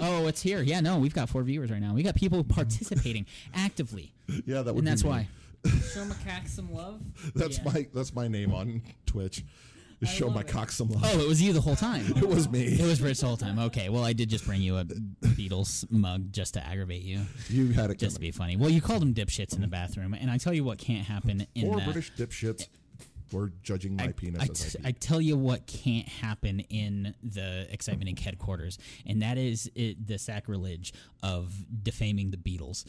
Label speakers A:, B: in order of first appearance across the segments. A: Oh, it's here. Yeah, no, we've got four viewers right now. We got people participating actively,
B: Yeah, that
A: and
B: would. be
A: that's
B: me.
A: why.
C: Show macaque some love.
B: That's
A: Yeah.
B: my that's my name on Twitch. Is show
C: love
B: my
C: it.
B: cock some love.
A: Oh, it was you the whole time.
B: It was me.
A: It was Rich the whole time. Okay, well, I did just bring you a Beatles mug just to aggravate you,
B: you had it
A: just to
B: coming.
A: be funny. Well, you called them dipshits in the bathroom, and I tell you what can't happen in
B: Four
A: that.
B: British dipshits were judging my penis
A: I
B: as
A: t-
B: I
A: I tell you what can't happen in the Excitement Inc. headquarters, and that is it, the sacrilege of defaming the Beatles.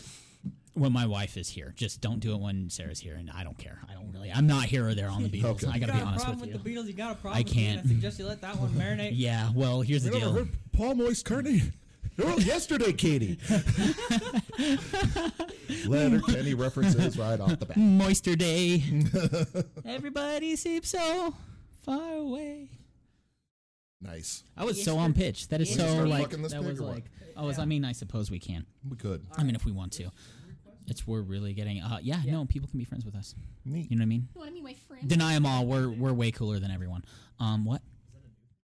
A: When my wife is here, just don't do it when Sarah's here, and I don't care. I don't really. I'm not here or there on the Beatles.
B: Okay.
A: I
C: You
A: gotta
C: got
A: be
C: a
A: honest
C: problem
A: with,
C: with,
A: you.
C: the Beatles? You got a problem?
A: I
C: with me, and
A: can't.
C: I suggest you let that one marinate.
A: yeah. Well, here's
B: You
A: the
B: never
A: deal.
B: heard Paul Moist Kearney? Oh, yesterday, Katie. Leonard Kenny references right off the bat.
A: Moister day. Everybody seems so far away.
B: Nice.
A: I was so on pitch. That is so
B: start
A: like
B: fucking this
A: that
B: pig
A: was
B: or what?
A: like. Oh, I mean, I suppose we can.
B: We could.
A: I mean, if we want to. It's we're really getting. Uh, yeah, no, people can be friends with us.
B: Neat.
A: You know what I mean?
D: You want to be my friend?
A: Deny them all. We're we're way cooler than everyone. Um, what?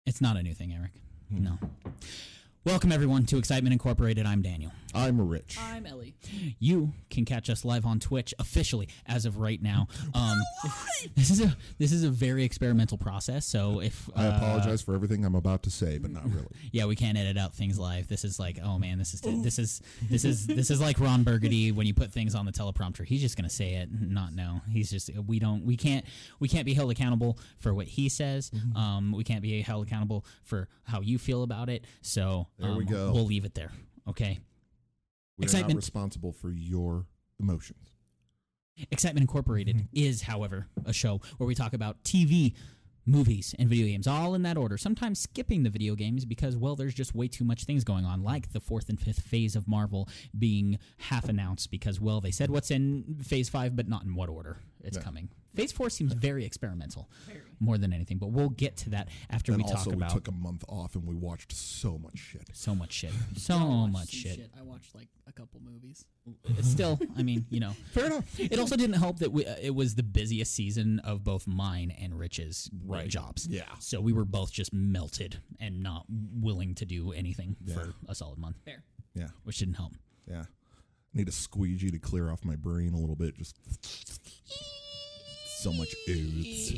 A: It's not a new thing, Eric.
B: Hmm.
A: No. Welcome everyone to Excitement Incorporated. I'm Daniel.
B: I'm rich.
C: I'm Ellie.
A: You can catch us live on Twitch officially as of right now. Um, this is a this is a very experimental process. So if
B: I
A: uh,
B: apologize for everything I'm about to say, but not really.
A: yeah, we can't edit out things live. This is like, oh man, this is
B: Mm.
A: this is this is this is like Ron Burgundy when you put things on the teleprompter. He's just gonna say it, and not know. He's just we don't we can't we can't be held accountable for what he says.
B: Mm-hmm.
A: Um, we can't be held accountable for how you feel about it. So
B: There we
A: um,
B: go.
A: We'll leave it there. Okay.
B: We're not
A: Excitement.
B: responsible for your emotions.
A: Excitement
B: Mm-hmm.
A: Incorporated is, however, a show where we talk about TV, movies, and video games, all in that order, sometimes skipping the video games because, well, there's just way too much things going on, like the fourth and fifth phase of Marvel being half announced because, well, they said what's in phase five, but not in what order it's coming. Phase four seems very experimental, more than anything, but we'll get to that after we
B: And
A: talk
B: also, we
A: about
B: took a month off and we watched so much shit.
A: so much shit. So
C: I watched
A: much
C: some
A: shit.
C: I watched like a couple movies.
A: Still, I mean, you know.
B: Fair enough.
A: It also didn't help that we, uh, it was the busiest season of both mine and Rich's uh,
B: Right.
A: jobs.
B: Yeah.
A: So we were both just melted and not willing to do anything for a solid month,
C: Fair.
B: Yeah,
A: which didn't help.
B: yeah. Need a squeegee to clear off my brain a little bit. Just so much ooze.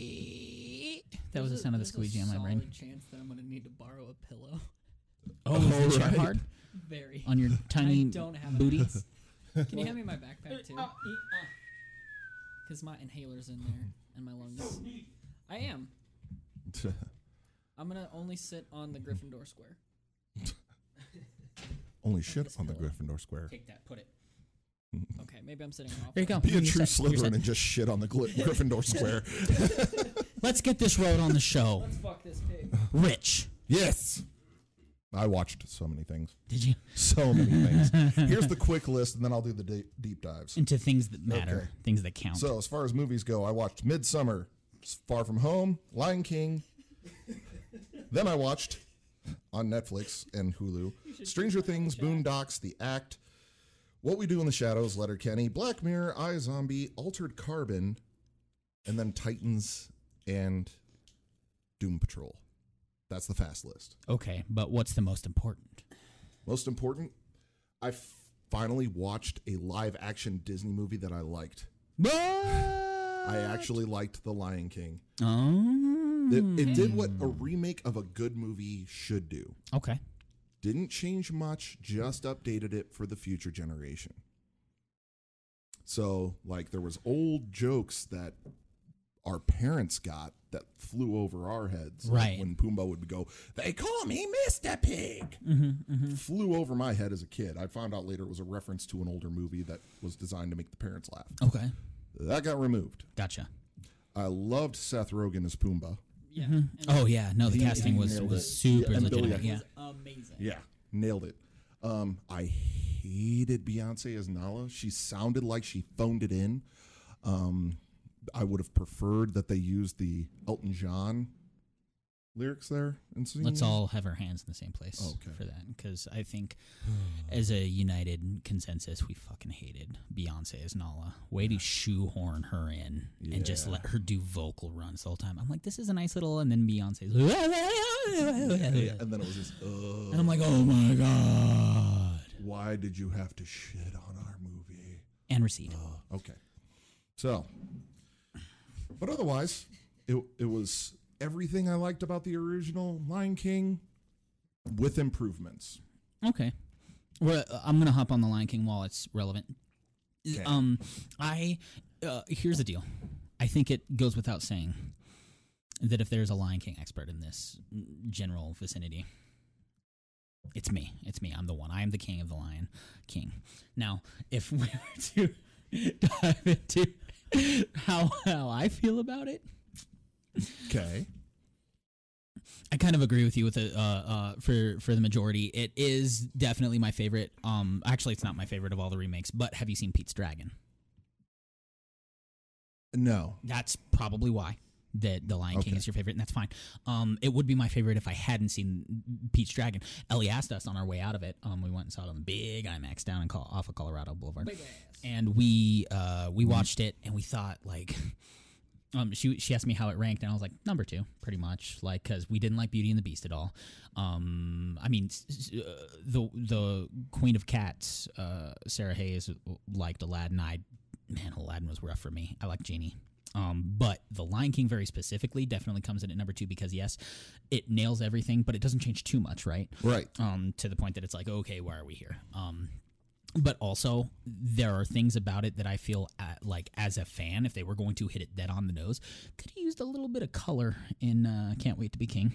A: That was the
C: There's a-
A: sound of the
C: there's a
A: squeegee on my brain.
C: solid chance that I'm gonna need to borrow a pillow.
A: Oh, is the chair
B: Alright.
A: hard
C: Very.
A: on your
C: I
A: tiny
C: don't have a
A: booty?
C: mask.
A: Uh,
C: Can you hand me my backpack too? Because my inhaler's in there and my lungs. I am. I'm gonna only sit on the Gryffindor square.
B: Only shit on the Gryffindor square.
A: Take that, put it.
C: Okay, maybe I'm sitting
A: Mm.
C: off.
A: There you go.
B: Be a
A: You're
B: true
A: set. You're set.
B: Slytherin and just shit on the Gly- Gryffindor square.
A: Let's get this road on the show.
C: Let's fuck this pig.
A: Rich,
B: Yes. I watched so many things.
A: did you
B: So many things. Here's the quick list, and then I'll do the de- deep dives.
A: into things that matter,
B: Okay.
A: things that count?
B: So, as far as movies go, I watched Midsummer, Far From Home, Lion King. then I watched on Netflix and Hulu Stranger Things, Boondocks, The Act, What We Do in the Shadows, Letterkenny, Black Mirror, I Zombie, Altered Carbon, and then Titans and Doom Patrol. That's the fast list.
A: okay, but what's the most important?
B: Most important, I f- finally watched a live action Disney movie that I liked. I actually liked The Lion King.
A: Oh.
B: It, it did what a remake of a good movie should do.
A: Okay.
B: Didn't change much, just updated it for the future generation. So, like there was old jokes that our parents got that flew over our heads. Like,
A: Right.
B: when Pumbaa would go, "They call me Mr. Pig." Flew over my head as a kid. I found out later it was a reference to an older movie that was designed to make the parents laugh.
A: Okay.
B: That got removed.
A: Gotcha.
B: I loved Seth Rogen as Pumbaa.
C: Yeah. and
A: Oh yeah, no, the casting was
B: nailed
A: was
B: it.
A: super
B: Yeah, and Billy
A: legitimate.
B: Eilish.
A: Yeah.
C: it was Amazing.
B: Yeah, nailed it. Um, I hated Beyonce as Nala. She sounded like she phoned it in. Um, I would have preferred that they used the Elton John
E: lyrics there and singing?
A: Let's all have our hands in the same place
E: Okay.
A: for that because I think, as a united consensus, we fucking hated Beyonce as Nala. Way to shoehorn her in and just
E: Yeah.
A: let her do vocal runs the whole time. I'm like, this is a nice little, and then Beyonce's, and
E: Yeah, and then it was just, uh,
A: I'm like, oh my god,
E: why did you have to shit on our movie?
A: and recede.
E: Uh, okay. So, but otherwise, it it was everything I liked about the original Lion King, with improvements.
A: Okay. Well, uh, I'm gonna hop on the Lion King while it's relevant.
E: Okay.
A: Um, I uh, here's the deal. I think it goes without saying that if there's a Lion King expert in this general vicinity, it's me. It's me. I'm the one. I am the king of the Lion King. Now, if we were to dive into how how I feel about it,
E: Okay.
A: I kind of agree with you with the uh, uh, for for the majority. It is definitely my favorite. Um, actually, it's not my favorite of all the remakes. But have you seen Pete's Dragon?
E: No.
A: That's probably why that the Lion King
E: Okay.
A: is your favorite, and that's fine. Um, it would be my favorite if I hadn't seen Pete's Dragon. Ellie asked us on our way out of it. Um, we went and saw it on the big IMAX down in Col- off of Colorado Boulevard.
C: Big ass.
A: and we uh, we watched it and we thought like um, she she asked me how it ranked and I was like number two pretty much like because we didn't like Beauty and the Beast at all. Um, I mean s- s- uh, the the Queen of Cats uh, Sarah Hayes liked Aladdin. I man Aladdin was rough for me. I like Genie. Um, but the Lion King very specifically definitely comes in at number two because yes, it nails everything, but it doesn't change too much, right?
E: Right.
A: um, to the point that it's like, okay, why are we here? Um, but also, there are things about it that I feel uh like as a fan, if they were going to hit it dead on the nose, could have used a little bit of color in uh, "Can't Wait to Be King."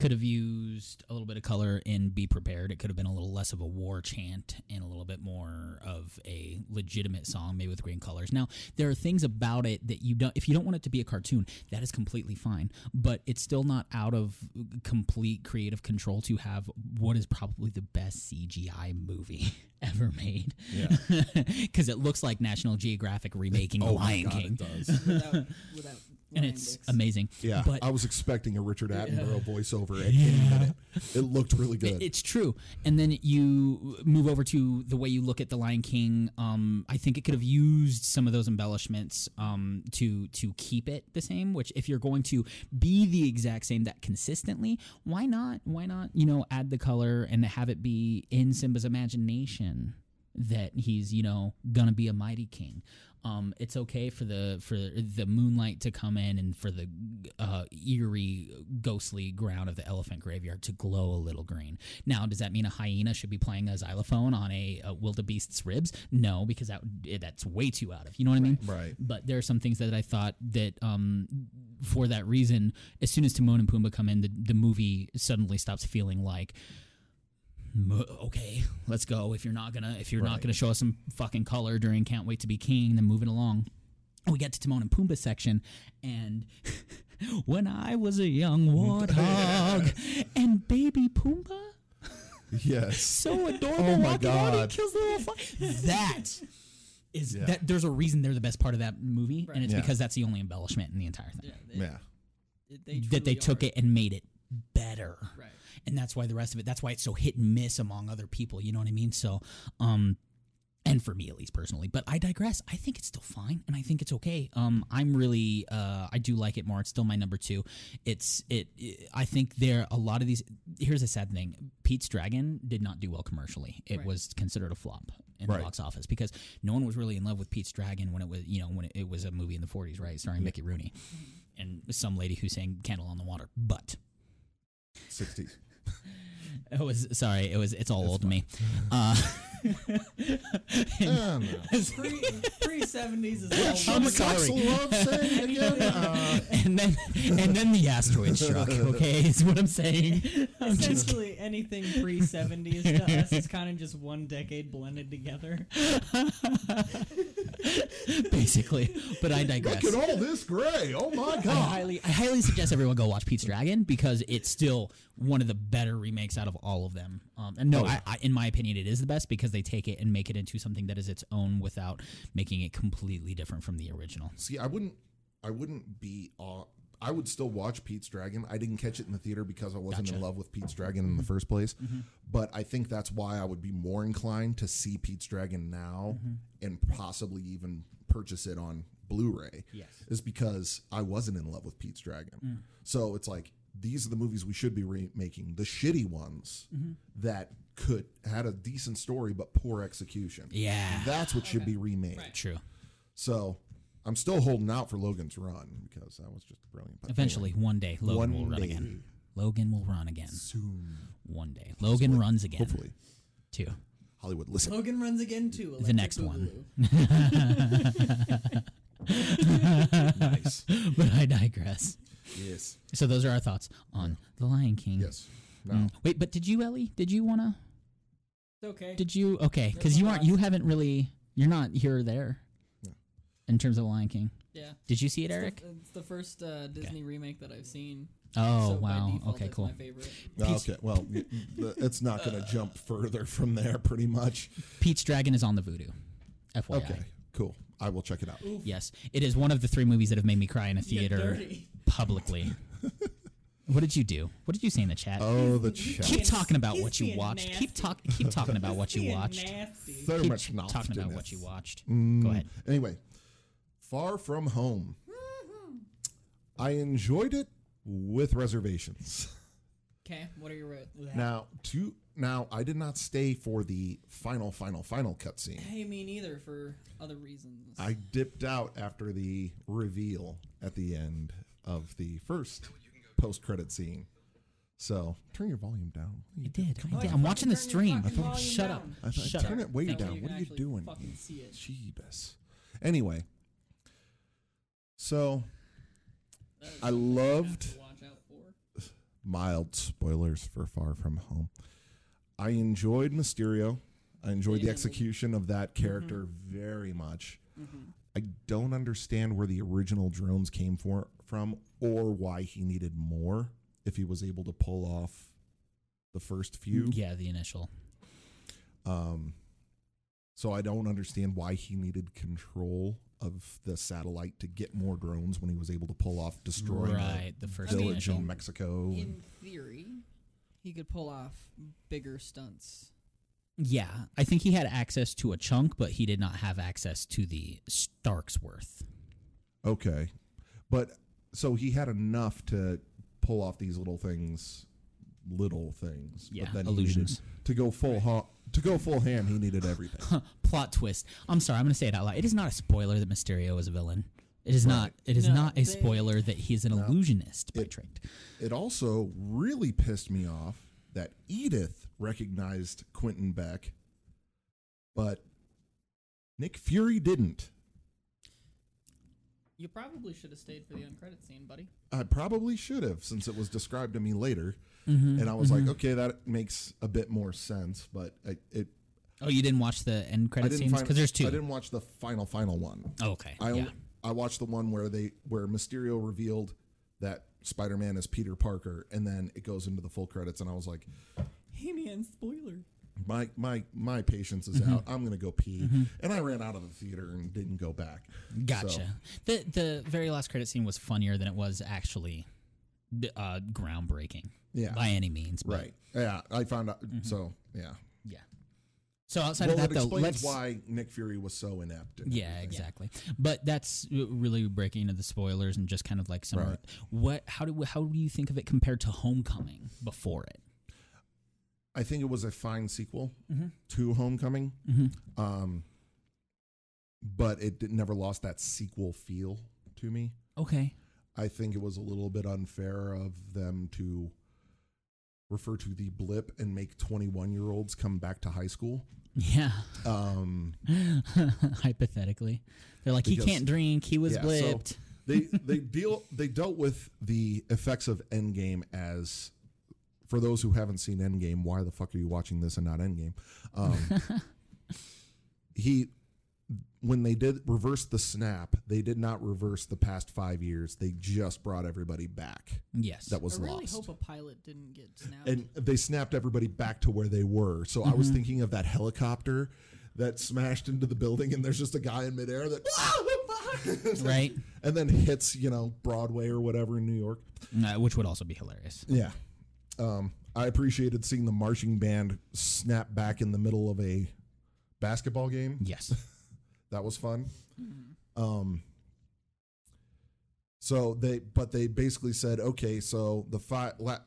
A: Could have used a little bit of color in "Be Prepared." It could have been a little less of a war chant and a little bit more of a legitimate song, maybe with green colors. Now, there are things about it that you don't. If you don't want it to be a cartoon, that is completely fine. But it's still not out of complete creative control to have what is probably the best CGI movie ever made.
E: Yeah.
A: Because it looks like National Geographic remaking The
E: Oh my
A: Lion
E: God, it
A: King.
E: does.
C: without, without
A: And
C: lion
A: it's
C: dicks.
A: amazing.
E: Yeah.
A: But
E: I was expecting a Richard Attenborough voiceover at any minute. It looked really
A: It-
E: good.
A: It's true. And then you move over to the way you look at the Lion King. Um, I think it could have used some of those embellishments um, to to keep it the same. Which, if you're going to be the exact same that consistently, why not? Why not? You know, add the color and have it be in Simba's imagination that he's you know gonna be a mighty king. Um, it's okay for the for the moonlight to come in and for the uh, eerie ghostly ground of the elephant graveyard to glow a little green. Now, does that mean a hyena should be playing a xylophone on a, a wildebeest's ribs? No, because that would- eh, that's way too out of you know what I mean.
E: right.
A: But there are some things that I thought that um, for that reason, as soon as Timon and Pumbaa come in, the, the movie suddenly stops feeling like "M- okay let's go if you're not gonna if you're not
E: Right.
A: gonna show us some fucking color during can't wait to be king then moving along we get to timon and pumbaa section and when i was a young warthog and baby pumbaa
E: Yes.
A: so adorable
E: Oh my
A: walking out, he
E: God.
A: kills the little fly. that is
E: Yeah.
A: that there's a reason they're the best part of that movie
C: Right.
A: and it's
E: Yeah.
A: because that's the only embellishment in the entire thing
C: Yeah, they,
E: Yeah.
C: they
A: that they
C: truly
A: took
C: are.
A: it and made it better
C: Right.
A: and that's why the rest of it that's why it's so hit and miss among other people you know what i mean so um and for me at least personally but i digress i think it's still fine and i think it's okay um i'm really uh i do like it more it's still my number two it's it, it i think there a lot of these here's a sad thing pete's dragon did not do well commercially it
C: Right.
A: was considered a flop in
E: Right.
A: the box office because no one was really in love with pete's dragon when it was you know when it, it was a movie in the 40s right starring mickey rooney and some lady who sang candle on the water but
E: 60s.
A: it was sorry. It was. It's all old to me. Uh,
E: Ah, no.
C: Pre pre seventies is
E: Which
C: all
A: I'm
C: one.
E: Miss Axel Love sang again? Uh,
A: and then and then the asteroid struck. Okay, is what I'm saying. I'm just
C: Essentially, anything pre seventies to us is kind of just one decade blended together.
A: basically. But I digress.
E: look at all this gray. Oh my
A: I
E: God.
A: highly, I highly suggest everyone go watch Pete's Dragon because it's still one of the better remakes out of all of them. Um, and no,
E: Oh,
A: I, I, in my opinion, it is the best because they take it and make it into something that is its own without making it completely different from the original.
E: See, I wouldn't, I wouldn't be aw-
B: I would still watch Pete's Dragon. I didn't catch it in the theater because I wasn't in
A: Gotcha. Mm-hmm.
B: love with Pete's Dragon in the first place. But I think that's why I would be more inclined to see Pete's Dragon now
A: Mm-hmm.
B: and possibly even purchase it on Blu-ray.
A: Yes. Mm.
B: Is because I wasn't in love with Pete's Dragon. So it's like these are the movies we should be remaking, the shitty ones
A: Mm-hmm.
B: that could had a decent story but poor execution.
A: Yeah.
B: That's what should be remade.
A: True.
B: So I'm still holding out for Logan's Run because that was just brilliant. But
A: Eventually, one day, Logan
B: One
A: will run
B: day.
A: again. Logan will run again.
B: soon,
A: One day. Logan runs again.
B: hopefully,
A: Too.
B: Hollywood. Listen,
C: Logan runs again too.
A: The
C: Electric
A: next one.
C: Boogaloo.
B: nice.
A: but I digress.
B: yes,
A: So those are our thoughts on The Lion King.
B: yes. No,
A: Mm. Wait, but did you, Ellie? Did you wanna?
C: It's okay.
A: Did you? Okay,
C: There's
A: because you
C: no
A: aren't.
C: last-
A: You haven't really. You're not here or there.
B: No.
A: In terms of The Lion King,
C: yeah.
A: did you see it,
C: It's the-
A: Eric?
C: It's the first uh, Disney remake that I've seen.
A: Oh
C: so By
A: wow.
C: default,
A: Okay,
C: it's
A: cool.
C: My favorite.
B: Oh,
A: Pete's-
B: okay. Well, y- th- it's not going to jump further from there, pretty much.
A: Pete's Dragon is on the Voodoo. FYI.
B: Okay, cool. I will check it out.
A: Yes, it is one of the three movies that have made me cry in a theater
C: dirty.
A: publicly. what did you do? What did you say in the chat?
B: Oh, the chat.
A: Keep talking about
C: he's
A: what you
C: being
A: watched.
C: nasty.
A: Keep talk. Keep talking about what you
C: Being
A: watched.
C: Nasty.
B: So
A: Keep
B: much
A: talking about
B: nastiness. Mm.
A: what you watched. Go ahead.
B: Anyway, Far From Home. I enjoyed it with reservations.
C: Okay, what are your ri-
B: Now, to now, I did not stay for the final, final, final cutscene.
C: Hey, me neither for other reasons.
B: I dipped out after the reveal at the end of the first post-credit scene. So turn your volume down.
A: I did. I did. I'm watching the
C: Turn your
A: stream.
C: fucking volume
A: Shut up.
C: down.
B: I thought,
A: Shut
B: turn
A: up.
B: it way
C: That way
B: down.
C: you
B: What
C: can
B: are you
C: actually
B: doing?
C: Fucking see it.
B: Jeebus. Anyway, so I loved
C: Watch out for.
B: mild spoilers for Far From Home. I enjoyed Mysterio. I enjoyed the execution of that character very much. I don't understand where the original drones came for, from or why he needed more if he was able to pull off the first few.
A: Yeah, the initial.
B: Um, so I don't understand why he needed control of the satellite to get more drones when he was able to pull off destroying a
A: Right, the first
B: village
A: initial.
B: in Mexico. and-
C: In theory, he could pull off bigger stunts.
A: Yeah, I think he had access to a chunk, but he did not have access to the Stark's worth.
B: Okay. But so he had enough to pull off these little things, little things.
A: Yeah,
B: but then he
A: illusions.
B: needed- to go full ha- to go full ham, he needed everything.
A: Plot twist. I'm sorry. I'm going to say it out loud. It is not a spoiler that Mysterio is a villain. It is not. It is
C: No,
A: not a
C: they-
A: spoiler that he is an illusionist by trade.
B: it also really pissed me off that Edith recognized Quentin Beck, but Nick Fury didn't.
C: You probably should have stayed for the uncredit scene, buddy.
B: I probably should have, since it was described to me later,
A: Mm-hmm,
B: and I was like, okay, that makes a bit more sense. But I, it,
A: Oh, you didn't watch the end
B: I
A: credit
B: didn't
A: scenes
B: find-
A: because there's two.
B: I didn't watch the final, final one.
A: oh, okay.
B: I
A: yeah.
B: only I watched the one where they where Mysterio revealed that Spider Man is Peter Parker, and then it goes into the full credits, and I was like,
C: Hey, man, spoiler.
B: my my my patience is out.
A: Mm-hmm.
B: I'm gonna go pee, and I ran out of the theater and didn't go back. So,
A: Gotcha. The the very last credit scene was funnier than it was actually uh, groundbreaking
B: yeah.
A: by any means. but-
B: right. Yeah. I found out. So yeah.
A: Yeah. So outside
B: well,
A: of
B: it
A: Mm-hmm. that, though,
B: explains
A: let's.
B: why Nick Fury was so inept. and
A: Yeah,
B: everything.
A: exactly. But that's uh, really breaking into the spoilers and just kind of like some. of
B: Right.
A: it. What? How do? How do you think of it compared to Homecoming before it?
B: I think it was a fine sequel
A: Mm-hmm.
B: to Homecoming, um, but it did, never lost that sequel feel to me.
A: Okay.
B: I think it was a little bit unfair of them to refer to the blip and make 21 year olds come back to high school.
A: Yeah.
B: Um,
A: Hypothetically, they're like he
B: Because-
A: can't drink. He was
B: yeah, so
A: blipped.
B: they they deal they dealt with the effects of Endgame as for those who haven't seen Endgame, why the fuck are you watching this and not Endgame? Um, he when they did reverse the snap, they did not reverse the past five years. They just brought everybody back
A: yes.
B: that was
C: I really
B: lost.
C: hope a pilot didn't get snapped.
B: and they snapped everybody back to where they were. So I was thinking of that helicopter that smashed into the building, and there's just a guy in midair that
A: right?
B: and then hits you know Broadway or whatever in New York.
A: Uh, which would also be hilarious.
B: Yeah. Um, I appreciated seeing the marching band snap back in the middle of a basketball game.
A: Yes.
B: That was fun. Um, so they, but they basically said, okay, so the five, la-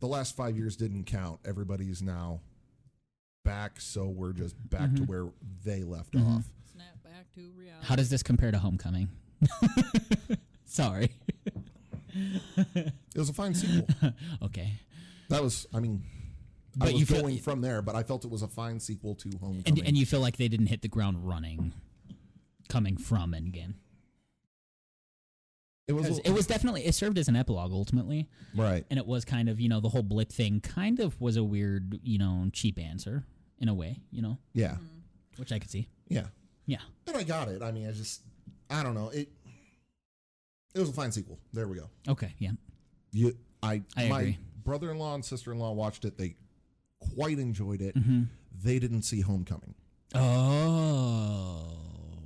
B: the last five years didn't count. Everybody's now back, so we're just back
A: Mm-hmm.
B: to where they left off.
C: Snap back to reality.
A: How does this compare to Homecoming? Sorry.
B: It was a fine sequel.
A: Okay.
B: that was, I mean, I
A: But
B: was
A: you feel-
B: going from there, but I felt it was a fine sequel to Homecoming.
A: And, and you feel like they didn't hit the ground running coming from Endgame.
B: it was, a
A: 'Cause It was definitely, it served as an epilogue ultimately.
B: right.
A: And it was kind of, you know, the whole blip thing kind of was a weird, you know, cheap answer in a way, you know,
B: Yeah.
A: which I could see.
B: Yeah.
A: Yeah.
B: And I got it. I mean, I just, I don't know. It, it was a fine sequel. There we go.
A: Okay. Yeah.
B: You, I,
A: I
B: my
A: agree.
B: brother-in-law and sister-in-law watched it. They quite enjoyed it.
A: Mm-hmm.
B: They didn't see Homecoming,
A: Oh,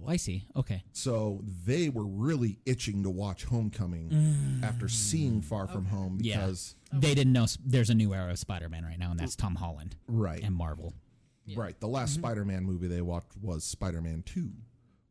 A: I see. Okay.
B: so they were really itching to watch Homecoming after seeing Far From Home
A: Mm. Yeah.
B: because
A: They didn't know s- there's a new era of Spider Man right now, and that's Tom Holland
B: right,
A: and Mm-hmm. Marvel.
B: right. The last Spider-Man movie they watched was Spider-Man Two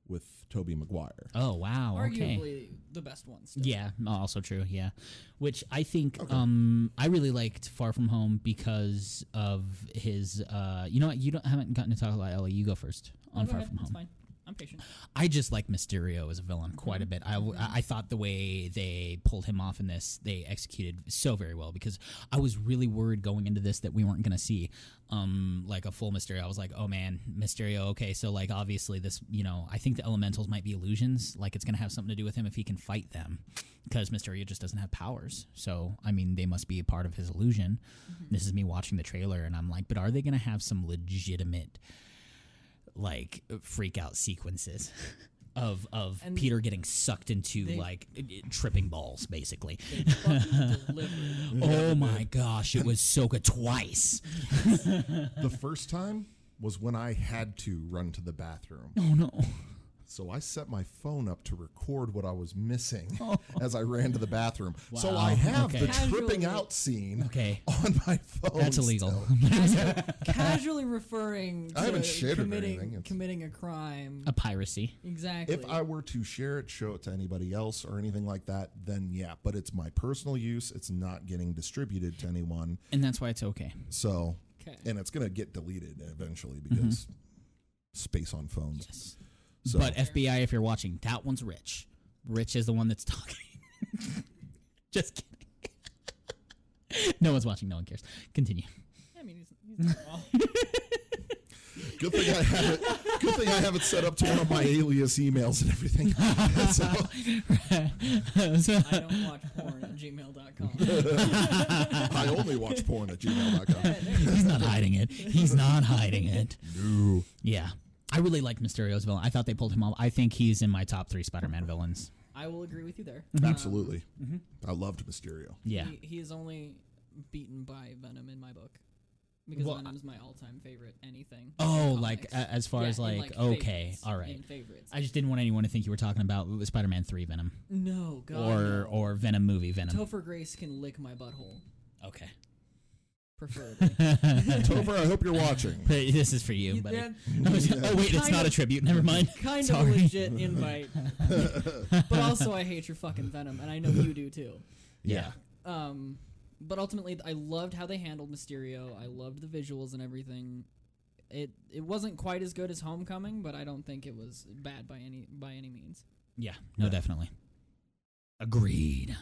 B: with Tobey Maguire.
A: Oh, wow. okay.
C: Arguably the best one. Still.
A: Yeah, also true. Yeah, which I think um, I really liked Far From Home because of his. Uh, you know what? You don't haven't gotten to talk about Ellie. You go first on
C: Go
A: Far
C: ahead,
A: From
C: It's
A: Home.
C: fine. I'm patient.
A: I just like Mysterio as a villain quite a bit. I, w- I- I thought the way they pulled him off in this, they executed so very well because I was really worried going into this that we weren't going to see um, like a full Mysterio. I was like, oh man, Mysterio, okay, so like obviously this, you know, I think the elementals might be illusions. Like it's going to have something to do with him if he can fight them because Mysterio just doesn't have powers. So, I mean, they must be a part of his illusion. This is me watching the trailer and I'm like, but are they going to have some legitimate like uh, freak out sequences of of
C: And
A: Peter getting sucked into
C: they-
A: like i- i- tripping balls basically.
C: They fucking delivered.
A: oh my gosh, it was so good twice.
B: the first time was when I had to run to the bathroom.
A: Oh no.
B: So I set my phone up to record what I was missing as I ran to the bathroom. So
A: Oh. Wow.
B: I have
A: Okay.
B: the tripping
C: Casually.
B: out scene
A: Okay.
B: on my phone.
A: That's illegal.
B: still.
C: Casually referring to
B: I haven't shitted or
C: committing,
B: anything. It's- Uh,
C: committing a crime.
A: A piracy.
C: Exactly.
B: If I were to share it, show it to anybody else or anything like that, then yeah, but it's my personal use. It's not getting distributed to anyone.
A: And that's why it's okay.
B: So,
C: Okay.
B: and it's going to get deleted eventually because space on phones.
A: Mm-hmm. Yes.
B: So-
A: But FBI if you're watching, that one's Rich. Rich is the one that's talking. Just kidding. no one's watching, no one cares. Continue.
C: I mean, he's, he's not wrong.
B: Good thing I have it. Good thing I have it set up to one of my alias emails and everything. so,
A: So-
C: I don't watch porn at gmail.com.
B: I only watch porn at gmail.com.
A: He's not hiding it. He's not hiding it.
B: No.
A: Yeah. I really liked Mysterio's villain. I thought they pulled him off. I think he's in my top three Spider Man villains.
C: I will agree with you there. Um,
B: Absolutely. I loved Mysterio.
A: Yeah.
C: He, he is only beaten by Venom in my book. Because
A: Well,
C: Venom's my all time favorite anything.
A: Oh,
C: in
A: like
C: comics.
A: a as far
C: Yeah,
A: as
C: in,
A: like, okay,
C: favorites,
A: all right.
C: in favorites.
A: I just didn't want anyone to think you were talking about Spider Man Three Venom
C: no, God.
A: or
C: no.
A: or Venom movie Venom.
C: Topher Grace can lick my butthole,
A: Okay,
C: preferably.
B: Topher, I hope you're watching.
A: this is for you,
C: You-
A: buddy.
C: that-
A: oh wait, it's
C: Kind
A: not a
C: of-
A: tribute. Never mind.
C: kind
A: Sorry.
C: of a legit invite. but also, I hate your fucking Venom, and I know you do too.
A: Yeah.
C: Um, but ultimately, I loved how they handled Mysterio. I loved the visuals and everything. It it wasn't quite as good as Homecoming, but I don't think it was bad by any by any means.
A: Yeah. No, definitely. Agreed.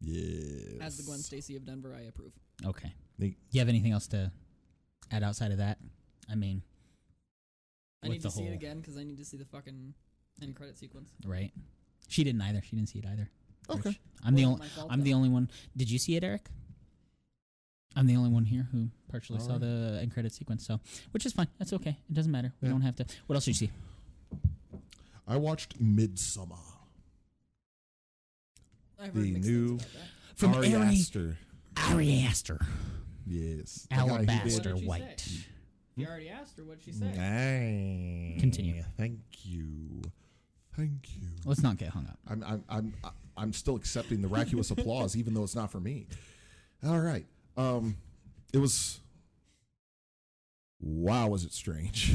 B: Yeah.
C: As the Gwen Stacy of Denver, I approve.
A: Okay. Do
B: Neat.
A: you have anything else to add outside of that? I mean,
C: I
A: with
C: need
A: the
C: to see it
A: whole-
C: again because I need to see the fucking end credit sequence.
A: right? She didn't either. She didn't see it either.
B: Okay.
A: I'm the
C: Wasn't
A: only.
C: my fault,
A: I'm the
C: though.
A: only one. Did you see it, Eric? I'm the only one here who partially saw
B: Alright.
A: the end credit sequence, so which is fine. That's okay. It doesn't matter. We
B: Yeah.
A: don't have to. What else did you see?
B: I watched Midsummer.
C: I've
B: the
C: heard mixed things
B: new-
C: about that.
A: From
B: Ari
A: Ari,
B: Aster.
A: Ari Aster,
B: Yes. The guy who did-
A: Alabaster
C: What did you
A: White.
C: say?
B: Hmm?
C: You already asked her what she said.
A: Continue.
B: Thank you. Thank you.
A: Let's not get hung up.
B: I'm I'm I'm I'm still accepting the raucous applause, even though it's not for me. All right. Um, it was. Wow, was it strange?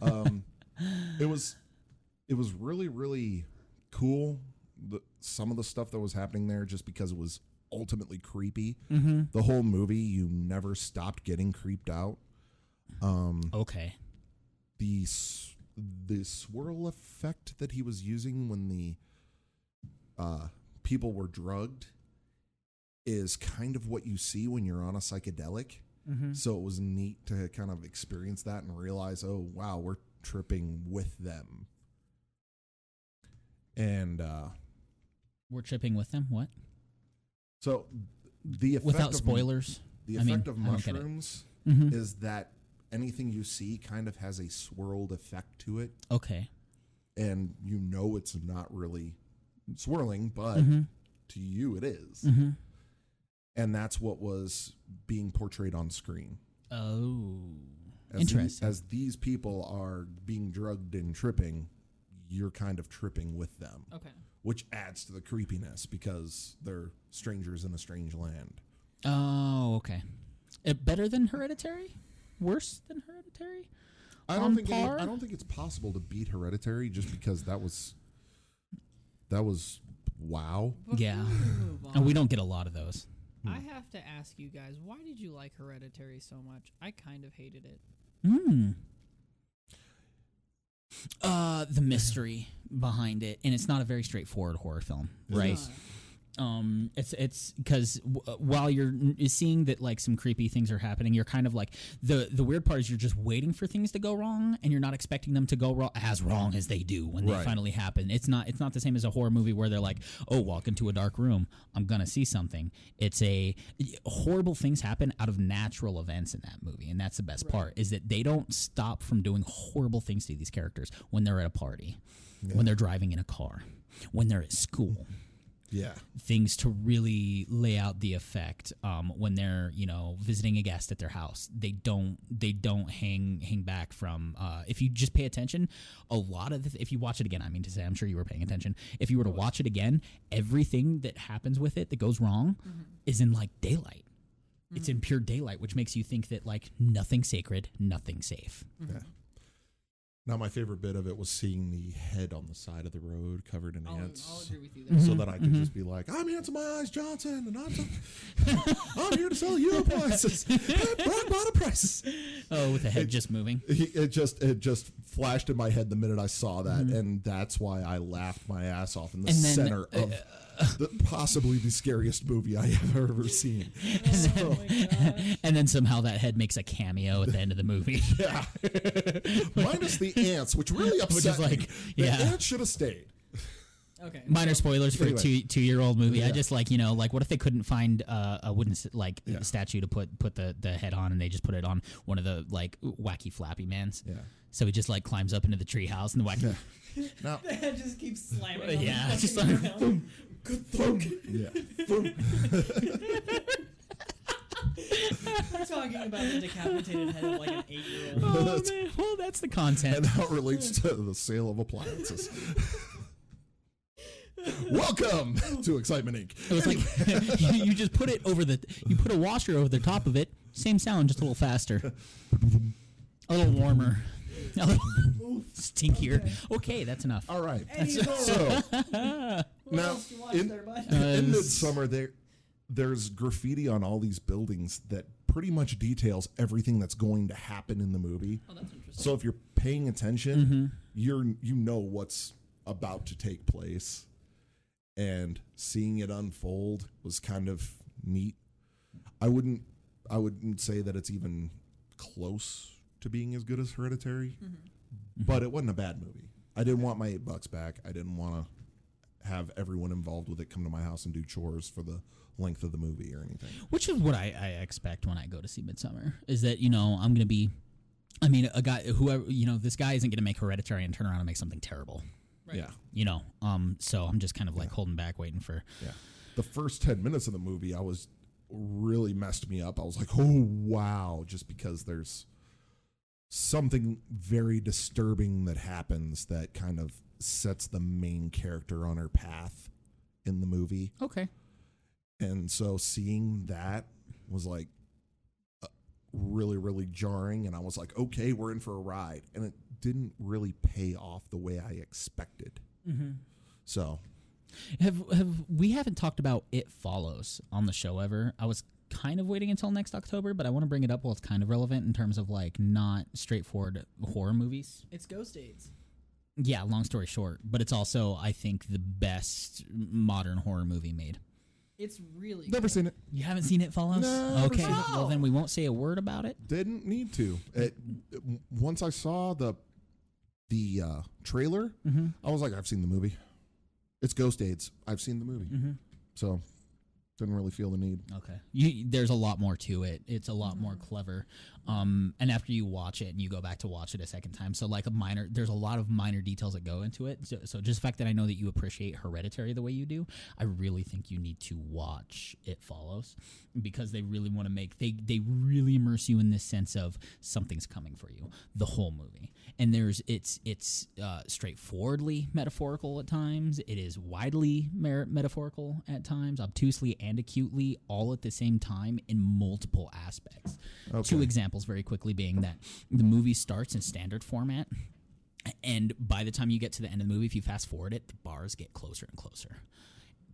B: um, it was. It was really really cool. The, some of the stuff that was happening there, just because it was ultimately creepy. The whole movie, you never stopped getting creeped out. Um,
A: Okay.
B: the s- the swirl effect that he was using when the uh, people were drugged is kind of what you see when you're on a psychedelic.
A: Mm-hmm.
B: So it was neat to kind of experience that and realize, oh wow, we're tripping with them. And uh,
A: We're tripping with them. What?
B: so the effect
A: Without
B: of-
A: spoilers.
B: the
A: I mean,
B: effect of
A: I don't get it. Mm-hmm.
B: mushrooms is that anything you see kind of has a swirled effect to it.
A: Okay.
B: and you know it's not really swirling, but
A: Mm-hmm.
B: to you it is. And that's what was being portrayed on screen.
A: Oh.
B: As the-
A: Interesting.
B: as these people are being drugged and tripping, you're kind of tripping with them,
C: Okay.
B: which adds to the creepiness because they're strangers in a strange land.
A: Oh, okay. It better than Hereditary? Worse than Hereditary?
B: I don't
A: On
B: think any-
A: par?
B: I don't think it's possible to beat Hereditary just because that was that was wow.
A: Yeah.
C: Before we move
B: Uh,
C: on,
A: And we don't get a lot of those.
B: Hmm.
C: I have to ask you guys, why did you like Hereditary so much? I kind of hated it.
A: Hmm. Uh, the mystery behind it, and it's not a very straightforward horror film, right?
C: not.
A: Um, it's it's because w- uh, while you're n- seeing that like some creepy things are happening, you're kind of like the the weird part is you're just waiting for things to go wrong, and you're not expecting them to go wrong as wrong as they do when they
B: Right.
A: finally happen. It's not it's not the same as a horror movie where they're like, oh, walk into a dark room, I'm gonna see something. It's a horrible things happen out of natural events in that movie, and that's the best part is that they don't stop from doing horrible things to these characters when they're at a party, when they're driving in a car, when they're at school
B: Yeah.
A: things to really lay out the effect um, when they're you know visiting a guest at their house they don't they don't hang hang back from uh, if you just pay attention a lot of the, if you watch it again i mean to say i'm sure you were paying attention if you were to watch it again everything that happens with it that goes wrong
C: Mm-hmm.
A: is in like daylight it's
C: Mm.
A: in pure daylight which makes you think that like nothing sacred nothing safe
B: Yeah. Now, my favorite bit of it was seeing the head on the side of the road covered in
C: I'll, I'll
B: ants.
C: agree with you there.
A: Mm-hmm.
B: So that I could just be like, I'm Ansel My Eyes Johnson, and I'm, I'm here to sell you appliances at rock bottom prices.
A: oh with the head just moving
B: He- It just it just flashed in my head the minute I saw that, and that's why I laughed my ass off in the
A: Mm-hmm. And then, uh,
B: center of the, possibly the scariest movie I have ever seen.
C: Oh my god.
A: and then somehow that head makes a cameo at the end of the movie
B: Minus the ants, which really upset me.
A: like,
B: The
A: yeah.
B: ants should have stayed.
C: Okay.
A: minor spoilers for
B: Anyway.
A: a two two year old movie. I
B: Yeah.
A: just like you know like what if they couldn't find uh, a wooden s- like statue to put put the the head on and they just put it on one of the like wacky Flappy Mans.
B: Yeah.
A: So he just like climbs up into the treehouse and the wacky.
B: Now,
C: It just keeps slamming.
A: Yeah,
C: on the
A: just
C: fucking
A: like-
C: ground.
B: yeah.
C: We're talking about the decapitated head of like an eight-year-old.
A: Oh, man. Well, that's the
B: And
A: content.
B: how it relates to the sale of appliances. Welcome to Excitement Inc.
A: It was like you, you just put it over the you put a washer over the top of it. Same sound, just a little faster, a little warmer, a little stinkier. Okay. that's enough.
B: All right.
C: Hey, you know,
B: So
C: what
B: now
C: else you watch
B: in,
C: there, bud?
B: in midsummer there there's graffiti on all these buildings that pretty much details everything that's going to happen in the movie.
C: Oh, that's interesting.
B: So if you're paying attention, you're you know what's about to take place, and seeing it unfold was kind of neat. I wouldn't I wouldn't say that it's even close to being as good as Hereditary, but it wasn't a bad movie. I didn't want my eight bucks back. I didn't want to have everyone involved with it come to my house and do chores for the length of the movie or anything.
A: which is what I, I expect when I go to see Midsummer is that you know I'm gonna be, I mean a guy whoever you know this guy isn't gonna make Hereditary and turn around and make something terrible,
C: Right.
B: Yeah.
A: you know. Um, so I'm just kind of like holding back, waiting for.
B: Yeah. The first 10 minutes of the movie, I was really messed me up. I was like, oh, wow, just because there's something very disturbing that happens that kind of sets the main character on her path in the movie.
A: Okay.
B: And so seeing that was like uh, really, really jarring. And I was like, okay, we're in for a ride. And it didn't really pay off the way I expected. So,
A: Have have we haven't talked about It Follows on the show ever? I was kind of waiting until next October, but I want to bring it up while it's kind of relevant in terms of like not straightforward horror movies.
C: It's Ghost Aids.
A: Yeah, long story short, but it's also I think the best modern horror movie made.
C: It's really
B: never seen it.
A: You haven't seen It Follows?
B: Never
A: okay,
B: seen
C: it.
A: well then we won't say a word about it.
B: Didn't need to. It, it- once I saw the the uh, trailer, I was like, I've seen the movie. It's Ghost Aids. I've seen the movie. So, didn't really feel the need.
A: Okay. You, there's a lot more to it. It's a lot more clever. Um, and after you watch it and you go back to watch it a second time, so like a minor, there's a lot of minor details that go into it. So, so just the fact that I know that you appreciate Hereditary the way you do, I really think you need to watch It Follows because they really want to make they they really immerse you in this sense of something's coming for you the whole movie. And there's it's it's uh, straightforwardly metaphorical at times. It is widely mer- metaphorical at times, obtusely and acutely, all at the same time in multiple aspects. Two examples very quickly being that the movie starts in standard format, and by the time you get to the end of the movie, if you fast forward it, the bars get closer and closer.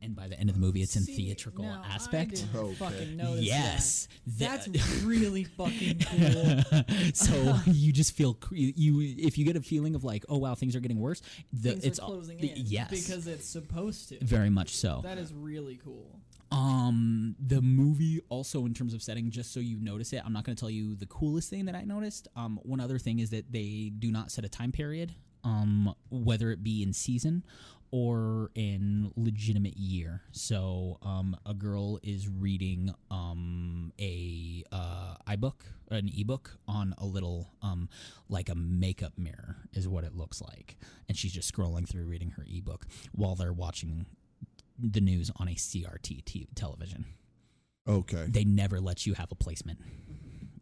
A: And by the end of the movie, it's in
C: See,
A: theatrical
C: now I
A: aspect.
C: didn't
B: Okay.
C: fucking notice
A: Yes,
C: that.
A: that-
C: That's really fucking cool.
A: so you just feel cre- you if you get a feeling of like oh wow things are getting worse the,
C: Things
A: it's
C: are
A: all-
C: closing
A: the-
C: in.
A: yes
C: Because it's supposed to.
A: very much so
C: That is really cool.
A: um the movie also in terms of setting just so you notice it i'm not going to tell you the coolest thing that i noticed um one other thing is that they do not set a time period um whether it be in season or in legitimate year so um a girl is reading um a uh ibook an ebook on a little um like a makeup mirror is what it looks like and she's just scrolling through reading her ebook while they're watching the news on a CRT t- television.
B: Okay.
A: They never let you have a placement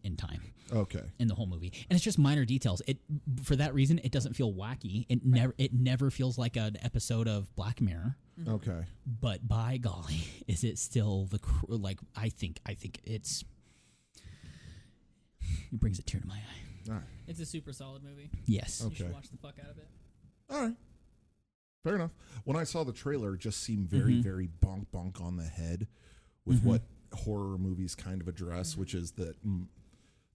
A: in time
B: Okay.
A: in the whole movie, and it's just minor details. It for that reason it doesn't feel wacky. It never it never feels like an episode of Black Mirror.
B: Okay.
A: But by golly, is it still the cr- like I think I think it's it brings a tear to my eye.
B: All right.
C: It's a super solid movie.
A: Yes.
B: Okay.
C: You should watch the fuck out of it.
B: All right. Fair enough. When I saw the trailer, it just seemed very, very bonk bonk on the head with what horror movies kind of address, which is that mm,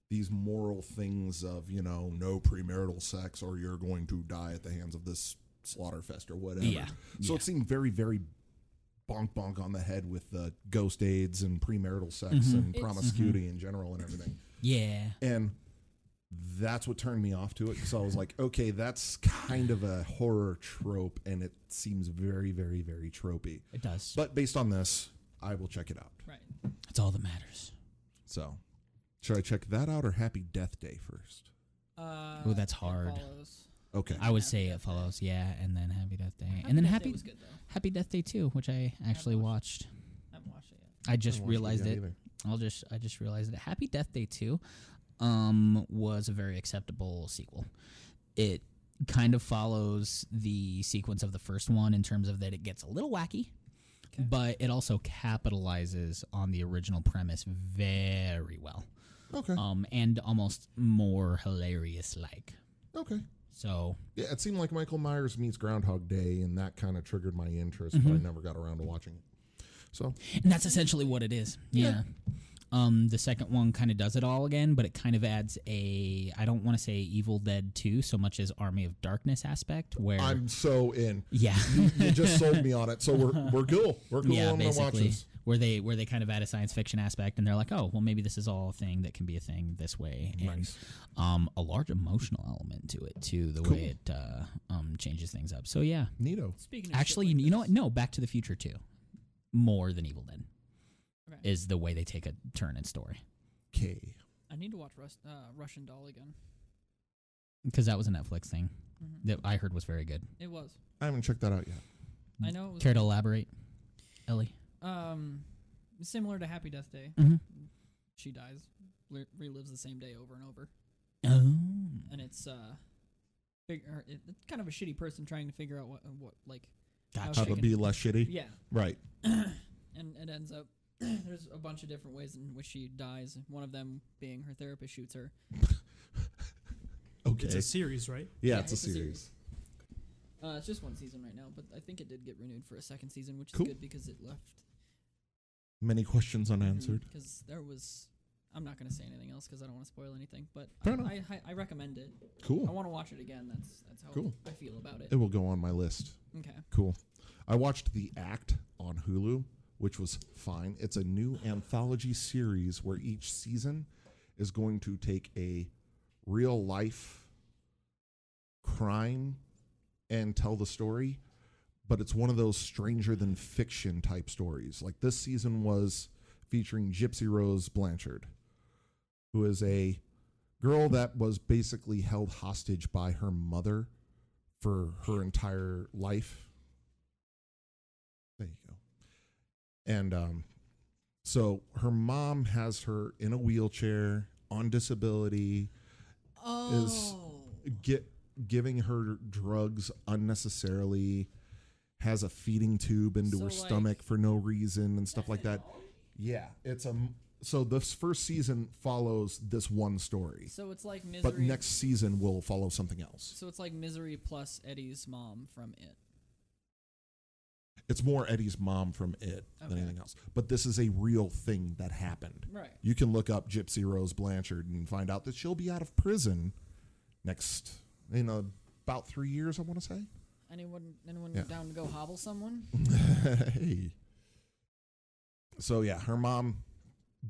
B: these moral things of, you know, no premarital sex or you're going to die at the hands of this slaughter fest or whatever.
A: Yeah,
B: So
A: yeah.
B: it seemed very, very bonk bonk on the head with uh, ghost aids and premarital sex and
C: It's-
B: promiscuity in general and everything.
A: Yeah.
B: And that's what turned me off to it because I was like, okay, that's kind of a horror trope, and it seems very, very, very tropey.
A: It does.
B: But based on this, I will check it out.
C: Right.
A: That's all that matters.
B: So, should I check that out or Happy Death Day first?
C: Uh,
A: Ooh, that's
C: It
A: hard.
C: Follows.
B: Okay.
A: I would say it follows. Yeah, and then Happy Death Day,
C: Happy
A: and then
C: Death Day
A: Happy
C: was good though.
A: Happy Death Day 2, which I actually watched.
C: I haven't watched it yet.
A: I just
B: Haven't watched
A: realized
B: yet
A: it.
B: either.
A: I'll just I just realized it. Happy Death Day 2 um was a very acceptable sequel. It kind of follows the sequence of the first one in terms of that it gets a little wacky, but it also capitalizes on the original premise very well.
B: Okay.
A: Um and almost more hilarious like.
B: Okay.
A: So,
B: Yeah, it seemed like Michael Myers meets Groundhog Day, and that kind of triggered my interest, but I
A: Mm-hmm.
B: never got around to watching it. So,
A: And that's essentially what it is. Yeah. Um, the second one kind of does it all again, but it kind of adds a I don't want to say Evil Dead 2 so much as Army of Darkness aspect where
B: I'm so in.
A: yeah.
B: You just sold me on it, so we're we're cool. We're cool.
A: yeah,
B: I'm gonna watch
A: basically
B: this.
A: where they where they kind of add a science fiction aspect and they're like, "Oh, well maybe this is all a thing that can be a thing this way." And
B: Nice.
A: um a large emotional element to it too, the way it uh, um changes things up. So yeah.
B: Neato.
C: Speaking of shit
A: Actually,
C: like
A: you know
C: this-
A: what? No, Back to the Future too. More than Evil Dead
C: Okay.
A: is the way they take a turn in story.
B: K.
C: I need to watch Rus- uh, Russian Doll again.
A: because that was a Netflix thing
C: Mhm.
A: that I heard was very good.
C: It was.
B: I haven't checked that out yet.
C: I know it was.
A: Care to elaborate, Ellie?
C: Um, similar to Happy Death Day,
A: Mm-hmm.
C: she dies, li- relives the same day over and over.
A: Oh,
C: and it's uh, fig- or it, it's kind of a shitty person trying to figure out what uh, what like
A: Gotcha.
C: how
B: How
C: she
B: to
C: can-
B: be less shitty.
C: yeah,
B: Right.
C: and it ends up there's a bunch of different ways in which she dies. One of them being her therapist shoots her.
B: Okay.
F: It's a series, right?
B: yeah, it's a series.
C: Uh, it's just one season right now, but I think it did get renewed for a second season, which
B: Cool.
C: is good because it left
B: Many questions unanswered.
C: Because there was, I'm not gonna say anything else because I don't want to spoil anything. But
B: Fair enough.
C: I, I, I recommend it. I
B: Cool.
C: want to watch it again. That's that's how
B: Cool.
C: I feel about it.
B: It will go on my list.
C: Okay.
B: Cool. I watched The Act on Hulu, which was fine. It's a new anthology series where each season is going to take a real life crime and tell the story, but it's one of those stranger than fiction type stories. Like this season was featuring Gypsy Rose Blanchard, who is a girl that was basically held hostage by her mother for her entire life. There you go. And um, so her mom has her in a wheelchair on disability,
C: Oh.
B: get giving her drugs unnecessarily, has a feeding tube into
C: So,
B: her
C: like,
B: stomach for no reason and stuff like that. Yeah, it's a m- so this first season follows this one story,
C: so it's like misery.
B: but next season will follow something else.
C: So it's like misery plus Eddie's mom from it.
B: It's more Eddie's mom from it than
C: Okay.
B: anything else. But this is a real thing that happened.
C: Right.
B: You can look up Gypsy Rose Blanchard and find out that she'll be out of prison next in about three years. I want to say.
C: Anyone anyone
B: Yeah.
C: down to go hobble someone?
B: hey. So yeah, her mom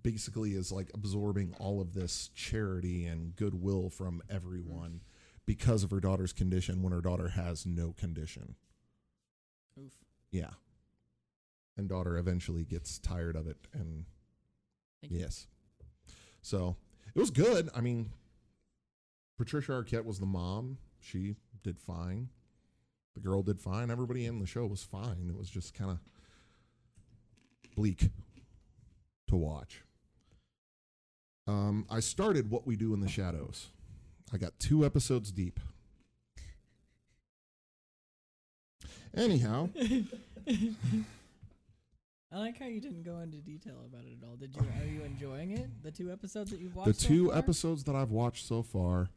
B: basically is like absorbing all of this charity and goodwill from everyone because of her daughter's condition when her daughter has no condition.
C: Oof.
B: Yeah. And daughter eventually gets tired of it and
C: Thank you.
B: yes. So it was good. I mean, Patricia Arquette was the mom. She did fine. The girl did fine. Everybody in the show was fine. It was just kind of bleak to watch. Um, I started What We Do in the Shadows. I got two episodes deep. Anyhow,
C: I like how you didn't go into detail about it at all. Did you? Are you enjoying it? The two episodes that you've watched.
B: the
C: so
B: two
C: far?
B: episodes that I've watched so far,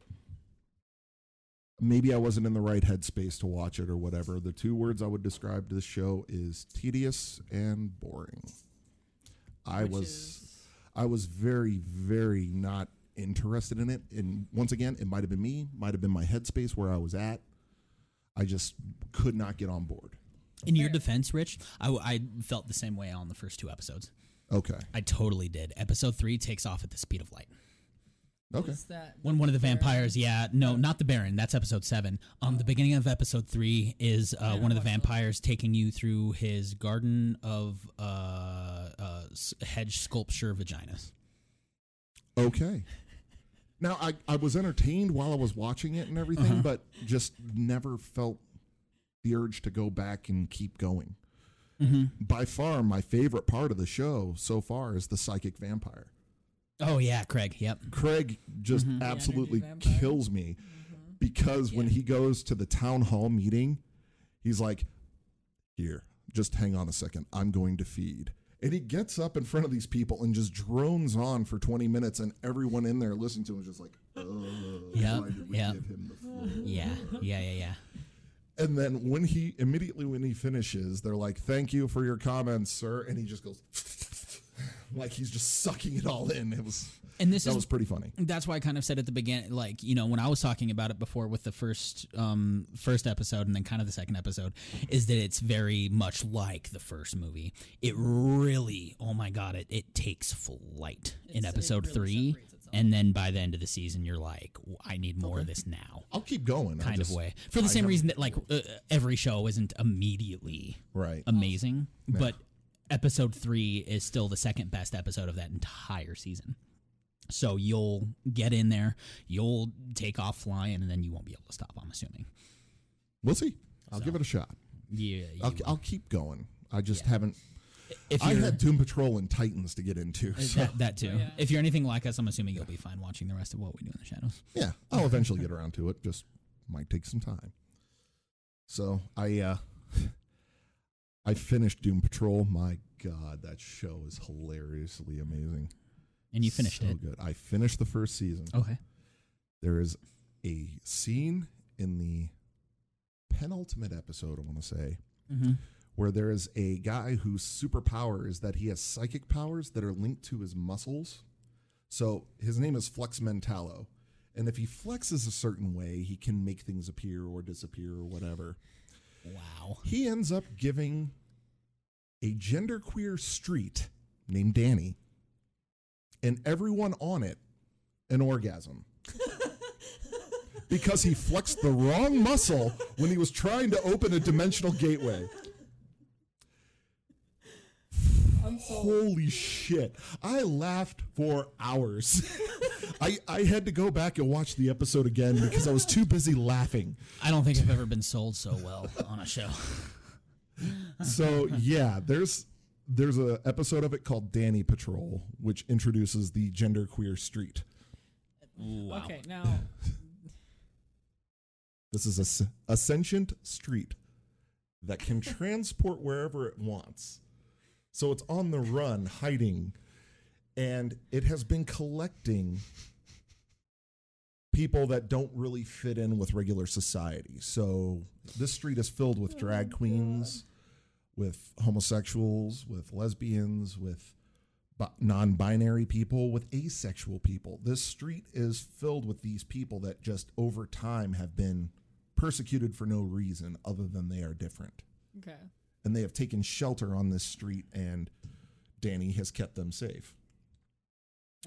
B: maybe I wasn't in the right headspace to watch it or whatever. The two words I would describe this show is tedious and boring. I
C: Which
B: was
C: is-
B: I was very very not interested in it, and once again, it might have been me, might have been my headspace where I was at. I just could not get on board.
A: In your defense, Rich, I, w- I felt the same way on the first two episodes.
B: Okay,
A: I totally did. Episode three takes off at the speed of light.
B: okay,
C: is that
A: When one of the vampires, yeah, no, not the Baron. That's episode seven. Um, the beginning of episode three is uh, one of the vampires taking you through his garden of uh, uh, s- hedge sculpture vaginas.
B: okay. Now I, I was entertained while I was watching it and everything,
A: Uh-huh.
B: but just never felt the urge to go back and keep going.
A: Mm-hmm.
B: By far, my favorite part of the show so far is the psychic vampire.
A: Oh yeah, Craig. Yep.
B: Craig just
A: Mhm. The
B: absolutely
C: energy vampire.
B: kills me because when
C: Yeah.
B: he goes to the town hall meeting, he's like, Here, just hang on a second. I'm going to feed. And he gets up in front of these people and just drones on for 20 minutes, and everyone in there listening to him is just like, Oh,
A: Yeah,
B: why did we
A: yeah.
B: give him the floor?
A: Yeah. Yeah. Yeah. Yeah.
B: And then when he immediately when he finishes, they're like, "Thank you for your comments, sir," and he just goes like he's just sucking it all in. It was
A: And this
B: that
A: is
B: was pretty funny.
A: that's why I kind of said at the beginning, like you know, when I was talking about it before with the first um, first episode and then kind of the second episode, is that it's very much like the first movie. It really, oh my god, it it takes flight in
C: It's- it
A: episode
C: really
A: three,
C: separates itself.
A: and then by the end of the season, you're like, "W- I need more of this now,
B: I'll keep going. I
A: kind
B: just-
A: of way. For the
B: I
A: same
B: haven't-
A: reason that like uh, every show isn't immediately
B: right?
A: amazing, but episode three is still the second best episode of that entire season. So you'll get in there, you'll take off flying, and then you won't be able to stop. I'm assuming.
B: We'll see. I'll give it a shot.
A: Yeah, you
B: I'll,
A: will.
B: I'll keep going. I just haven't.
A: If
B: I
A: you're-
B: had Doom Patrol and Titans to get into.
A: Uh,
B: So
A: That, that too.
C: Oh, yeah.
A: If you're anything like us, I'm assuming you'll be fine watching the rest of what we do in the shadows.
B: yeah.
E: I'll
B: Oh,
E: eventually get around to it. Just
B: might take some time.
E: so
B: I uh I finished Doom Patrol. My god, that show is hilariously amazing.
A: And you finished
B: so
A: it. Oh.
B: good. I finished the first season.
A: Okay.
B: There is a scene in the penultimate episode, I want to say,
A: Mm-hmm.
B: where there is a guy whose superpower is that he has psychic powers that are linked to his muscles. So his name is Flex Mentallo. And if he flexes a certain way, he can make things appear or disappear or whatever.
A: Wow.
B: He ends up giving a genderqueer street named Danny and everyone on it an orgasm. because he flexed the wrong muscle when he was trying to open a dimensional gateway.
C: I'm so.
B: Holy shit. I laughed for hours. I, I had to go back and watch the episode again because I was too busy laughing.
A: I don't think I've ever been sold so well on a show.
B: So yeah, there's there's a episode of it called Danny Patrol, which introduces the genderqueer street.
A: Wow.
C: Okay, now
B: This is a, s- a sentient street that can transport wherever it wants. So it's on the run, hiding, and it has been collecting people that don't really fit in with regular society. So this street is filled with drag queens, with homosexuals, with lesbians, with bi- non-binary people with asexual people this street is filled with these people that just over time have been persecuted for no reason other than they are different
C: okay.
B: and they have taken shelter on this street and danny has kept them safe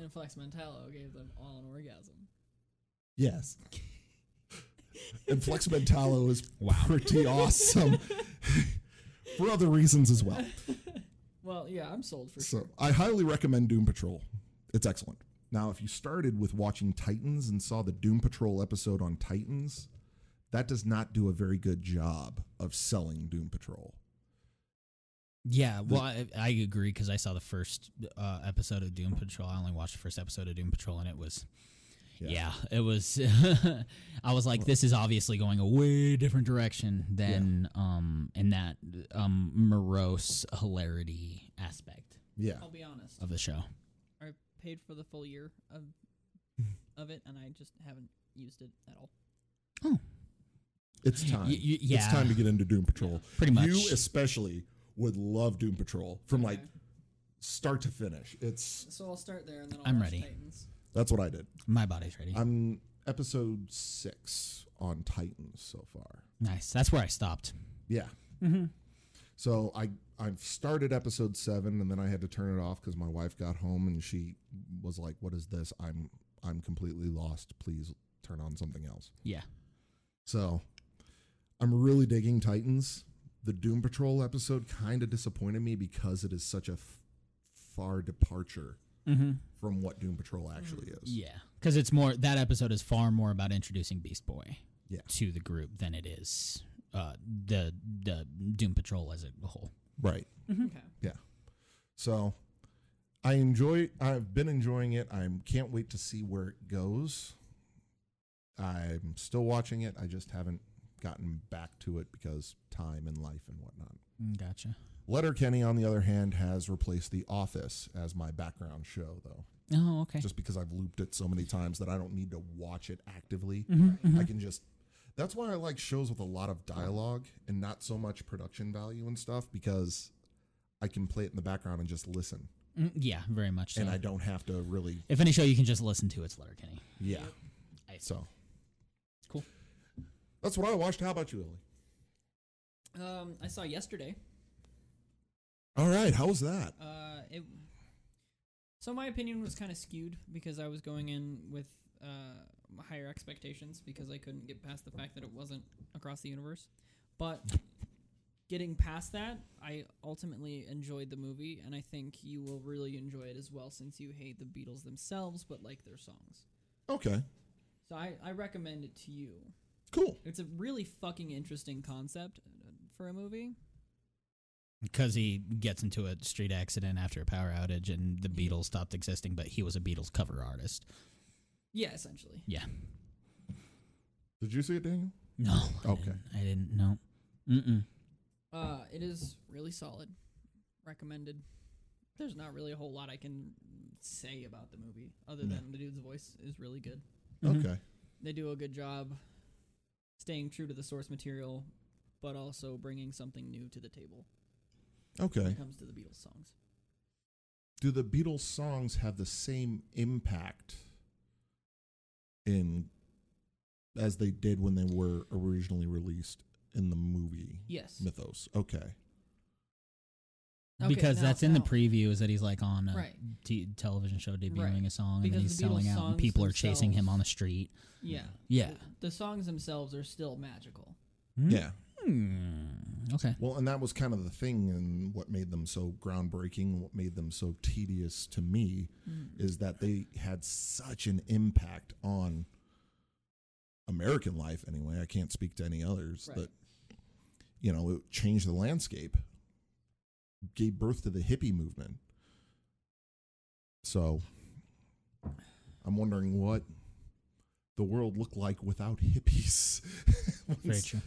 C: And Flex Mentallo gave them all an orgasm.
B: yes and flex mentallo is
A: Wow.
B: pretty awesome for other reasons as well
C: Well, yeah, I'm sold for
B: So
C: sure.
B: I highly recommend Doom Patrol. It's excellent. Now, if you started with watching Titans and saw the Doom Patrol episode on Titans, that does not do a very good job of selling Doom Patrol.
A: Yeah, well, I, I agree because I saw the first uh, episode of Doom Patrol. I only watched the first episode of Doom Patrol, and it was, yeah,
B: Yeah.
A: it was. I was like, this is obviously going a way different direction than um in that um morose hilarity aspect
B: Yeah. Uh,
C: I'll be honest.
A: of the show.
C: I paid for the full year of of it, and I just haven't used it at all.
B: It's time.
A: Y- y- yeah.
B: It's time to get into Doom Patrol.
A: Pretty much.
B: You especially would love Doom Patrol from like
C: Okay.
B: start to finish. It's
C: So I'll start there, and then I'll
A: I'm
C: watch
A: ready.
C: Titans.
B: that's what I did.
A: My body's ready.
B: I'm episode 6 on Titans so far.
A: nice. That's where I stopped.
B: Yeah. So I I've started episode seven, and then I had to turn it off because my wife got home and she was like, "What is this? I'm I'm completely lost. Please turn on something else."
A: Yeah.
B: So I'm really digging Titans. The Doom Patrol episode kind of disappointed me because it is such a f- far departure
A: Mm-hmm.
B: from what Doom Patrol actually is.
A: Yeah, because it's more that episode is far more about introducing Beast Boy
B: Yeah.
A: to the group than it is uh, the the Doom Patrol as a whole.
B: Right.
C: Okay.
B: So I enjoy I've been enjoying it. I can't wait to see where it goes. I'm still watching it. I just haven't gotten back to it because time and life and whatnot.
A: Gotcha.
B: Letterkenny, on the other hand, has replaced The Office as my background show, though,
A: Oh, okay.
B: just because I've looped it so many times that I don't need to watch it actively.
A: Mm-hmm,
B: I can just. That's why I like shows with a lot of dialogue and not so much production value and stuff because I can play it in the background and just listen
A: Mm, yeah, very much so.
B: and I don't have to really.
A: if any show you can just listen to, it's Letterkenny.
B: Yeah.
A: I see.
B: So
A: Cool.
B: That's what I watched. How about you, Lily?
C: Um, I saw yesterday.
B: All right. How was that?
C: Uh, it. So my opinion was kind of skewed because I was going in with uh, higher expectations because I couldn't get past the fact that it wasn't across the universe. But getting past that, I ultimately enjoyed the movie, and I think you will really enjoy it as well since you hate the Beatles themselves but like their songs.
B: Okay.
C: So I, I recommend it to you.
B: Cool.
C: It's a really fucking interesting concept uh, for a movie.
A: because he gets into a street accident after a power outage and the Beatles stopped existing, but he was a Beatles cover artist.
C: Yeah, essentially.
A: Yeah.
B: Did you see it, Daniel?
A: No. I
B: Okay.
A: didn't- I didn't know. Mm-mm.
C: Uh, it is really solid. Recommended. There's not really a whole lot I can say about the movie other
A: No.
C: than the dude's voice is really good.
A: Mhm.
B: Okay.
C: They do a good job staying true to the source material, but also bringing something new to the table when
B: Okay.
C: it comes to the Beatles songs.
B: Do the Beatles songs have the same impact in as they did when they were originally released in the movie
C: Yes.
B: Mythos? Okay.
C: Okay,
A: because
C: now-
A: that's in the
C: now-
A: preview is that he's like on a
C: Right.
A: t- television show debuting
C: Right.
A: a song and then
C: Because
A: he's
C: the Beatles
A: selling out and
C: songs
A: people are chasing him
C: themselves-
A: on the street.
C: Yeah.
A: Yeah.
C: The, the songs themselves are still magical.
B: Yeah.
A: Hmm. Okay.
B: Well, and that was kind of the thing, and what made them so groundbreaking, what made them so tedious to me,
A: Mm-hmm.
B: is that they had such an impact on American life. Anyway, I can't speak to any others.
C: Right.
B: That you know, it changed the landscape, gave birth to the hippie movement. So, I'm wondering what the world looked like without hippies.
A: Very
B: Once-
A: true.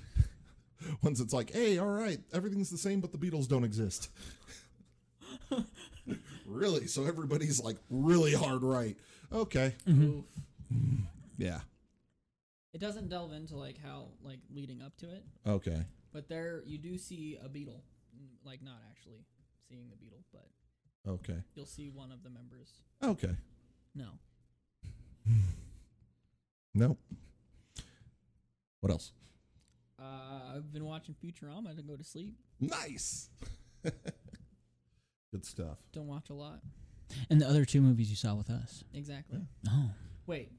B: once it's like, hey, all right, everything's the same, but the Beatles don't exist. really? So everybody's like really hard right. Okay.
A: Mm-hmm.
C: Oof.
B: Yeah.
C: It doesn't delve into like how like leading up to it,
B: Okay.
C: but there you do see a beetle, Mm, like not actually seeing the beetle, but
B: Okay.
C: you'll see one of the members.
B: Okay.
C: No,
B: No. What else?
C: uh, I've been watching Futurama to go to sleep.
B: Nice. Good stuff.
C: Don't watch a lot.
A: And the other two movies you saw with us.
C: Exactly.
A: Oh.
C: Wait,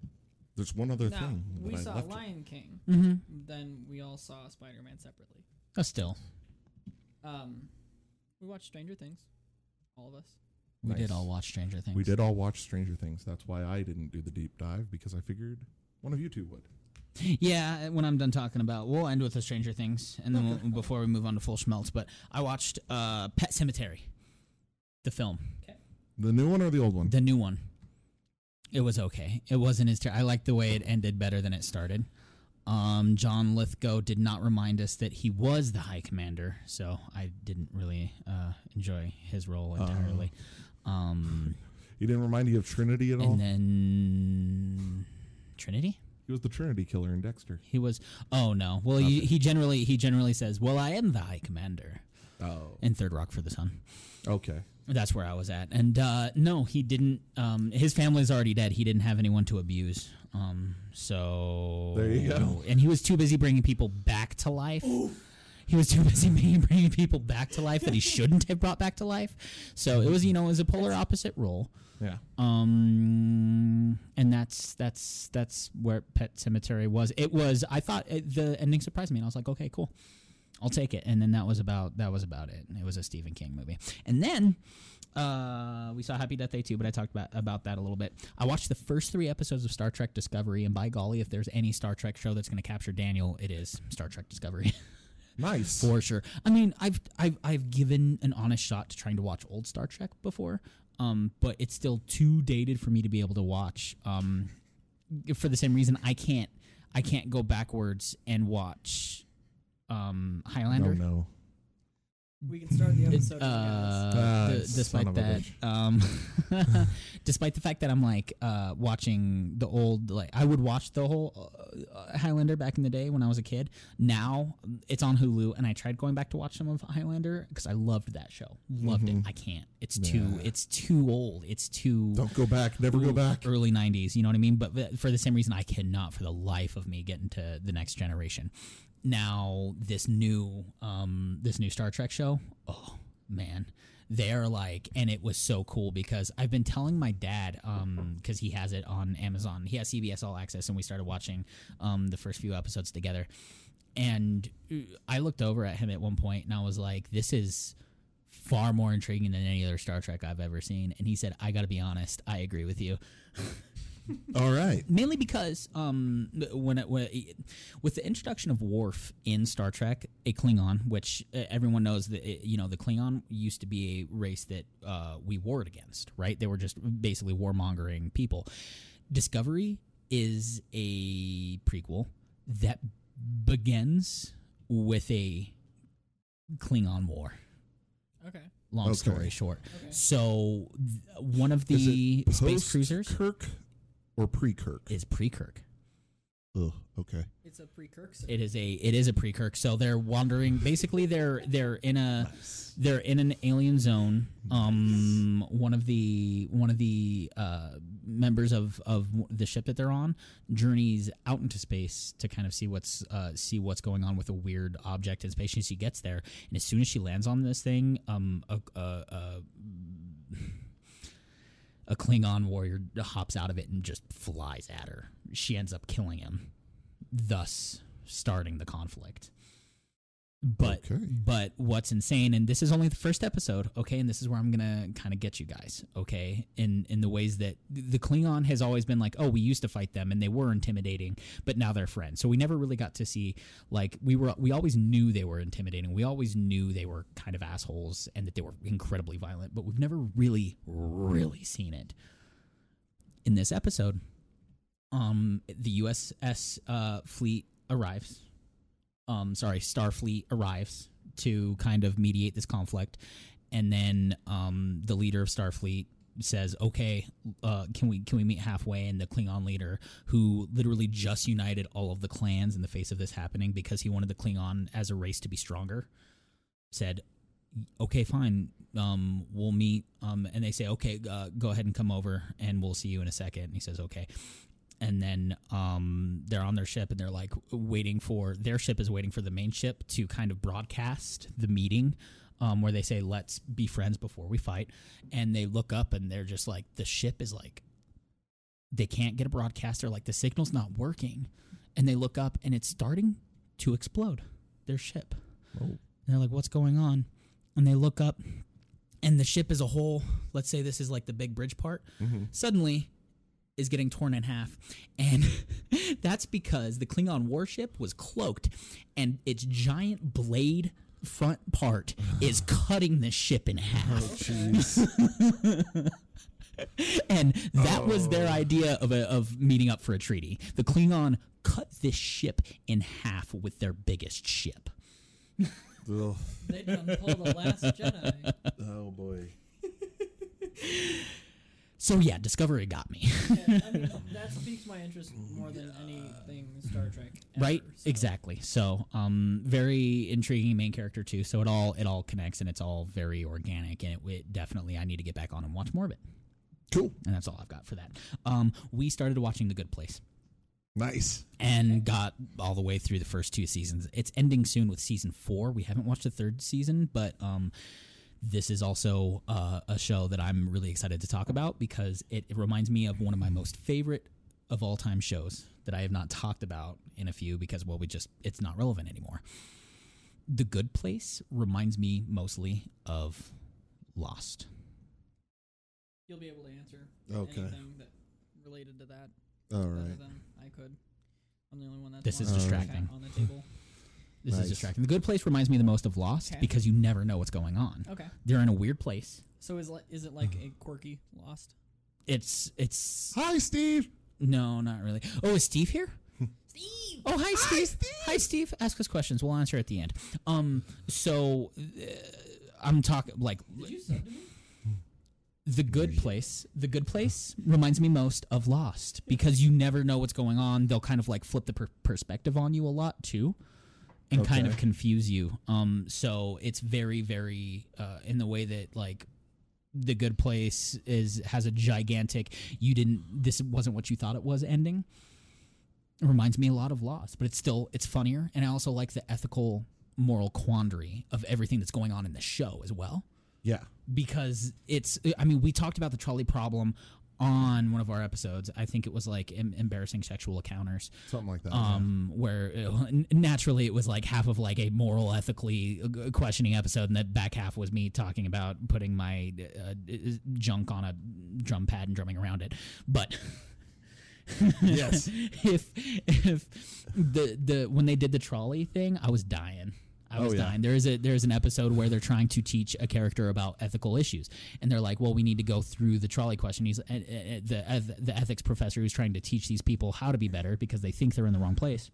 B: There's one other
C: now
B: thing.
C: we
B: that I
C: saw
B: left-
C: Lion King.
A: Mm-hmm.
C: Then we all saw Spider Man separately.
A: Oh, still.
C: Um, we watched Stranger Things, all of us.
A: We
B: Nice.
A: did all watch Stranger Things.
B: We did all watch Stranger Things. That's why I didn't do the deep dive because I figured one of you two would.
A: Yeah, uh, when I'm done talking about, we'll end with the Stranger Things, and then we'll, before we move on to full schmelz. But I watched uh, Pet Cemetery, the film,
B: The new one or the old one?
A: the new one. It was okay. It wasn't as ter- I liked the way it ended better than it started. Um, John Lithgow did not remind us that he was the High Commander, so I didn't really uh, enjoy his role
B: Uh-huh.
A: entirely. um,
B: He didn't remind you of Trinity at all.
A: and then Trinity.
B: he was the Trinity killer in Dexter.
A: He was. Oh no. Well, he, he generally he generally says, "Well, I am the High Commander."
B: Oh.
A: and Third Rock for the Sun.
B: Okay.
A: That's where I was at. And uh, no, he didn't. Um, his family's already dead. He didn't have anyone to abuse. Um, so
B: There you go.
A: And he was too busy bringing people back to life. He was too busy bringing- bringing people back to life that he shouldn't have brought back to life. So it was, you know, it was a polar opposite role.
B: Yeah.
A: Um, and that's that's that's where Pet Cemetery was. It was. I thought it, the ending surprised me, and I was like, okay, cool, I'll take it. And then that was about that was about it. It was a Stephen King movie. And then uh, we saw Happy Death Day too, but I talked about about that a little bit. I watched the first three episodes of Star Trek Discovery, and by golly, if there's any Star Trek show that's going to capture Daniel, it is Star Trek Discovery.
B: Nice.
A: for sure. I mean, I've I've I've given an honest shot to trying to watch old Star Trek before, um, but it's still too dated for me to be able to watch. Um, for the same reason, I can't I can't go backwards and watch um
B: no,
A: Highlander.
B: no.
C: We can start the episode.
A: Uh,
B: Ah,
A: d-
B: son
A: despite
B: of a
A: that, um, despite the fact that I'm like uh, watching the old, like I would watch the whole uh, Highlander back in the day when I was a kid. Now it's on Hulu, and I tried going back to watch some of Highlander because I loved that show, loved it. I can't. It's too.
B: Mm-hmm. Yeah.
A: It's too old. It's too
B: Don't go back. Never go
A: ooh,
B: back.
A: early 90s you know what i mean but th- for the same reason i cannot for the life of me get into the next generation now this new um this new star trek show oh man they're like and it was so cool because i've been telling my dad um because he has it on amazon he has cbs all access and we started watching um the first few episodes together and uh, i looked over at him at one point and i was like this is far more intriguing than any other Star Trek I've ever seen. And he said, I got to be honest, I agree with you.
B: All right.
A: mainly because um, when, it, when it- with the introduction of Worf in Star Trek, a Klingon, which uh, everyone knows that it, you know the Klingon used to be a race that uh, we warred against, right? They were just basically warmongering people. Discovery is a prequel that begins with a Klingon war.
C: Okay.
A: Long
B: Okay.
A: story short,
C: Okay.
A: so th- one of the space cruisers
B: Kirk or pre Kirk?
A: is pre-Kirk.
B: Ugh. Okay.
C: It's a pre Kirk's.
A: It is a it is a pre-Kirk. So they're wandering. Basically, they're they're in a they're in an alien zone. Um, one of the one of the uh, members of of the ship that they're on journeys out into space to kind of see what's uh, see what's going on with a weird object in space. And she gets there, and as soon as she lands on this thing, um, a, a, a a Klingon warrior hops out of it and just flies at her. She ends up killing him, thus starting the conflict. But
B: Okay.
A: but what's insane, and this is only the first episode, okay, and this is where I'm gonna kind of get you guys, okay, in in the ways that the Klingon has always been like, oh, we used to fight them and they were intimidating, but now they're friends. So we never really got to see like we were we always knew they were intimidating. We always knew they were kind of assholes and that they were incredibly violent, but we've never really really seen it in this episode, um, the USS uh, fleet arrives. Um, sorry, Starfleet arrives to kind of mediate this conflict, and then um, the leader of Starfleet says, "Okay, uh, can we can we meet halfway?" And the Klingon leader, who literally just united all of the clans in the face of this happening because he wanted the Klingon as a race to be stronger, said, okay, fine. Um, we'll meet. Um, and they say, okay, uh, go ahead and come over and we'll see you in a second. And he says, okay. And then um, they're on their ship and they're like waiting for their ship is waiting for the main ship to kind of broadcast the meeting um, where they say, let's be friends before we fight. And they look up and they're just like, the ship is like, they can't get a broadcaster. Like the signal's not working. And they look up and it's starting to explode their ship. And they're like, what's going on? And they look up, and the ship as a whole, let's say this is like the big bridge part,
B: Mm-hmm.
A: suddenly is getting torn in half. And that's because the Klingon warship was cloaked, and its giant blade front part is cutting the ship in half
B: Jeez.
A: and that was their idea of a, of meeting up for a treaty. The Klingon cut this ship in half with their biggest ship.
B: Ugh.
C: They done pull the last Jedi.
B: Oh boy.
A: So yeah, Discovery got me.
C: Yeah, I mean, that speaks my interest more than anything Star Trek. ever,
A: right
C: so-
A: exactly so um very intriguing main character too so it all it all connects and it's all very organic and it, it definitely i need to get back on and watch more of it
B: Cool.
A: and that's all i've got for that um we started watching the good place
B: Nice.
A: and got all the way through the first two seasons it's ending soon with season four we haven't watched the third season but um this is also uh, a show that i'm really excited to talk about because it, it reminds me of one of my most favorite of all time shows that i have not talked about in a few because well we just it's not relevant anymore the good place reminds me mostly of lost
C: You'll be able to answer
B: Okay.
C: anything that related to that
B: All
C: better
B: right.
C: than I could. I'm the only one that's
A: This is
C: on the-
A: distracting.
C: on the table.
A: this
B: Nice.
A: is distracting the good place reminds me the most of lost
C: Okay. Oh.
A: because you never know what's going on
C: Okay.
A: they're in a weird place
C: So is li- is it like a quirky Lost?
A: it's it's
B: Hi, Steve.
A: No, not really. Oh, is Steve here? Steve. Oh, hi, Steve. Hi, Steve. Ask us questions. We'll answer at the end. Um, so uh, I'm talking like
C: Did you sub to me?
A: the good place. The good place reminds me most of Lost because you never know what's going on. They'll kind of like flip the per- perspective on you a lot too, and kind of
B: Okay.
A: confuse you. Um, so it's very, very uh, in the way that like the good place is has a gigantic. You didn't. This wasn't what you thought it was. Ending. It reminds me a lot of Lost, but it's still it's funnier, and I also like the ethical moral quandary of everything that's going on in the show as well
B: Yeah.
A: because it's i mean we talked about the trolley problem on one of our episodes i think it was like em- embarrassing sexual encounters
B: Something like that.
A: um where uh, n- naturally it was like half of like a moral ethically uh, questioning episode and the back half was me talking about putting my uh, uh, junk on a drum pad and drumming around it but
B: Yes.
A: if if the the when they did the trolley thing, I was dying. I
B: Oh,
A: was
B: yeah.
A: dying. There is a there is an episode where they're trying to teach a character about ethical issues, and they're like, "Well, we need to go through the trolley question." He's and, and the eth- the ethics professor who's trying to teach these people how to be better because they think they're in the wrong place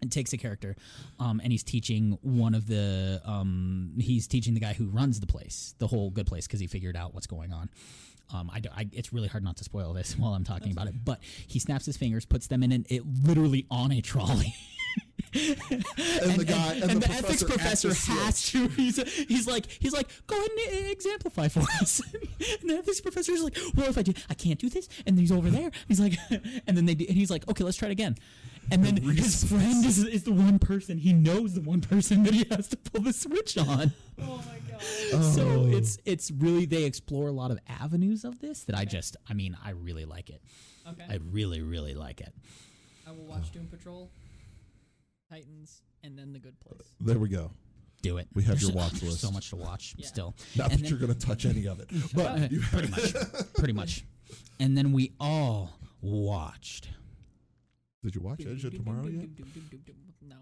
A: and takes a character um, and he's teaching one of the um, he's teaching the guy who runs the place the whole good place because he figured out what's going on um, I, do- I- it's really hard not to spoil this while i'm talking about it but he snaps his fingers puts them in and it literally on a trolley
B: And, the guy and,
A: and the,
B: professor
A: ethics
B: at the
A: professor
B: seal-
A: has to he's, he's like he's like go ahead and uh, exemplify for us and the ethics professor is like well if i do i can't do this and he's over there he's like and then they do, and he's like okay let's try it again and then his friend is, is the one person he knows the one person that he has to pull the switch on
C: Oh my god.
B: Oh.
A: so it's it's really they explore a lot of avenues of this that i just i mean i really like it
C: Okay.
A: i really really like it
C: I will watch Doom Patrol, Titans, and then The Good Place.
B: There we go.
A: do it
B: We have
A: There's
B: your
A: so-
B: watch
A: there's so
B: list.
A: much to watch
C: Yeah.
A: still Uh,
B: Not
A: And
B: that you're going to touch any of it, but you
A: pretty much, pretty much. And then we all watched.
B: Did you watch Edge of Tomorrow yet?
C: No.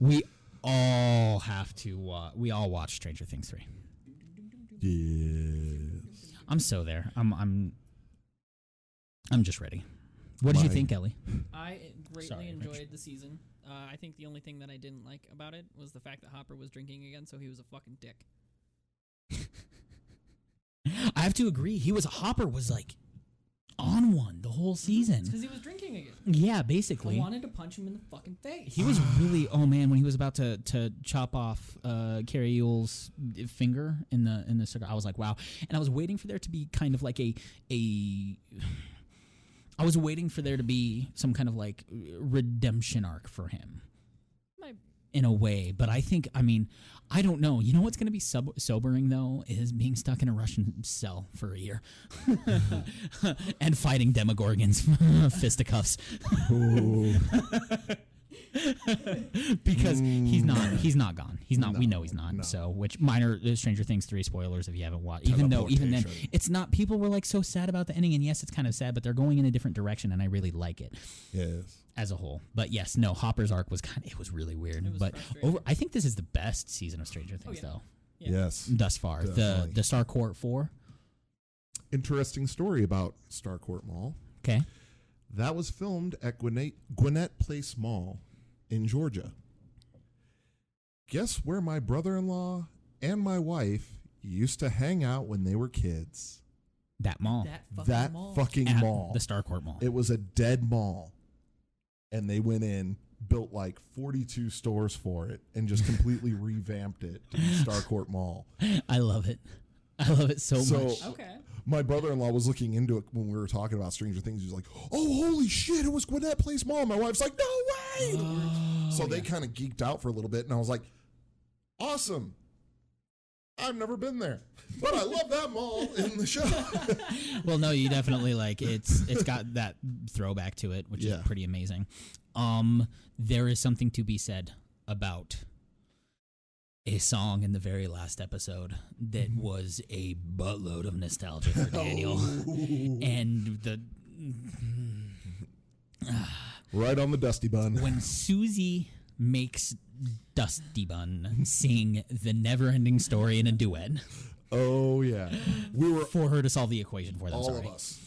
A: We all have to. Wa- we all watched Stranger Things three.
B: Yes.
A: I'm so there. I'm. I'm. I'm just ready. What did you
B: My-
A: think, Ellie?
C: I greatly
A: Sorry, Mitch.
C: enjoyed the season. Uh, I think the only thing that I didn't like about it was the fact that Hopper was drinking again, so he was a fucking dick.
A: I have to agree. He was Hopper was like on one the whole
C: It's
A: season.
C: because he was drinking again.
A: Yeah,
C: I
A: basically.
C: wanted to punch him in the fucking face.
A: He was really oh man when he was about to to chop off uh, Carrie Yule's finger in the in the cigar. I was like wow, and I was waiting for there to be kind of like a a. I was waiting for there to be some kind of like redemption arc for him
C: My-
A: in a way, but I think I mean I don't know. You know what's going to be sub- sobering though is being stuck in a Russian cell for a year and fighting demogorgons fisticuffs because he's not
B: Mm.
A: he's not gone. He's not. we know he's not. So, which minor uh, Stranger Things three spoilers if you haven't watched. Even though, even then,
B: Teleportation.
A: it's not. People were like so sad about the ending, and yes, it's kind of sad, but they're going in a different direction, and I really like it
B: Yes.
A: as a whole. But yes, no, Hopper's arc was kind. of, It was really weird,
C: was
A: but
C: frustrating. Oh,
A: over. I think this is the best season of Stranger Things
C: yeah.
A: though,
C: Yeah.
B: Yes.
A: thus far. The
B: Definitely.
A: the Star Court four.
B: Interesting story about Starcourt Mall.
A: Okay.
B: That was filmed at Gwinnett, Gwinnett Place Mall in Georgia. Guess where my brother in law and my wife used to hang out when they were kids?
A: That mall.
C: That fucking
B: that
C: mall.
B: fucking
A: At
B: mall.
A: The Star Court mall.
B: It was a dead mall. And they went in, built like 42 stores for it, and just completely revamped it to be Starcourt Mall.
A: I love it. I love it so,
B: So-
A: much.
C: okay.
B: My brother in law was looking into it when we were talking about Stranger Things. He was like, oh, holy shit, it was Gwinnett Place Mall. My wife's like, no way. so they kind of geeked out for a little bit. And I was like, awesome. I've never been there, but I love that mall in the show.
A: Well, no, you definitely like it's it's got that throwback to it, which
B: Yeah.
A: is pretty amazing. Um, there is something to be said about a song in the very last episode that
B: Mm-hmm.
A: was a buttload of nostalgia for Daniel,
B: Oh.
A: and the
B: right on the dusty bun.
A: when Susie makes Dusty Bun sing the never-ending story in a duet
B: Oh, yeah. We were
A: for her to solve the equation for them.
B: all
A: sorry.
B: of us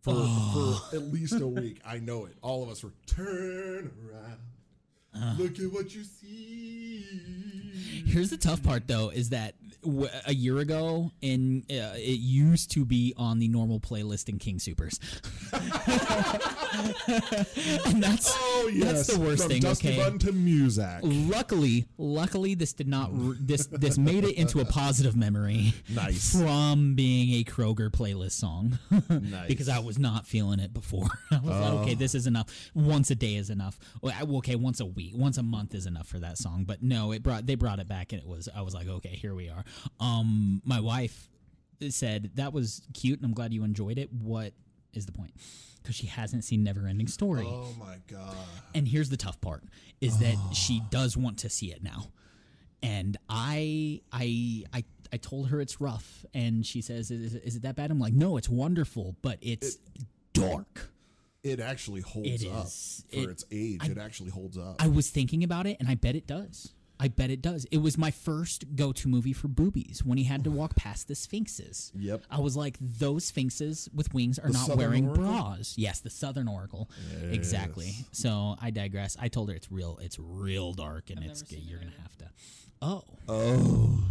B: for, for at least a week. I know it. All of us were turn around. Look at what you see.
A: Here's the tough part, though, is that w- a year ago, in uh, it used to be on the normal playlist in King Supers, and that's
B: Oh yes,
A: the worst
B: From
A: thing,
B: Dusty
A: okay?
B: Bun to Muzak.
A: luckily, luckily, this did not r- this this made it into a positive memory.
B: Nice.
A: from being a Kroger playlist song, because I was not feeling it before. I was like,
B: Oh.
A: okay, this is enough. Once a day is enough. Well, I- Okay, once a week, once a month is enough for that song. But no, it brought they brought it back, and it was I was like, okay, here we are. Um, my wife said that was cute, and I'm glad you enjoyed it. What is the point? Because she hasn't seen Neverending Story.
B: Oh my god.
A: And here's the tough part is that she does want to see it now. and I I I I told her it's rough, and she says, "Is, is it that bad?" I'm like, "No, it's wonderful, but it's dark."
B: It actually holds
A: It
B: up
A: is.
B: for
A: It-
B: its age. it actually holds up.
A: I was thinking about it, and I bet it does. I bet it does. It was my first go-to movie for boobies when he had to walk past the sphinxes.
B: Yep.
A: I was like, those sphinxes with wings are
B: The
A: not
B: Southern
A: wearing
B: Oracle?
A: bras. Yes, the Southern Oracle. Exactly. So I digress. I told her it's real. It's real dark, and it's
C: never seen
A: you're
C: it
A: gonna
C: either.
A: have to. Oh.
B: oh,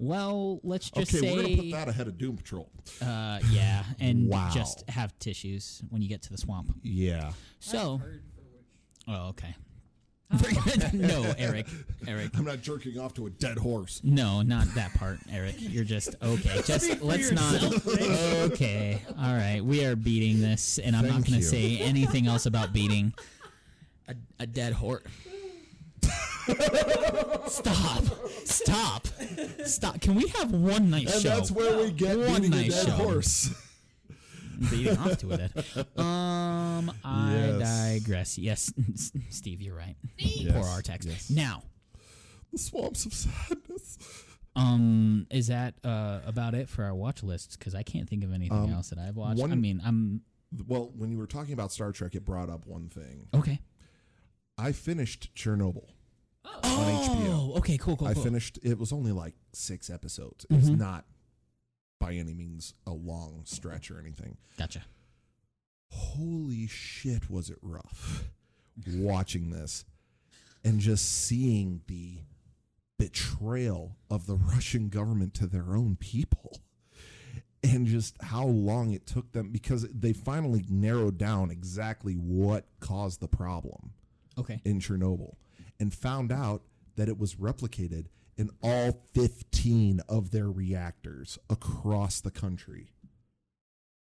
A: Well, let's just
B: okay.
A: say.
B: We're gonna put that ahead of Doom Patrol.
A: Uh, yeah, and
B: Wow.
A: just have tissues when you get to the swamp.
B: Yeah,
A: So,
C: Heard for which.
A: oh, okay. no, Eric, Eric.
B: I'm not jerking off to a dead horse.
A: No, not that part, Eric. You're just okay. Just let's not. Okay, all right. We are beating this, and I'm not
B: Thank
A: going
B: you.
A: to say anything else about beating a, a dead horse. Stop! Stop! Stop! Can we have one nice
B: And
A: show?
B: that's where we get
A: One
B: beating
A: nice
B: a dead
A: show.
B: horse.
A: beating off to it. Um, I
B: Yes.
A: digress. Yes, Steve, you're right. Poor
B: Yes,
A: Artex.
B: yes.
A: Now,
B: The swamps of sadness.
A: um, is that uh about it for our watch lists? Because I can't think of anything else that I've watched. I
B: Um, one-
A: mean, I'm
B: Well, when you were talking about Star Trek, it brought up one thing.
A: okay.
B: I finished Chernobyl.
A: Oh, okay, cool, cool, Mm-hmm.
B: I
A: cool.
B: finished. It was only like six episodes. It's not by any means a long stretch or anything.
A: Gotcha.
B: Holy shit, was it rough watching this and just seeing the betrayal of the Russian government to their own people and just how long it took them because they finally narrowed down exactly what caused the problem
A: Okay.
B: in Chernobyl and found out that it was replicated in all 15 of their reactors across the country.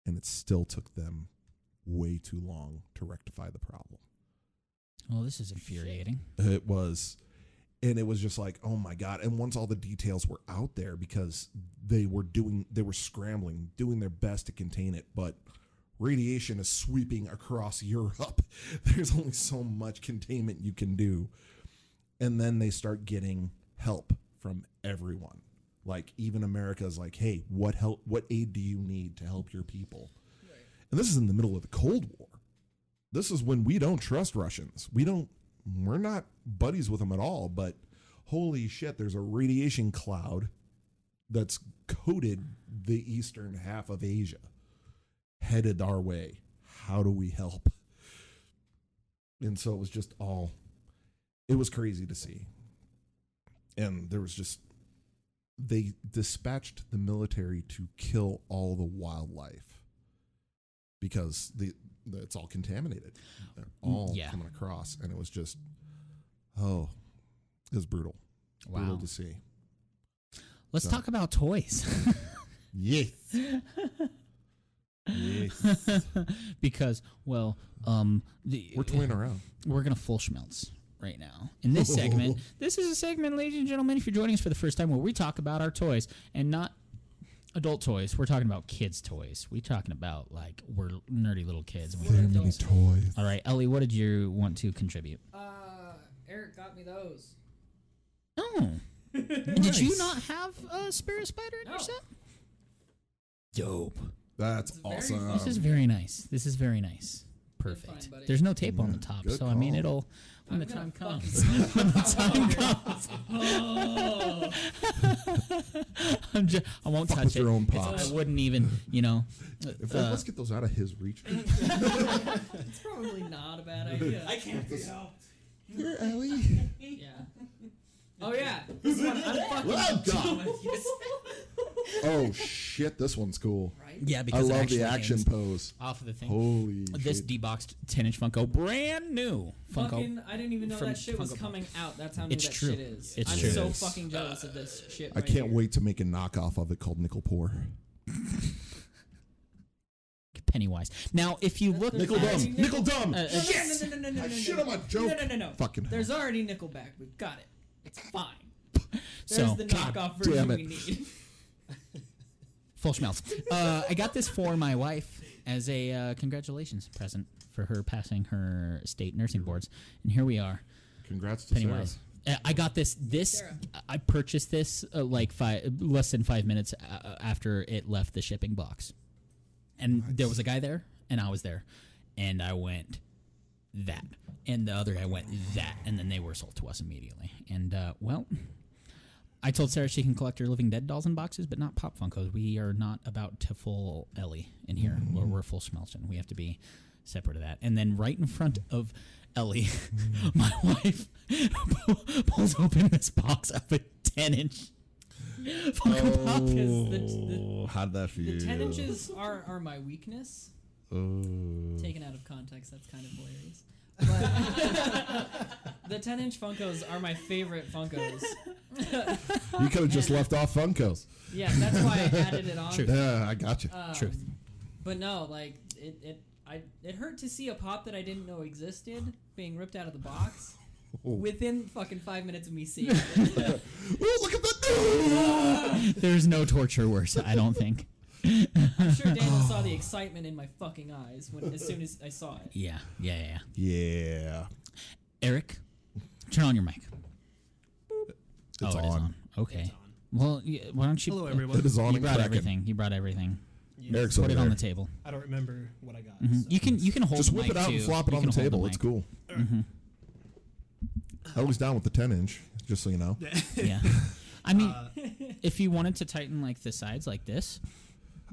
B: And it still took them way too long to rectify the problem.
A: Well, this is infuriating.
B: It was, and it was just like, oh my God. And once all the details were out there because they were doing, they were scrambling, doing their best to contain it, but radiation is sweeping across Europe. There's only so much containment you can do. And then they start getting help from everyone. Like even America's like, hey, what help what aid do you need to help your people? And this is in the middle of the Cold War. This is when we don't trust Russians. We don't we're not buddies with them at all, but holy shit, there's a radiation cloud that's coated the eastern half of Asia headed our way. How do we help? And so it was just all, it was crazy to see. And there was just, they dispatched the military to kill all the wildlife because the it's all contaminated. They're all
A: Mm, yeah.
B: coming across, and it was just, oh, it was brutal. Brutal
A: Wow.
B: to see.
A: Let's
B: So-
A: talk about toys.
B: Yes. yes.
A: because, well, um, the,
B: We're toying around.
A: we're gonna full schmelz right now in this segment. This is a segment, ladies and gentlemen, if you're joining us for the first time, where we talk about our toys and not adult toys. We're talking about kids' toys. We're talking about like we're nerdy little kids. And we wanna do this.
B: toys.
A: All right, Ellie, what did you want to contribute?
C: Uh, Eric got me those.
A: Oh, did you not have a spirit spider in
C: No.
A: your set? Dope.
B: That's
C: very
B: awesome.
A: This is very nice. This is very nice. Perfect.
C: fine, buddy.
A: There's no tape on the top,
B: Mm, good
A: so I mean
B: call.
A: it'll when the time
C: gonna
A: comes. when the
C: Oh,
A: time comes. I'm just, I won't touch
B: with
A: it.
B: your own
A: It's-
B: pops.
A: I wouldn't even, you know.
B: If-
A: uh,
B: let's get those out of his reach.
C: It's probably not a bad idea. I can't be helped.
B: Here, Ellie.
C: Yeah. Oh yeah. This one, I'm fucking
B: Oh, God.
C: Yes.
B: oh shit, this one's cool.
A: Yeah,
B: I
A: because it
B: love
A: actually
B: the action
A: hangs
B: pose.
A: off of the thing.
B: Holy
A: This
B: shit.
A: deboxed 10 inch Funko, brand new Funko.
C: Fucking, I didn't even know
A: From
C: that shit was
A: Funko Pop.
C: coming out. That's how new
A: It's
C: that
A: true.
C: shit is.
A: It's
C: I'm
A: true.
C: so
B: It is.
C: fucking jealous of this shit.
B: I
C: right
B: can't
C: here.
B: wait to make a knockoff of it called Nickel Pour.
A: Pennywise. Now, if you look
B: Nickel
A: at-
B: Dumb. Nickel Dumb.
A: Uh,
C: No,
A: uh,
C: no,
B: Shit.
C: no, no, no, no, no,
B: I
C: no,
B: shit
C: no.
B: on my joke.
C: No, no, no, no.
B: Fucking hell.
C: There's already Nickelback. We've got it. It's fine. There's
A: so
C: the
A: God
C: knockoff
B: damn
C: version
B: it.
C: we need.
A: Full schmelz. Uh, I got this for my wife as a uh, congratulations present for her passing her state nursing boards, and here we are,
B: Congrats to
A: Pennywise. Uh, I got this. This
C: Sarah.
A: I purchased this uh, like five less than five minutes uh, after it left the shipping box, and there was a guy there, and I was there, and I went that, and the other guy went that, and then they were sold to us immediately. And uh, well, I told Sarah she can collect her Living Dead dolls in boxes, but not Pop Funkos. We are not about to full Ellie in here.
B: Mm-hmm.
A: We're, we're full Schmelzen. We have to be separate of that. And then right in front of Ellie,
B: Mm.
A: my wife pu- pulls open this box of a 10 inch Funko Pop.
C: is the- the-
F: Oh, how'd that feel?
C: The 10 inches are, are my weakness.
F: Oh.
C: Taken out of context, that's kind of hilarious. But the 10 inch Funkos are my favorite Funkos.
F: You could have just left off Funkos.
C: Yeah, that's why I added it on.
A: Truth.
F: Yeah, I got you.
C: Um,
A: Truth.
C: But no, like it, it, I, it hurt to see a pop that I didn't know existed being ripped out of the box within fucking five minutes of me seeing it.
F: Ooh, look at that!
A: There's no torture worse, I don't think.
C: I'm sure Daniel saw the excitement in my fucking eyes when as soon as I saw it.
A: Yeah, yeah, yeah. yeah.
F: yeah.
A: Eric, turn on your mic.
B: It's
A: oh, it is
B: on.
A: on. Okay. Well, y why don't you? uh,
G: Hello,
B: It
G: everyone.
B: is on
A: You
B: and
A: brought
B: cracking.
A: everything. You brought everything.
G: Yeah,
F: Eric's
A: Put
F: over
A: it
F: there.
A: on the table.
G: I don't remember what I got.
A: Mhm.
G: so-
A: You can you can hold.
B: Just
A: the
B: whip
A: mic
B: it out and
A: too.
B: flop it
A: You
B: on
A: can
B: the
A: hold
B: table.
A: mic.
B: It's cool. I was down with the 10 inch, just so you know.
A: Yeah. I mean, if you wanted to tighten like the sides like this,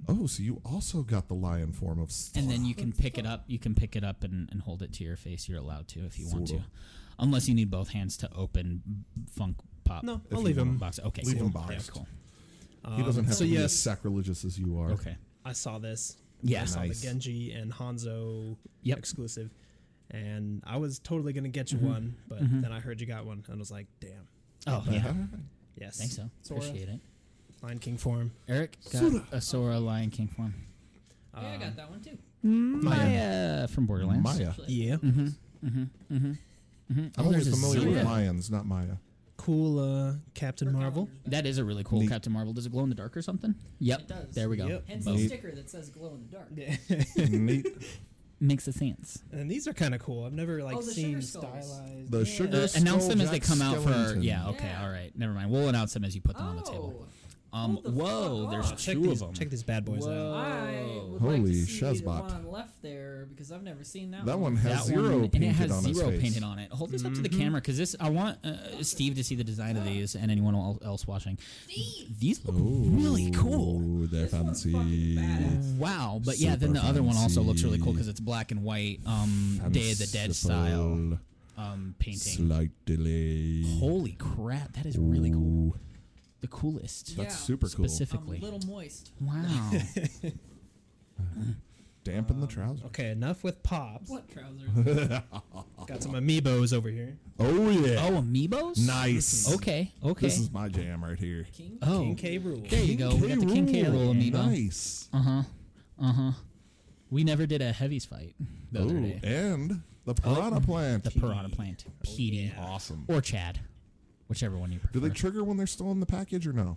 B: Oh, so you also got the lion form of. s-
A: and then you can pick it up. You can pick it up and, and hold it to your face. You're allowed to if you want to,
B: Sorta.
A: unless you need both hands to open Funk Pop.
G: No,
A: if
G: I'll
A: you
G: leave
A: want
G: him.
A: Box. Okay,
B: Leave
A: cool.
B: him
A: Yeah,
B: boxed.
A: cool.
G: Um,
B: He doesn't have
G: so
B: to be as
G: yes,
B: sacrilegious as you are.
A: Uh, Okay.
G: I saw this.
A: Yeah.
G: I saw
B: Nice.
G: the Genji and Hanzo
A: Yep. Mm-hmm.
G: exclusive, and I was totally gonna get you one, but then I heard you got one, and I was like, damn,
B: Uh,
A: Oh
B: Uh-huh.
A: yeah.
G: yes,
A: Thanks so.
G: Sora.
A: Appreciate it.
G: Lion King form.
A: Eric got a Sora Lion King form.
C: Yeah, I
G: Um,
C: got that one too.
A: Maya from Borderlands.
B: Maya.
C: Actually.
G: Yeah,
A: mm.
B: I'm
A: Oh,
B: only
A: there's a
B: familiar with
A: Zoya.
B: lions, not Maya.
G: cool. Uh, Captain
C: Or
G: Marvel.
C: calendars,
A: That is a really cool
B: Neat.
A: Captain Marvel. Does it glow in the dark or something? Yep.
C: It does.
A: There we go.
G: Yep.
C: Hence
A: Boom.
C: the sticker that says glow in the dark.
B: Neat.
A: Makes a sense.
G: And these are kind of cool. I've never like
C: Oh, the
G: seen
C: sugar skulls.
G: stylized.
B: The
C: Yeah.
B: sugar.
A: Uh, announce
B: skull
A: them as they
B: Jack
A: come out for.
B: Skellington.
A: Yeah. Okay.
C: Yeah.
A: All right. Never mind. We'll announce them as you put them on the table.
C: Oh,
A: Um.
C: Hold the
A: whoa.
C: fuck
A: There's
C: on.
A: two
G: check these,
A: of them.
G: Check these bad boys out.
C: I
A: Whoa.
C: would like
B: Holy
C: to see the
B: shazbot.
C: one left there because I've never seen that. Um,
B: That one
C: before.
B: has zero
A: one, and
B: painted
A: it has
B: on
A: zero
B: his face.
A: painted on it. Hold this up to the
C: Mm-hmm.
A: camera because this. I want uh, Steve to see the design of these and anyone el- else watching. Steve. These look really cool.
F: Ooh, they're
C: This one's fucking
F: fancy.
C: badass.
A: Wow, but yeah, then the
F: Super
A: other one also looks really cool
F: fancy.
A: because it's black and white, um, Day of the Dead style
F: Fanciful.
A: um, painting.
F: Slight delay.
A: Holy crap, that is really cool.
F: Ooh,
A: The coolest,
C: Yeah.
F: That's super cool.
C: I'm a
A: specifically.
C: little moist.
A: Wow.
B: Dampen the trousers.
G: Okay, enough with pops.
C: What trousers?
G: Got some amiibos over here.
F: Oh yeah.
A: oh, amiibos.
F: Nice.
A: Okay. Okay.
F: This is my jam right here.
C: King?
A: oh,
G: King K rule.
A: there you go. we got the King K rule amiibo.
B: Nice.
A: Uh huh. Uh huh. We never did a heavies fight the other
B: Ooh,
A: day.
B: and the piranha plant.
A: Oh, The Piranha
C: Oh,
A: Plant, Petey,
B: Awesome.
A: or Chad, whichever one you
B: Do
A: prefer.
B: they trigger when they're still in the package or no?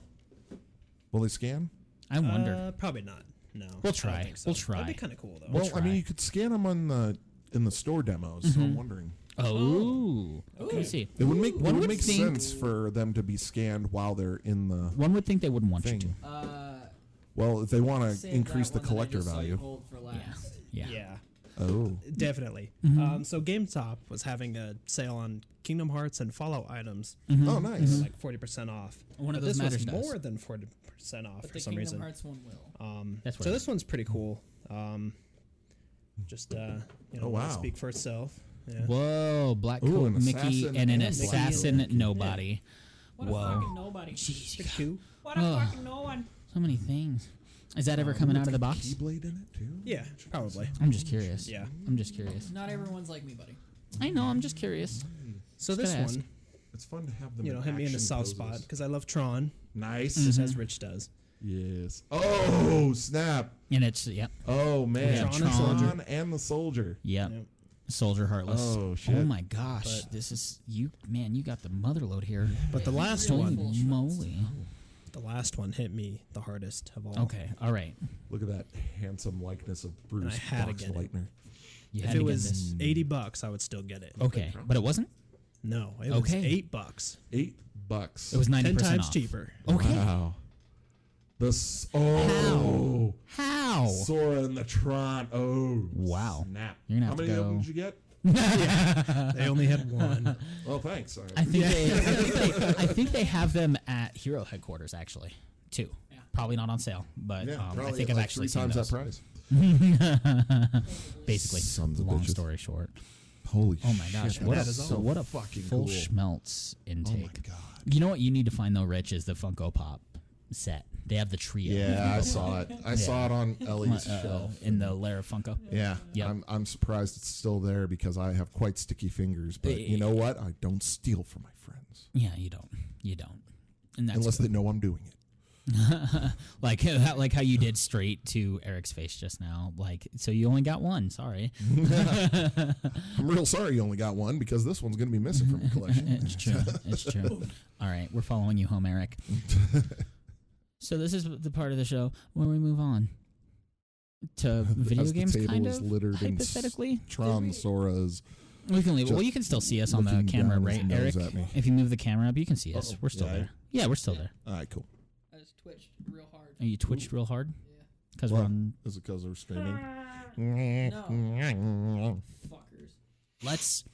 B: Will they scan?
A: I wonder.
G: Uh, probably not. No. I don't
A: try.
G: think so.
A: We'll try.
G: That'd be kind of cool though.
B: Well, I mean,
A: try.
B: you could scan them on the in the store demos. So I'm wondering.
A: oh, let me see.
B: It would make it
A: One
B: would
A: would
B: make
A: think-
B: sense for them to be scanned while they're in the
A: One would think they wouldn't want you
B: thing.
A: to.
C: Uh,
B: Well, if they want to
C: save
B: increase
C: that
B: the
C: one that I
B: collector
C: just saw
B: value.
C: you Hold for
A: Yeah.
C: last.
A: Yeah.
G: yeah,
B: Oh,
G: definitely.
A: Mm-hmm.
G: Um, so GameStop was having a sale on Kingdom Hearts and Fallout items,
A: Mm-hmm.
B: oh, nice.
G: like forty percent off.
A: One of
G: But
A: those
G: this
A: matters
G: was
A: to us.
G: more than forty percent off
C: But
G: for
C: the
G: some
C: Kingdom
G: reason.
C: Hearts one will.
G: Um,
A: That's
G: so
A: right.
G: this one's pretty cool. Um, just uh, you know,
B: Oh,
G: let it
B: wow.
G: speak for itself. Yeah.
A: Whoa, Black
B: Ooh,
A: Coat
B: an
A: Mickey
B: assassin
A: and an
B: and
G: Black
A: assassin nobody.
C: What a
A: Whoa.
C: fucking nobody.
A: Jeez, you
G: Pretty
A: got
G: cool.
C: What a
A: Ugh.
C: fucking no one.
A: so many things. Is that ever coming out of the box?
B: Keyblade in it too.
G: Yeah, probably.
A: I'm just curious.
G: Yeah.
A: I'm just curious.
C: Not everyone's like me, buddy.
A: I know. I'm just curious.
G: So
A: Just
G: this
A: gonna ask.
G: one,
B: It's fun to have them.
G: you know, hit me in a
B: action
G: soft
B: poses.
G: spot because I love Tron,
B: Nice.
A: Mm-hmm.
G: just as Rich does.
F: Yes.
B: Oh snap!
A: And it's yep,
B: Oh man,
A: have Tron and
B: Tron and the soldier.
A: yep.
G: Yep.
A: Soldier Heartless.
B: Oh, shit.
A: my gosh, this is you, man. You got the mother load here.
G: But the last
A: Holy
G: one,
C: Full
A: moly.
G: the last one hit me the hardest of all.
A: Okay. All right.
B: Look at that handsome likeness of Bruce
G: I had to get it.
B: Boxleitner.
A: You
G: if
A: had to
G: it
A: get
G: was
A: this.
G: 80 bucks, I would still get it.
A: Okay, but it wasn't.
G: No, it was
A: Okay.
G: eight bucks.
B: Eight bucks.
A: It was ninety
G: Ten
A: percent
G: times
A: off.
G: cheaper.
A: Okay.
B: Wow. This. Oh.
A: How?
B: Sora and the Tron. Oh.
A: Wow.
B: Snap.
A: You're gonna
B: How
A: have to
B: many of
A: go-
B: them did you get?
G: They only had one.
B: Well, thanks. I-
A: I think, they, I, think they, I think they have them at Hero headquarters actually too.
C: Yeah.
A: Probably not on sale, but
B: Yeah,
A: um, I
B: probably
A: think
B: at
A: I've
B: like
A: actually
B: three
A: seen
B: times
A: those.
B: that price.
A: Basically,
B: Sons of
A: long
B: bitches.
A: story short.
B: Holy
A: Oh my gosh, what a,
B: that is
A: so
B: so
A: what a
B: fucking
A: full
B: cool.
A: schmelz
B: Oh my
A: intake.
B: god.
A: you know what you need to find though, Rich, is the Funko Pop set. They have the trio.
B: Yeah, I saw it. I saw it on Ellie's
A: Uh,
B: shelf.
A: in the layer of Funko.
B: Yeah,
A: Yep.
B: I'm, I'm surprised it's still there because I have quite sticky fingers. But
A: Eh.
B: you know what? I don't steal from my friends
A: Yeah, you don't. You don't. And that's
B: unless
A: good.
B: they know I'm doing it.
A: like that, like how you did straight to Eric's face just now. Like so, you only got one. Sorry.
B: I'm real sorry you only got one because this one's going to be missing from your collection.
A: It's true. It's true. All right, we're following you home, Eric. so this is the part of the show where we move on to video
B: As the
A: games,
B: table
A: kind
B: is
A: of
B: littered in s-
A: hypothetically.
B: Tron Sora's.
A: We can leave. it.
B: Just
A: Well, you can still see us on the
B: looking
A: camera,
B: down
A: right,
B: his
A: Eric?
B: nose at me.
A: If you move the camera up, you can see us.
B: Uh-oh.
A: We're still
B: Yeah, I-
A: there. Yeah, we're still
C: Yeah.
A: there.
B: All right, cool.
C: I just twitched real hard.
A: And you twitched real hard
C: Yeah.
A: because
B: Well,
A: we're on.
B: Is it because we're streaming?
C: Fuckers.
A: Let's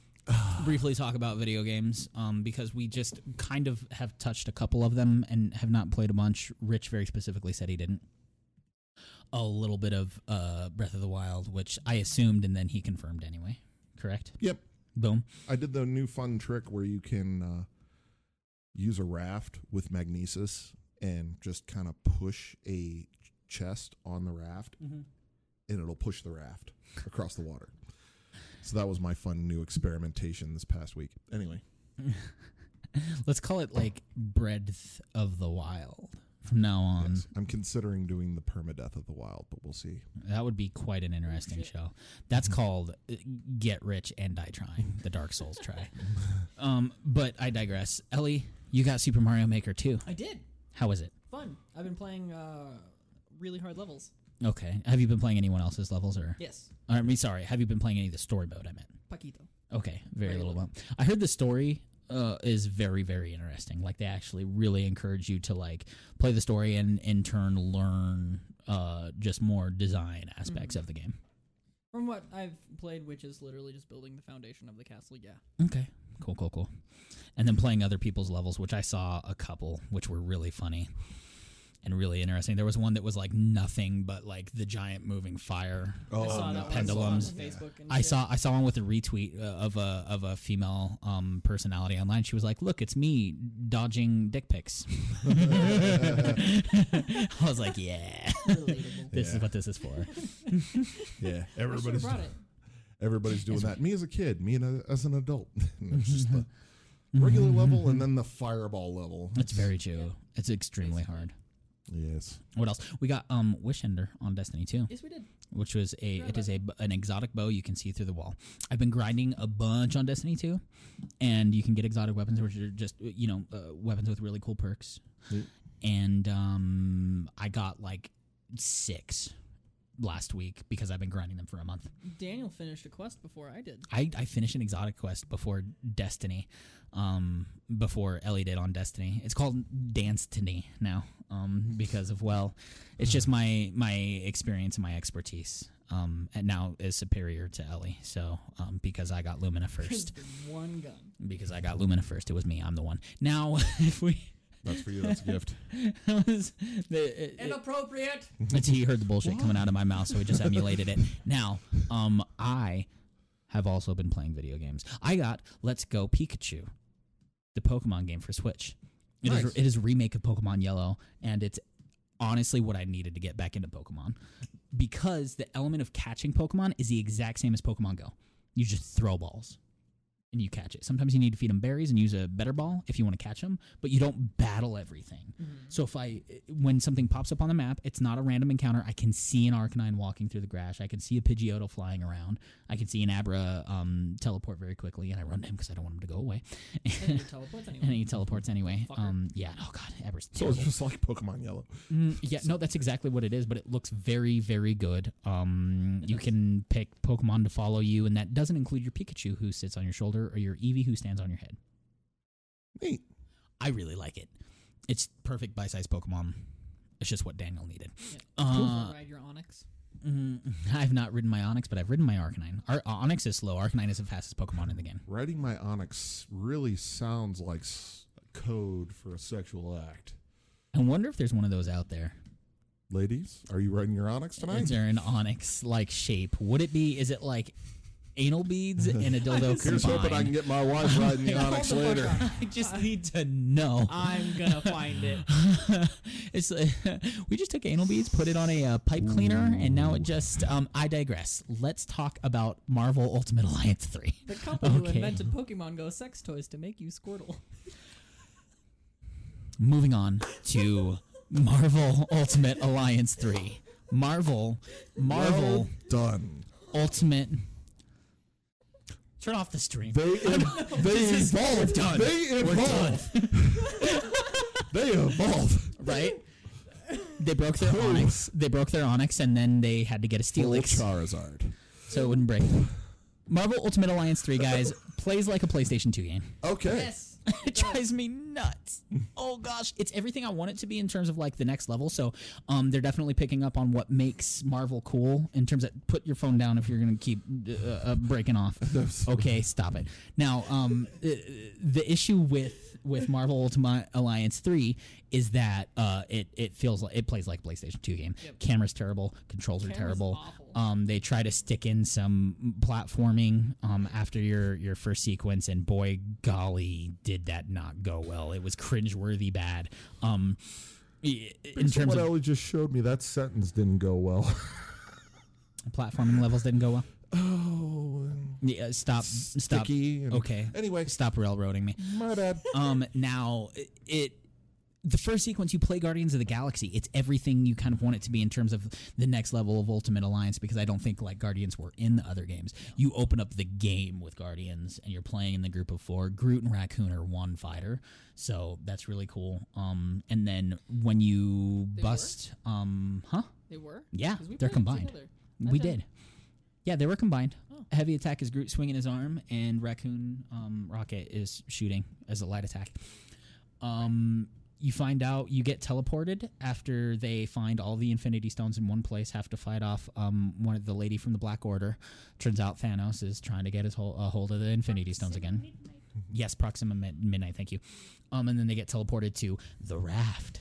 A: briefly talk about video games um, because we just kind of have touched a couple of them and have not played a bunch. Rich very specifically said he didn't. A little bit of uh, Breath of the Wild, which I assumed, and then he confirmed anyway. Correct.
B: Yep.
A: Boom.
B: I did the new fun trick where you can uh, use a raft with magnesis and just kind of push a chest on the raft,
C: Mm-hmm.
B: and it'll push the raft across the water. So that was my fun new experimentation this past week. Anyway,
A: Let's call it like Breath of the Wild from now on.
B: yes, I'm considering doing the permadeath of the wild, but we'll see.
A: That would be quite an interesting show. That's called uh, Get Rich and Die Trying, the Dark Souls try. Um, but I digress. Ellie, you got Super Mario Maker 2.
C: I did.
A: How was it?
C: Fun. I've been playing uh, really hard levels.
A: Okay. Have you been playing anyone else's levels or?
C: Yes.
A: I mean, sorry. Have you been playing any of the story mode? I meant.
C: Paquito.
A: Okay, very,
C: Very
A: little.
C: little.
A: bump. I heard the story uh, is very, very interesting. Like they actually really encourage you to like play the story and in turn learn uh, just more design aspects of the game.
C: From what I've played, which is literally just building the foundation of the castle, yeah.
A: Okay. Cool, cool, cool. And then playing other people's levels, which I saw a couple, which were really funny and really interesting. There was one that was like nothing but like the giant moving fire.
B: Oh,
C: I saw
A: Oh, no,
C: that one.
A: pendulums.
C: I saw it on Facebook and
A: I
C: shit.
A: saw I saw one with a retweet uh, of a of a female um, personality online. She was like, "Look, it's me dodging dick pics." I was like, "Yeah,
C: Relatable.
A: this
B: Yeah.
A: is what this is for."
B: Yeah,
C: I should have
B: everybody's
C: brought it.
B: everybody's doing that. Me as a kid, me and a, as an adult. And it's just the regular level and then the fireball level.
A: It's Mm-hmm. very true. It's extremely
C: Basically.
A: hard.
B: yes.
A: What else? We got um Wishender on Destiny too.
C: Yes, we did.
A: which was a
C: Forgot
A: it is a b- an exotic bow you can see through the wall. I've been grinding a bunch on Destiny 2 and you can get exotic weapons which are just you know uh, weapons with really cool perks.
B: Neat.
A: And um I got like 6 last week because I've been grinding them for a month.
C: Daniel finished a quest before I did.
A: I, I finished an exotic quest before Destiny, um, before Ellie did on Destiny. It's called Dance to Me now, um, because of well, it's just my my experience and my expertise, um, and now is superior to Ellie. So, um, because I got Lumina first,
C: One gun.
A: because I got Lumina first, it was me. I'm the one. Now, if we,
B: That's for you. That's a gift.
A: that was the, it-
C: Inappropriate.
A: That's- he heard the bullshit coming out of my mouth, so he just emulated it. Now, um, I have also been playing video games. I got Let's Go Pikachu, the Pokemon game for Switch. It is
B: Nice.
A: it is a remake of Pokemon Yellow, and it's honestly what I needed to get back into Pokemon because the element of catching Pokemon is the exact same as Pokemon Go. You just throw balls and you catch it. Sometimes you need to feed them berries and use a better ball if you want to catch them, but you don't battle everything. So if I when something pops up on the map, it's not a random encounter. I can see an Arcanine walking through the grass. I can see a Pidgeotto flying around. I can see an Abra um, teleport very quickly, and I run to him because I don't want him to go away.
C: And your teleports
A: and
C: anyway.
A: he teleports anyway.
C: Fucker.
A: Um, yeah. Oh god, That was
B: So it's
A: terrible.
B: just like Pokemon Yellow.
A: Mm, yeah, no, that's exactly what it is, but it looks very, very good. Um, you can pick Pokemon to follow you, and that doesn't include your Pikachu who sits on your shoulder or your Eevee who stands on your head.
B: Neat.
A: I really like it. It's perfect bite-sized Pokemon. It's just what Daniel needed.
C: Yeah.
A: Uh,
C: ride your Onyx.
A: mm, I've not ridden my Onyx, but I've ridden my Arcanine. Ar- uh, Onyx is slow. Arcanine is the fastest Pokemon in the game.
B: Riding my Onyx really sounds like s-
F: Code for a sexual act.
A: I wonder if there's one of those out there.
B: ladies. Are you riding your Onyx tonight?
A: Is there an onyx like shape? Would it be? Is it like anal beads and a dildo
B: Here's hoping I
A: combined?
B: can get my wife riding the
C: Yeah, hold
B: Onyx
C: the fuck
B: later.
C: up.
A: I just need to know.
C: I'm gonna find it.
A: it's uh, we just took anal beads, put it on a uh, pipe cleaner, and now it just. Um, I digress. Let's talk about Marvel Ultimate Alliance three.
C: The couple who
A: Okay.
C: invented Pokemon Go sex toys to make you Squirtle.
A: Moving on to Marvel Ultimate Alliance three. Marvel, Marvel
B: Well done.
A: Ultimate. Turn off the stream.
B: They em- they
A: is-
B: evolve.
A: we're done.
B: They
A: We're done.
B: evolve. they evolve.
A: right? They broke their onyx. They broke their onyx, and then they had to get a
B: Full
A: steelix
B: Charizard.
A: so it wouldn't break. Marvel Ultimate Alliance Three guys plays like a PlayStation Two game.
B: Okay.
C: Yes.
A: It drives me nuts. Oh gosh, it's everything I want it to be in terms of like the next level. So, um, they're definitely picking up on what makes Marvel cool in terms of put your phone down if you're gonna keep uh, uh, breaking off. okay, stop it. Now, um, uh, the issue with with Marvel Ultimate Alliance three is that uh, it it feels like it plays like a PlayStation two game. Camera's terrible, controls are
C: Camera's
A: terrible.
C: awful.
A: Um, they try to stick in some platforming um, after your your first sequence, and boy, golly, did that not go well. It was cringeworthy bad. Um, i- in
B: Based on
A: terms
B: what
A: of
B: Ellie just showed me, that sentence didn't go well.
A: platforming levels, didn't go well.
B: Oh,
A: Yeah, uh, stop, stop.
B: sticky. and-
A: Okay,
B: Anyway,
A: stop railroading me.
B: my bad.
A: Um, now i- it. The first sequence you play Guardians of the Galaxy, it's everything you kind of want it to be in terms of the next level of Ultimate Alliance because I don't think like Guardians were in the other games. You open up the game with Guardians and you're playing in the group of four. Groot and Raccoon are one fighter, so that's really cool. Um, and then when you
C: They
A: bust, um, huh?
C: They were?
A: Yeah,
C: 'Cause we
A: they're
C: played
A: combined.
C: together.
A: We
C: Okay.
A: did. Yeah, they were combined.
C: Oh.
A: Heavy attack is Groot swinging his arm, and Raccoon um, Rocket is shooting as a light attack. Um, you find out you get teleported after they find all the Infinity Stones in one place, have to fight off um, one of the lady from the Black Order. Turns out Thanos is trying to get his hol- a hold of the Infinity Stones again. Yes, Proxima Mid- Midnight. Thank you. Um, and then they get teleported to the Raft,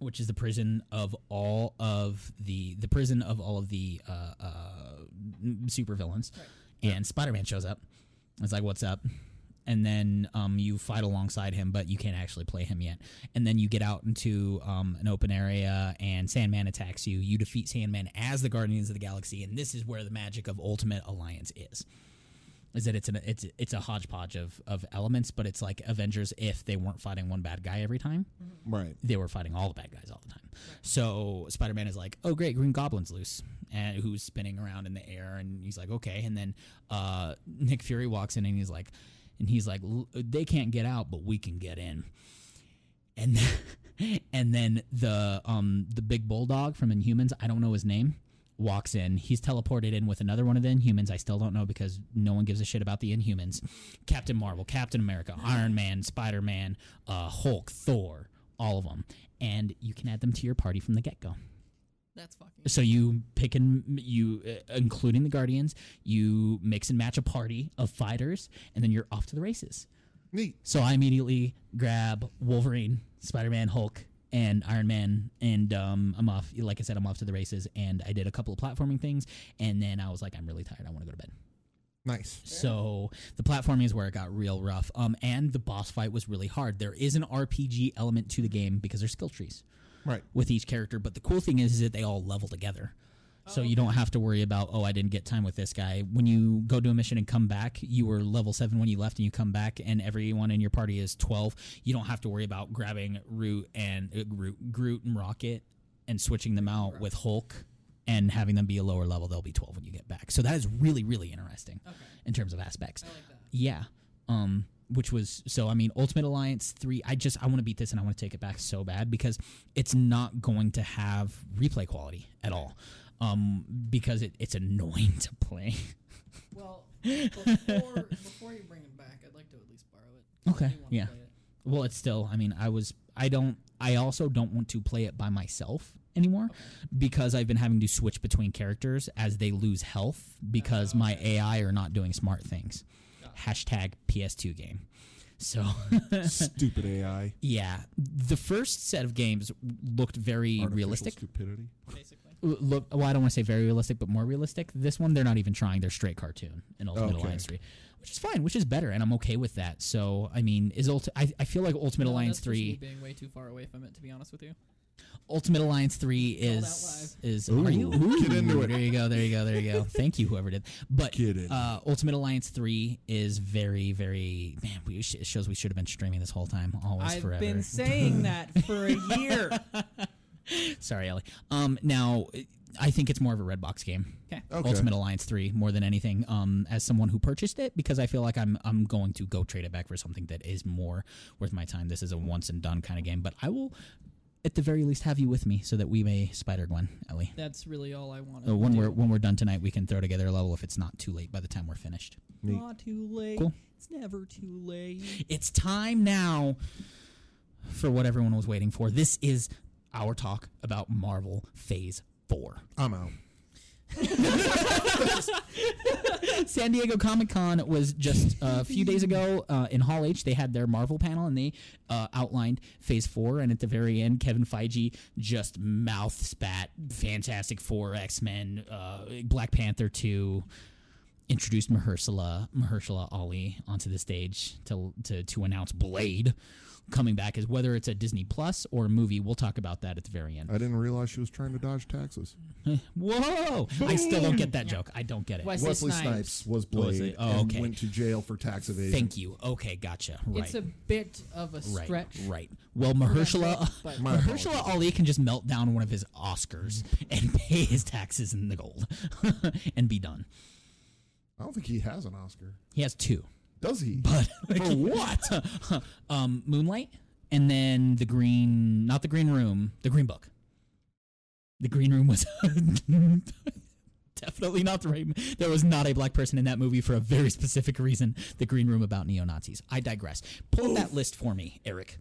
A: which is the prison of all of the the prison of all of the uh, uh, m- supervillains. And Spider Man shows up. It's like, what's up? And then um, you fight alongside him, but you can't actually play him yet. And then you get out into um, an open area, and Sandman attacks you. You defeat Sandman as the Guardians of the Galaxy, and this is where the magic of Ultimate Alliance is is that it's an it's it's a hodgepodge of of elements, but it's like Avengers if they weren't fighting one bad guy every time
B: Right.
A: they were fighting all the bad guys all the time. So Spider Man is like, "Oh great, Green Goblin's loose," and who's spinning around in the air, and he's like, "Okay." And then uh, Nick Fury walks in, and he's like, "And he's like, "L- they can't get out, but we can get in." And and then the um the big bulldog from Inhumans, I don't know his name, walks in. He's teleported in with another one of the Inhumans. I still don't know because no one gives a shit about the Inhumans. Captain Marvel, Captain America, Iron Man, Spider Man, uh, Hulk, Thor, all of them, and you can add them to your party from the get go.
C: That's fucking.
A: So you pick and you, uh, including the Guardians, you mix and match a party of fighters, and then you're off to the races.
B: Neat.
A: So I immediately grab Wolverine, Spider Man, Hulk, and Iron Man, and um, I'm off. Like I said, I'm off to the races, and I did a couple of platforming things, and then I was like, I'm really tired. I want to go to bed.
B: Nice.
A: So the platforming is where it got real rough. Um, and the boss fight was really hard. There is an RPG element to the game because there's skill trees
B: Right.
A: with each character. But the cool thing is, is that they all level together. So you don't have to worry about oh I didn't get time with this guy. When you go to a mission and come back, you were level seven when you left, and you come back, and everyone in your party is twelve. You don't have to worry about grabbing Root and uh, Groot, Groot and Rocket and switching them out with Hulk and having them be a lower level. They'll be twelve when you get back. So that is really really interesting in terms of aspects.
C: I like that.
A: Yeah. Um, which was so I mean Ultimate Alliance 3 I just I want to beat this and I want to take it back so bad because it's not going to have replay quality at all um because it, it's annoying to play
C: Well, before, before you bring it back, I'd like to at least borrow it. 'cause I
A: Okay,
C: do wanna
A: yeah.
C: play it.
A: well it's still I mean I was I don't I also don't want to play it by myself anymore because I've been having to switch between characters as they lose health because my AI are not doing smart things hashtag PS2 game so
F: Stupid AI.
A: Yeah, the first set of games looked very
F: Artificial
A: realistic.
F: Stupidity.
C: Basically.
A: L- Look, well, I don't want to say very realistic, but more realistic. This one, they're not even trying; they're straight cartoon in Ultimate
B: Okay.
A: Alliance Three, which is fine, which is better, and I'm okay with that. So, I mean, is Ulti- I, I feel like Ultimate
C: No,
A: Alliance
C: that's just me
A: Three,
C: being way too far away from it, to be honest with you.
A: Ultimate Alliance Three
C: Yelled out
A: is is are you
B: Get into it.
A: There you go, there you go, there you go. Thank you, whoever did. But
F: Get into
A: uh, Ultimate Alliance Three is very, very man. We sh- it shows we should have been streaming this whole time, always
C: I've
A: forever.
C: been saying that for a year.
A: Sorry, Ellie. Um, now I think it's more of a red box game.
C: Okay.
B: Okay.
A: Ultimate Alliance Three more than anything. Um, as someone who purchased it, because I feel like I'm I'm going to go trade it back for something that is more worth my time. This is a once and done kind of game, but I will, at the very least, have you with me so that we may Spider Gwen, Ellie.
C: That's really all I wanted.
A: Uh, when
C: to
A: we're
C: do.
A: when we're done tonight, we can throw together a level if it's not too late by the time we're finished.
B: Neat.
C: not too late.
A: Cool.
C: It's never too late.
A: It's time now for what everyone was waiting for. This is our talk about Marvel Phase Four.
B: I'm out.
A: San Diego Comic Con was just uh, a few days ago uh, in Hall H. They had their Marvel panel and they uh, outlined Phase Four. And at the very end, Kevin Feige just mouth spat Fantastic Four, X Men, uh, Black Panther Two. Introduced Mahershala Mahershala Ali onto the stage to to to announce Blade coming back as whether it's a Disney Plus or a movie. We'll talk about that at the very
C: Uh,
A: end.
B: I didn't realize she was trying to dodge taxes.
A: Whoa! I still don't get that joke. I don't get it.
C: Wesley,
B: Wesley
C: Snipes.
B: Snipes
A: was
B: was Blade
A: it? Oh,
B: and
A: okay.
B: went to jail for tax evasion.
A: Thank you. Okay, gotcha. Right.
C: It's a bit of a
A: Right,
C: stretch.
A: right. Well,
C: Not
A: Mahershala,
C: big, but
B: My
A: Mahershala Ali can just melt down one of his Oscars and pay his taxes in the gold and be done.
B: I don't think he has an Oscar.
A: He has two,
B: Does he?
A: but for what? um, Moonlight, and then the green, not the green room, the green book. The green room was definitely not the right. There was not a black person in that movie for a very specific reason. The green room about neo Nazis. I digress. Pull up that list for me, Eric.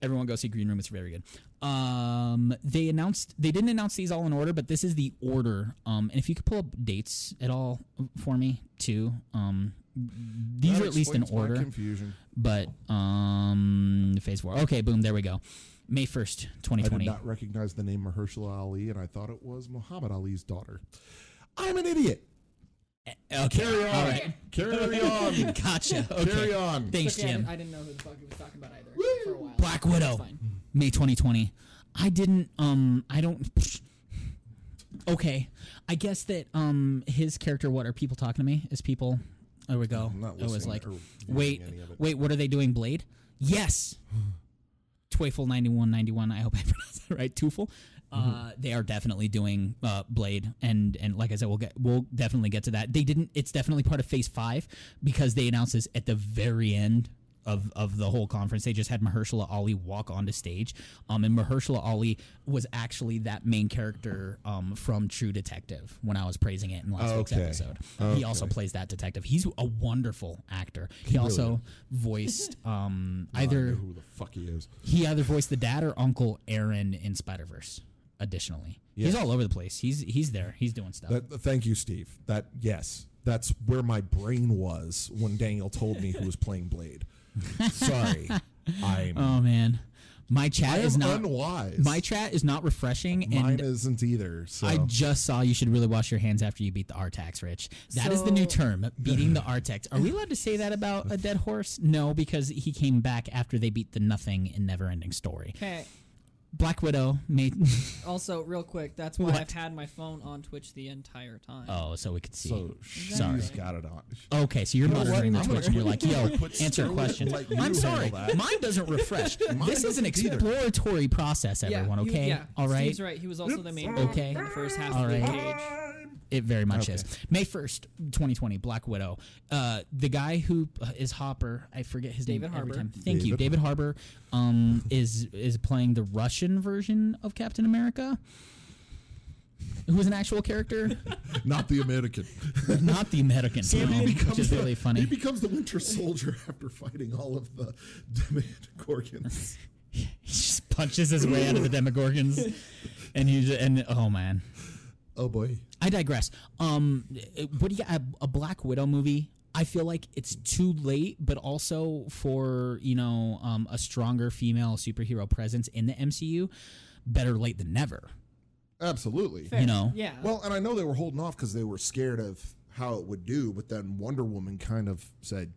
A: Everyone go see Green Room. It's very good. Um, they announced they didn't announce these all in order, but this is the order. Um, and if you could pull up dates at all for me too. Um, these
B: That
A: are at least in
B: explains my
A: order
B: Confusion.
A: but um phase four okay boom there we go may 1st
B: I did
A: 2020
B: not recognize the name Mahershala Ali, and I thought it was Muhammad Ali's daughter. I'm an idiot.
A: okay
B: Carry on.
A: all right
B: Carry on.
A: gotcha okay
B: Carry on.
A: thanks
C: It's okay, I
A: jim
C: didn't- I didn't know who the fuck he was talking about either for a while.
A: black widow
C: fine.
A: may 2020 i didn't um i don't okay i guess that um his character what are people talking to me is people there we go
B: I'm not
A: i was
B: listening
A: like
B: or
A: wait
B: reading any of it.
A: wait what are they doing blade yes Twayful 9191, I hope I pronounced that right. Twoful. Uh, they are definitely doing uh, Blade, and and like I said, we'll get we'll definitely get to that. They didn't. It's definitely part of Phase Five because they announced this at the very end of of the whole conference. They just had Mahershala Ali walk onto stage, um, and Mahershala Ali was actually that main character um, from True Detective when I was praising it in last week's
B: Okay.
A: episode. He also plays that detective. He's a wonderful actor. He, also voiced um, either
F: Who the fuck he is?
A: he either voiced the dad or Uncle Aaron in Spider Verse. Additionally, he's all over the place. He's he's there. He's doing stuff.
B: That, thank you, Steve. That yes, that's where my brain was when Daniel told me who was playing Blade. Sorry, I'm.
A: oh man, my chat
B: I
A: is
B: am
A: not
B: unwise.
A: my chat is not refreshing,
B: Mine
A: and
B: isn't either. So
A: I just saw you should really wash your hands after you beat the Artax, Rich. That is the new
C: So-
A: term, beating the Artax. Are we allowed to say that about a dead horse? No, because he came back after they beat the Nothing in Never Ending Story.
C: Okay.
A: Black Widow made.
C: Also, real quick, that's why
A: What?
C: I've had my phone on Twitch the entire time.
A: oh, so we could see.
B: so she's
A: Sorry.
B: got it on.
A: Okay, so you're
B: know what?
A: monitoring the
B: I'm gonna
A: Twitch and you're like,
B: quit- I'm
A: yo,
B: gonna quit
A: answer
B: scrolling
A: questions.
B: like you
A: I'm sorry,
B: handle that.
A: mine doesn't refresh. this is an
B: doesn't either.
A: exploratory process,
C: yeah,
A: everyone,
C: he-
A: okay?
C: yeah,
A: All right?
C: Steve's right. He was also the main
A: Okay.
C: in the first half
A: All
C: of the
A: right.
C: cage.
A: It very much
B: Okay.
A: is. May 1st, 2020, Black Widow. Uh, the guy who uh, is Hopper, I forget his name
C: David
A: every
C: Harbour.
A: time. Thank you. David Harbour um, is is playing the Russian version of Captain America. Who is an actual character,
B: Not the American.
A: not the American, no, which is
E: the-
A: really
E: He
A: funny.
E: becomes the Winter Soldier after fighting all of the Demogorgons.
A: He just punches his way out of the Demogorgons, and he ju- and oh man,
E: Oh boy.
A: I digress. Um, uh, what do you a, a Black Widow movie? I feel like it's too late, but also for you know um, a stronger female superhero presence in the MCU, better late than never.
E: Absolutely.
C: Fair.
A: You know.
C: Yeah.
B: Well, and I know they were holding off because they were scared of how it would do, but then Wonder Woman kind of said,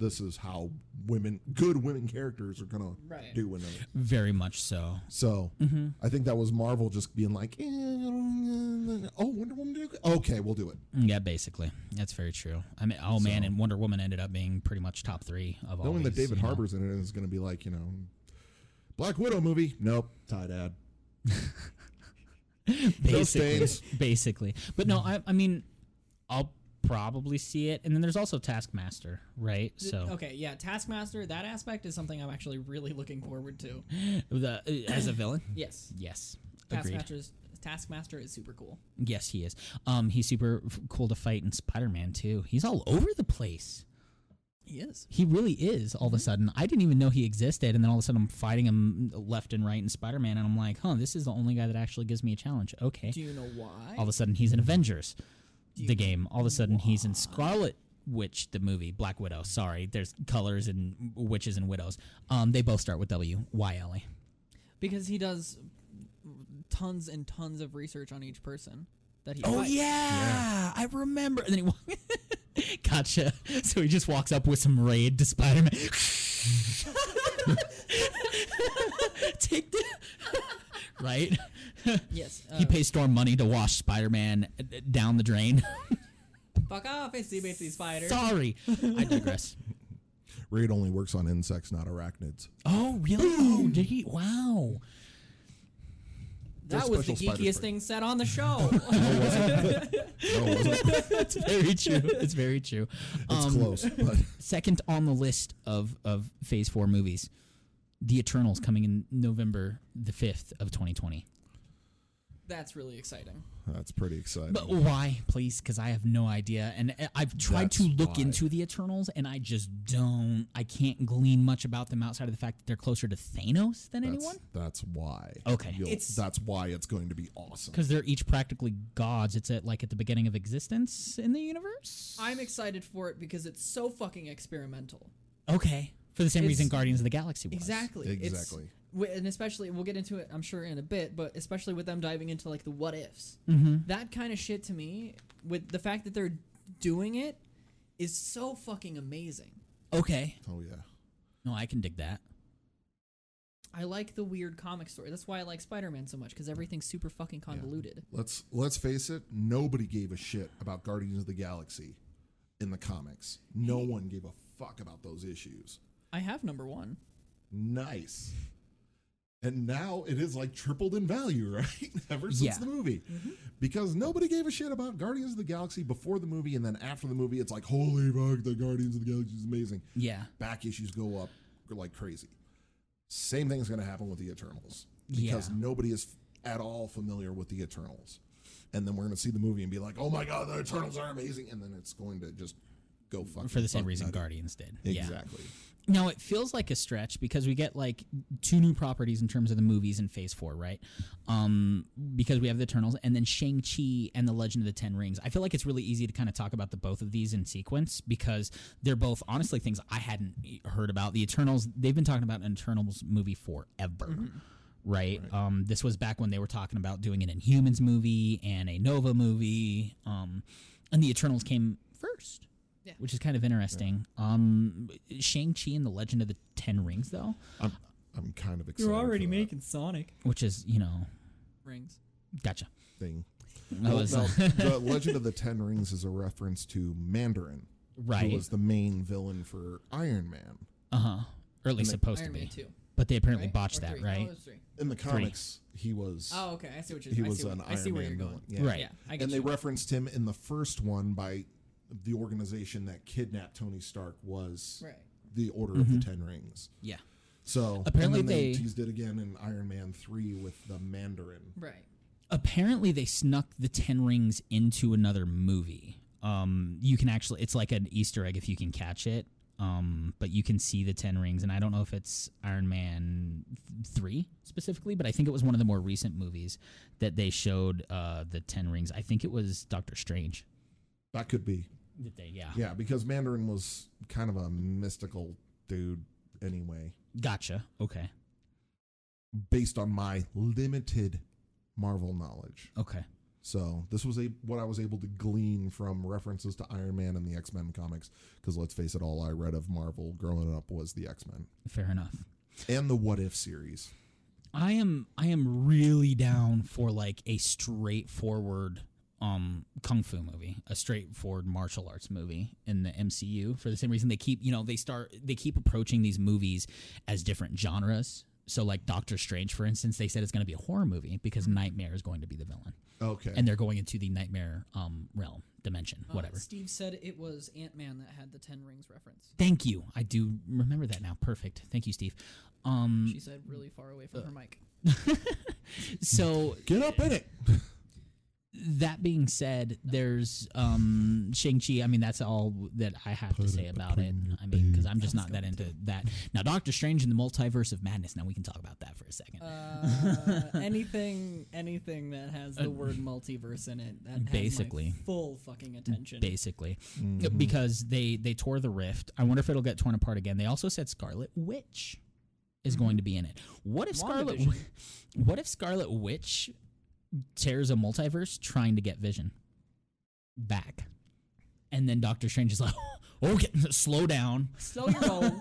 B: "This is how women, good women characters, are gonna
C: Right.
B: do another."
A: Very much so.
B: So
A: Mm-hmm.
B: I think that was Marvel just being like, eh, I don't, uh, "Oh, Wonder Woman, did it? okay, we'll do it."
A: Yeah, basically, that's very true. I mean, oh man, and Wonder Woman ended up being pretty much top three of all.
B: Knowing that
A: these,
B: David
A: you know.
B: Harbour's in it is gonna be like, you know, Black Widow movie. Nope, tie dad.
A: basically,
B: stains.
A: basically. But no, I, I mean, I'll probably see it, and then there's also Taskmaster, right? So
C: Okay, yeah, Taskmaster, that aspect is something I'm actually really looking forward to.
A: uh, the, as a villain,
C: Yes.
A: yes, agreed.
C: Taskmaster is, Taskmaster is super cool.
A: Yes, he is. Um, he's super f- cool to fight in Spider Man too. He's all over the place.
C: He is.
A: He really is. All of a sudden, I didn't even know he existed, and then all of a sudden, I'm fighting him left and right in Spider Man, and I'm like, huh, this is the only guy that actually gives me a challenge. Okay.
C: Do you know why?
A: All of a sudden, he's in Avengers, the game. All of a sudden, he's in Scarlet Witch, the movie, Black Widow. Sorry, there's colors and witches and widows. Um, they both start with W. Why, Ellie?
C: because he does tons and tons of research on each person that he
A: Oh
C: fights.
A: yeah, I remember. And then he wa- gotcha. So he just walks up with some raid to Spider Man. Take this, right?
C: Yes. Uh,
A: he pays Storm money to wash Spider Man down the drain.
C: fuck off, it's the Bitsy Spider.
A: Sorry, I digress.
B: Raid only works on insects, not arachnids.
A: Oh really? Oh, did he? Wow.
C: that was
B: special
C: the
B: spider
C: geekiest
B: sprite.
C: thing said on the show.
B: No, it wasn't.
A: It's very true. It's very true.
B: it's close, but
A: Second on the list of of Phase Four movies, The Eternals coming in November the fifth of 2020.
C: That's really exciting.
B: that's pretty exciting.
A: But why, please? Because I have no idea, and I- I've tried to
B: That's
A: look
B: why.
A: into the Eternals, and I just don't. I can't glean much about them outside of the fact that they're closer to Thanos than
B: That's-
A: anyone.
B: That's why.
A: Okay.
B: You'll-
A: It's-
B: that's why it's going to be awesome.
A: Because they're each practically gods. It's at like at the beginning of existence in the universe.
C: I'm excited for it because it's so fucking experimental.
A: Okay, for the same reason
C: It's-
A: Guardians of the Galaxy was.
C: Exactly. It's-
B: Exactly.
C: wi- and especially, we'll get into it, I'm sure, in a bit, but especially with them diving into like the what ifs.
A: Mm-hmm.
C: That kind of shit to me, with the fact that they're doing it, is so fucking amazing.
A: Okay.
B: Oh yeah.
A: No, I can dig that.
C: I like the weird comic story. That's why I like Spider Man so much because everything's super fucking convoluted.
B: Let's let's face it. Nobody gave a shit about Guardians of the Galaxy in the comics. No one gave a fuck about those issues.
C: I have number one.
B: Nice. And now it is like tripled in value, right? Ever since
A: Yeah. Mm-hmm.
B: the movie. Because nobody gave a shit about Guardians of the Galaxy before the movie, and then after the movie, it's like, holy fuck, the Guardians of the Galaxy is amazing.
A: Yeah.
B: back issues go up like crazy. Same thing's going to happen with the Eternals because
A: Yeah.
B: nobody is at all familiar with the Eternals. And then we're going to see the movie and be like, "Oh my god, the Eternals are amazing!" And then it's going to just go fuck
A: For the same reason Guardians did. Yeah.
B: Exactly.
A: Now it feels like a stretch because we get like two new properties in terms of the movies in Phase Four, right? Um, because we have the Eternals and then Shang Chi and the Legend of the Ten Rings. I feel like it's really easy to kind of talk about the both of these in sequence because they're both honestly things I hadn't e- heard about. The Eternals, they've been talking about an Eternals movie forever. Right. Um, this was back when they were talking about doing an Inhumans movie and a Nova movie, um, and the Eternals came first which is kind of interesting. Um, Shang Chi and the Legend of the Ten Rings, though,
B: I'm, I'm kind of excited. for that
C: Sonic
A: which is you know,
C: rings.
A: gotcha.
B: thing.
C: Mm-hmm.
A: That was,
B: Well, no, the Legend of the Ten Rings is a reference to Mandarin,
A: Right.
B: Who was the main villain for Iron Man?
A: uh huh, or at least supposed
C: Iron
A: to
C: Man
A: be.
C: two.
A: But they apparently
C: right?
A: botched
C: Or
A: that,
C: three. No,
A: right?
C: it was three.
B: In the comics, he was
C: Oh, okay. I see what you're.
B: he
C: I
B: was
C: see
B: an
C: what, I
B: Iron
C: see where
B: Man
C: you're going.
B: villain. Yeah.
A: Right.
C: Yeah, I get
B: and they
C: you.
B: referenced him in the first one by the organization that kidnapped Tony Stark was
C: Right.
B: the Order of the Ten Rings.
A: Yeah.
B: So and
A: Mm-hmm. Apparently
B: then they,
A: they-
B: teased it again in Iron Man three with the Mandarin.
C: right.
A: Apparently, they snuck the Ten Rings into another movie. Um, you can actually, it's like an Easter egg if you can catch it. Um, but you can see the Ten Rings, and I don't know if it's Iron Man th- three specifically, but I think it was one of the more recent movies that they showed uh, the Ten Rings. I think it was Doctor Strange.
B: That could be
A: That they, yeah,
B: yeah, because Mandarin was kind of a mystical dude anyway.
A: gotcha. Okay,
B: Based on my limited Marvel knowledge,
A: okay,
B: so this was a what I was able to glean from references to Iron Man and the X Men comics. Because let's face it, all I read of Marvel growing up was the X Men
A: fair enough.
B: and the What If series.
A: I am I am really down for like a straightforward um kung fu movie, a straightforward martial arts movie in the MCU for the same reason they keep, you know, they start they keep approaching these movies as different genres. So like Doctor Strange for instance, they said it's going to be a horror movie because Nightmare is going to be the villain.
B: Okay,
A: And they're going into the Nightmare um realm, dimension,
C: Uh,
A: whatever.
C: Steve said it was Ant Man that had the Ten Rings reference.
A: Thank you. I do remember that now. Perfect. Thank you, Steve. Um
C: She said really far away from her mic.
A: so
B: get up in it.
A: that being said, there's um, Shang Chi. I mean, that's all that I have to say about it. I mean, because I'm just not that into that. Now, Doctor Strange and the Multiverse of Madness. Now we can talk about that for a second.
C: Uh, anything, anything that has the word multiverse in it, that has my
A: Uh, Basically.
C: full fucking attention.
A: basically,
B: Mm-hmm.
A: because they they tore the rift. I wonder if it'll get torn apart again. They also said Scarlet Witch is going to be in it. What if Scarlet?
C: Mm-hmm. WandaVision.
A: What if Scarlet Witch tears a multiverse trying to get Vision back, and then Doctor Strange is like, "Okay, slow down."
C: Slow your roll.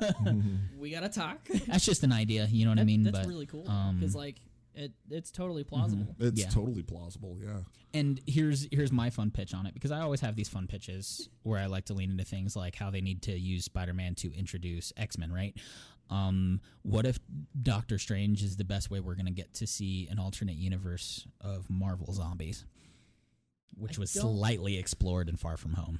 C: we gotta talk.
A: That's just an idea, you know what I
C: That-
A: mean?
C: that's
A: but
C: really cool
A: um, Mhm.
C: because like it, it's totally plausible.
B: It's
A: Yeah.
B: totally plausible. Yeah.
A: and here's here's my fun pitch on it because I always have these fun pitches where I like to lean into things like how they need to use Spider-Man to introduce X-Men, right? Um, what if Doctor Strange is the best way we're going to get to see an alternate universe of Marvel zombies, which
C: I
A: was
C: don't-
A: slightly explored in Far From Home.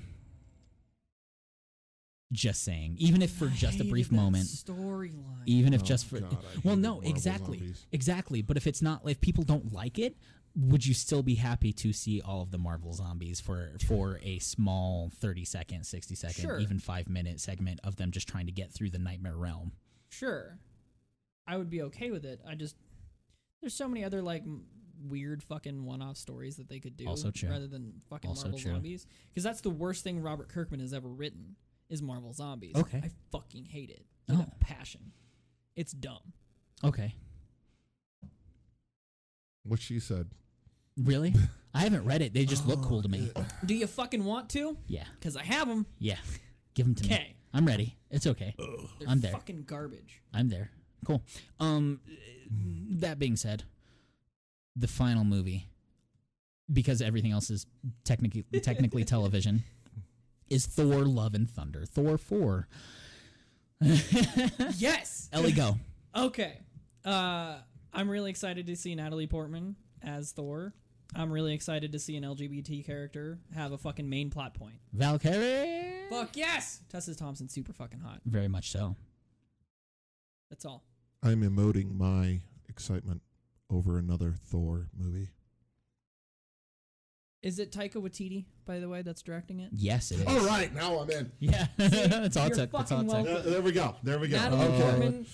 A: Just saying, even if for
C: I
A: just a
C: hated
A: brief
C: that
A: moment,
C: storyline.
A: even if
B: Oh,
A: just for
B: God, I
A: well
B: hated
A: no
B: Marvel
A: exactly
B: zombies.
A: exactly but if it's not if people don't like it would you still be happy to see all of the marvel zombies for for a small 30 second 60 second
C: Sure.
A: even 5 minute segment of them just trying to get through the nightmare realm
C: sure, I would be okay with it. I just there's so many other like m- weird fucking one-off stories that they could do
A: Also true.
C: rather than fucking
A: Also
C: Marvel
A: true.
C: zombies because that's the worst thing Robert Kirkman has ever written is Marvel zombies.
A: Okay.
C: I fucking hate it with
A: Oh.
C: a passion. It's dumb.
A: okay
B: What she said.
A: really i haven't read it they just look cool to
B: Oh,
A: me
C: Do you fucking want to?
A: yeah
C: Because I have them.
A: yeah give them to me
C: Okay,
A: i'm ready it's okay
C: they're
A: I'm there.
C: fucking garbage.
A: i'm there cool um that being said the final movie because everything else is technically technically television is Thor Love and Thunder. Thor 4.
C: yes.
A: Ellie go.
C: Okay. Uh, I'm really excited to see Natalie Portman as Thor. I'm really excited to see an LGBT character have a fucking main plot point.
A: Valkyrie.
C: Fuck yes! Tessa Thompson's super fucking hot.
A: Very much so.
C: That's all.
B: I'm emoting my excitement over another Thor movie.
C: Is it Taika Waititi, by the way, that's directing it?
A: Yes, it is.
B: All right, now I'm in.
A: Yeah. that's all it
C: Oh. You're
A: took. That's all it
C: fucking
A: took.
B: Uh, there we go. There we go.
C: Natalie
B: Okay.
C: Portman,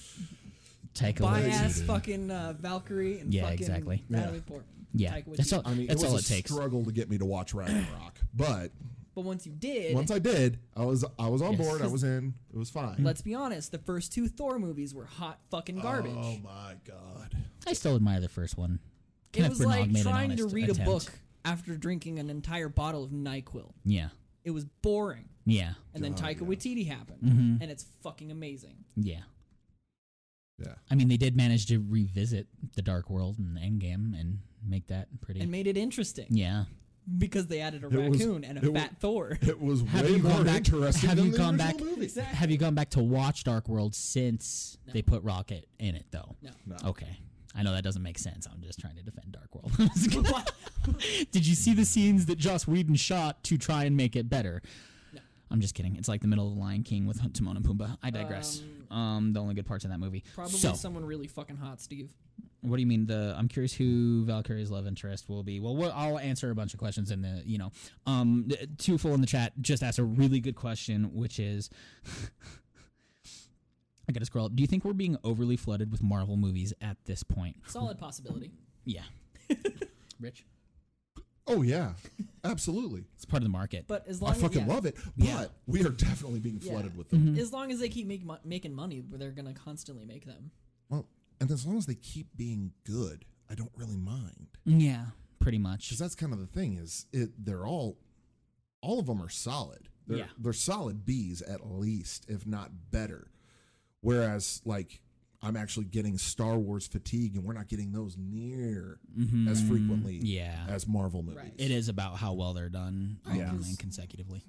A: Take
C: bi
A: away.
C: ass fucking uh, Valkyrie, and
A: Yeah,
C: fucking
A: exactly.
C: Natalie Portman.
A: Yeah.
C: Taika
A: That's all,
C: Waititi.
B: I mean,
A: that's
B: it was
A: all
B: a
A: it takes.
B: struggle to get me to watch Ragnarok, but
C: But once you did,
B: once I did, I was I was on
A: Yes.
B: board. I was in. It was fine.
C: let's be honest, the first two Thor movies were hot fucking garbage.
B: Oh my god.
A: I still admire the first one. Kenneth Branagh
C: it was
A: made
C: like
A: an
C: trying to
A: honest
C: read a
A: attempt.
C: book after drinking an entire bottle of NyQuil.
A: Yeah.
C: It was boring.
A: Yeah.
C: And
B: Oh,
C: then Taika Waititi happened,
A: Mm-hmm.
C: and it's fucking amazing.
A: Yeah.
B: Yeah.
A: I mean, they did manage to revisit the Dark World and Endgame and make that pretty.
C: And made it interesting.
A: yeah.
C: because they added a
B: It was-
C: raccoon and a
B: it wa-
C: fat Thor.
B: It was
A: Have
B: way
A: you gone
B: more
A: back-
B: interesting
A: have
B: than
A: you
B: the
A: gone
B: original
A: back-
B: movie.
C: Exactly.
A: Have you gone back to watch Dark World since
C: No.
A: they put Rocket in it, though?
C: No.
A: Okay. I know that doesn't make sense. I'm just trying to defend Dark World. Did you see the scenes that Joss Whedon shot to try and make it better?
C: No.
A: I'm just kidding. It's like the middle of The Lion King with Timon and Pumbaa. I digress. Um,
C: Um,
A: the only good parts of that movie.
C: Probably
A: so,
C: someone really fucking hot, Steve.
A: what do you mean? The I'm curious who Valkyrie's love interest will be. Well, we'll I'll answer a bunch of questions in the you know. Um, th- two full in the chat just asked a really good question, which is. I gotta scroll up. Do you think we're being overly flooded with Marvel movies at this point?
C: Solid possibility.
A: Yeah. Rich?
B: Oh yeah, absolutely.
A: It's part of the market.
C: But as long
B: I fucking
C: as, yeah,
B: love it. But
A: Yeah. Mm-hmm.
B: we are definitely being
C: Yeah.
B: flooded with them.
C: As long as they keep make, mo- making money, they're gonna constantly make them.
B: Well, and as long as they keep being good, I don't really mind.
A: yeah, pretty much.
B: Because that's kind of the thing is it they're all all of them are solid. They're
A: Yeah.
B: they're solid B's at least, if not better. Whereas like I'm actually getting Star Wars fatigue and we're not getting those near as frequently
A: Mm-hmm. Yeah.
B: as Marvel movies.
C: Right.
A: It is about how well they're done all
B: Yeah.
A: and consecutively.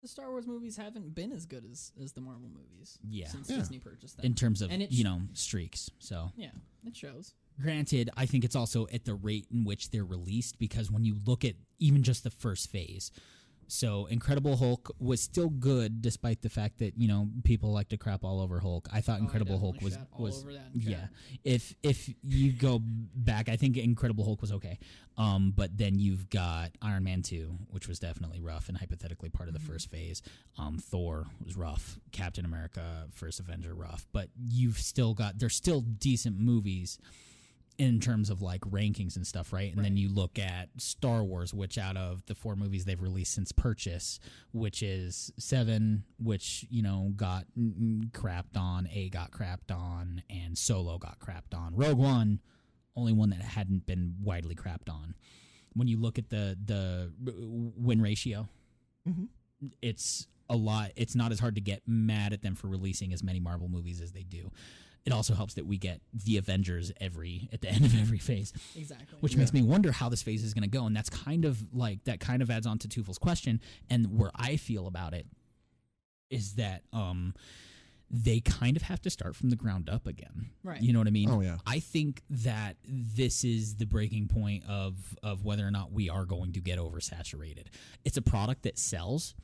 C: The Star Wars movies haven't been as good as, as the Marvel movies.
A: Yeah.
C: Since
B: Yeah.
C: Disney purchased them.
A: In terms of,
C: And it
A: you
C: sh-
A: know, streaks. So,
C: yeah, it shows.
A: granted, I think it's also at the rate in which they're released because when you look at even just the first phase, so Incredible Hulk was still good despite the fact that, you know, people like to crap all over Hulk. I thought
C: Oh, I
A: Incredible Hulk
C: definitely
A: was
C: shat all
A: was
C: over that in
A: yeah.
C: chat.
A: If if you go back, I think Incredible Hulk was okay. Um, but then you've got Iron Man two, which was definitely rough and hypothetically part of the
C: Mm-hmm.
A: first phase. Um, Thor was rough. Captain America, First Avenger, rough. But you've still got they're still decent movies in terms of like rankings and stuff, right? And then you look at Star Wars, which out of the four movies they've released since purchase, which is seven, which you know got mm, crapped on, A got crapped on, and Solo got crapped on. Rogue One, only one that hadn't been widely crapped on. When you look at the the r- win ratio, it's a lot. It's not as hard to get mad at them for releasing as many Marvel movies as they do. It also helps that we get the Avengers every at the end of every phase,
C: Exactly.
A: which makes me wonder how this phase is going to go. And that's kind of like that kind of adds on to Tufel's question and where I feel about it is that um they kind of have to start from the ground up again.
C: Right.
A: You know what I mean?
B: Oh, yeah.
A: I think that this is the breaking point of of whether or not we are going to get oversaturated. It's a product that sells.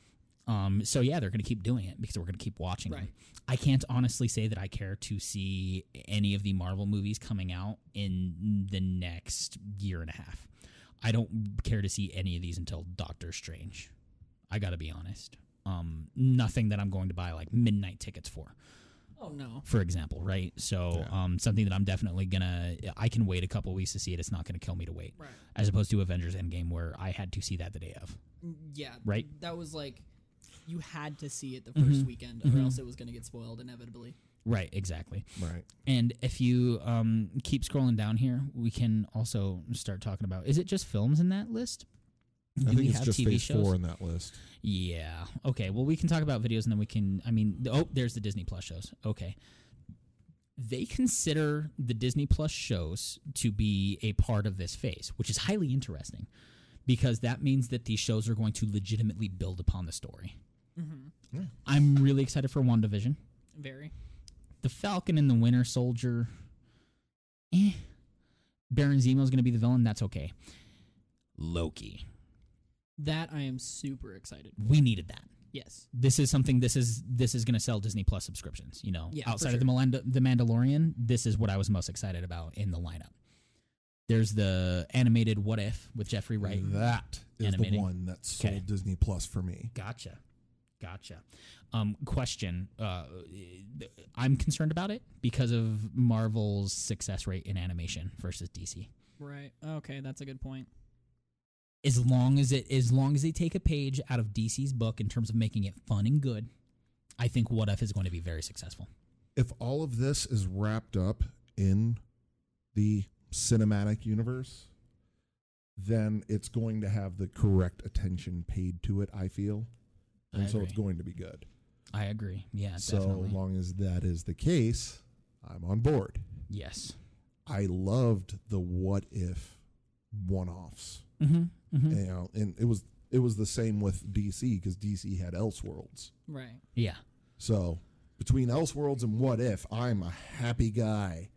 A: Um, so yeah, they're going to keep doing it because we're going to keep watching them.
C: Right.
A: I can't honestly say that I care to see any of the Marvel movies coming out in the next year and a half. I don't care to see any of these until Doctor Strange. I got to be honest. Um, nothing that I'm going to buy like midnight tickets for
C: oh no.
A: for example, right? So um, something that I'm definitely gonna I can wait a couple weeks to see it. It's not gonna kill me to wait,
C: Right.
A: as opposed to Avengers Endgame where I had to see that the day of.
C: Yeah.
A: Right. Mm-hmm.
C: That was like you had to see it the 1st weekend, or else it was gonna get spoiled inevitably.
A: Right, exactly.
B: Right.
A: And if you um, keep scrolling down here, we can also start talking about is it just films in that list?
B: I
A: Do we
B: think it's
A: have
B: just
A: TV
B: phase
A: shows?
B: four in that list.
A: Yeah. Okay. Well, we can talk about videos and then we can. I mean, th- oh, there's the Disney Plus shows. Okay. They consider the Disney Plus shows to be a part of this phase, which is highly interesting because that means that these shows are going to legitimately build upon the story. I'm really excited for WandaVision.
C: Very.
A: The Falcon and the Winter Soldier. Eh. Baron Zemo is going to be the villain. That's okay. Loki.
C: That I am super excited.
A: We needed that.
C: Yes.
A: this is something this is this is going to sell Disney Plus subscriptions. You know,
C: Yeah, for
A: outside of the Malanda, the Mandalorian, this is what I was most excited about in the lineup. There's the animated What If with Jeffrey Wright.
B: That is
A: Animating.
B: the one that sold
A: Okay.
B: Disney Plus for me.
A: Gotcha, gotcha. Um, question: uh, I'm concerned about it because of Marvel's success rate in animation versus DC.
C: Right. Okay, that's a good point.
A: As long as it, as long as they take a page out of DC's book in terms of making it fun and good, I think What If is going to be very successful.
B: If all of this is wrapped up in the cinematic universe, then it's going to have the correct attention paid to it, I feel.
A: I
B: And so
A: agree.
B: it's going to be good.
A: I agree. Yeah,
B: so
A: definitely.
B: long as that is the case, I'm on board.
A: Yes.
B: I loved the what if one offs.
A: Mm-hmm.
B: you know, and it was it was the same with DC because DC had Elseworlds.
C: Right.
A: Yeah.
B: So between Elseworlds and What If, I'm a happy guy.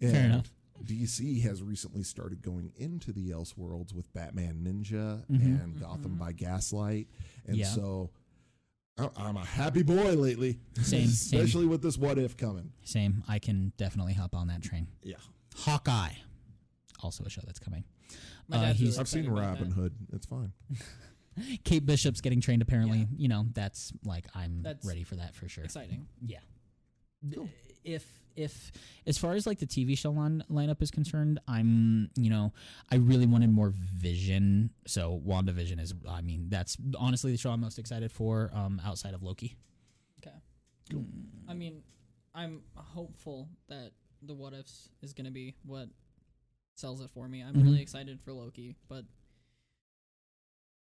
B: and
A: enough.
B: DC has recently started going into the Elseworlds with Batman Ninja and Gotham by Gaslight, and
A: Mm-hmm. Yeah.
B: so I- I'm a happy boy lately.
A: Same, same.
B: especially with this What If coming.
A: Same. I can definitely hop on that train.
B: Yeah,
A: Hawkeye, also a show that's coming.
C: My
A: Uh,
C: dad's
A: he's-
C: really
B: I've seen
C: excited about
B: Robin
C: that.
B: Hood. It's fine.
A: Kate Bishop's getting trained. Apparently, you know that's like I'm
C: That's
A: ready for that for sure.
C: Exciting.
A: Yeah. If if as far as like the TV show line, lineup is concerned, I'm you know I really wanted more Vision. So WandaVision is I mean that's honestly the show I'm most excited for um, outside of Loki.
C: Okay. I
A: Mm-hmm.
C: mean, I'm hopeful that the what ifs is going to be what sells it for me. I'm really
A: Mhm.
C: excited for Loki, but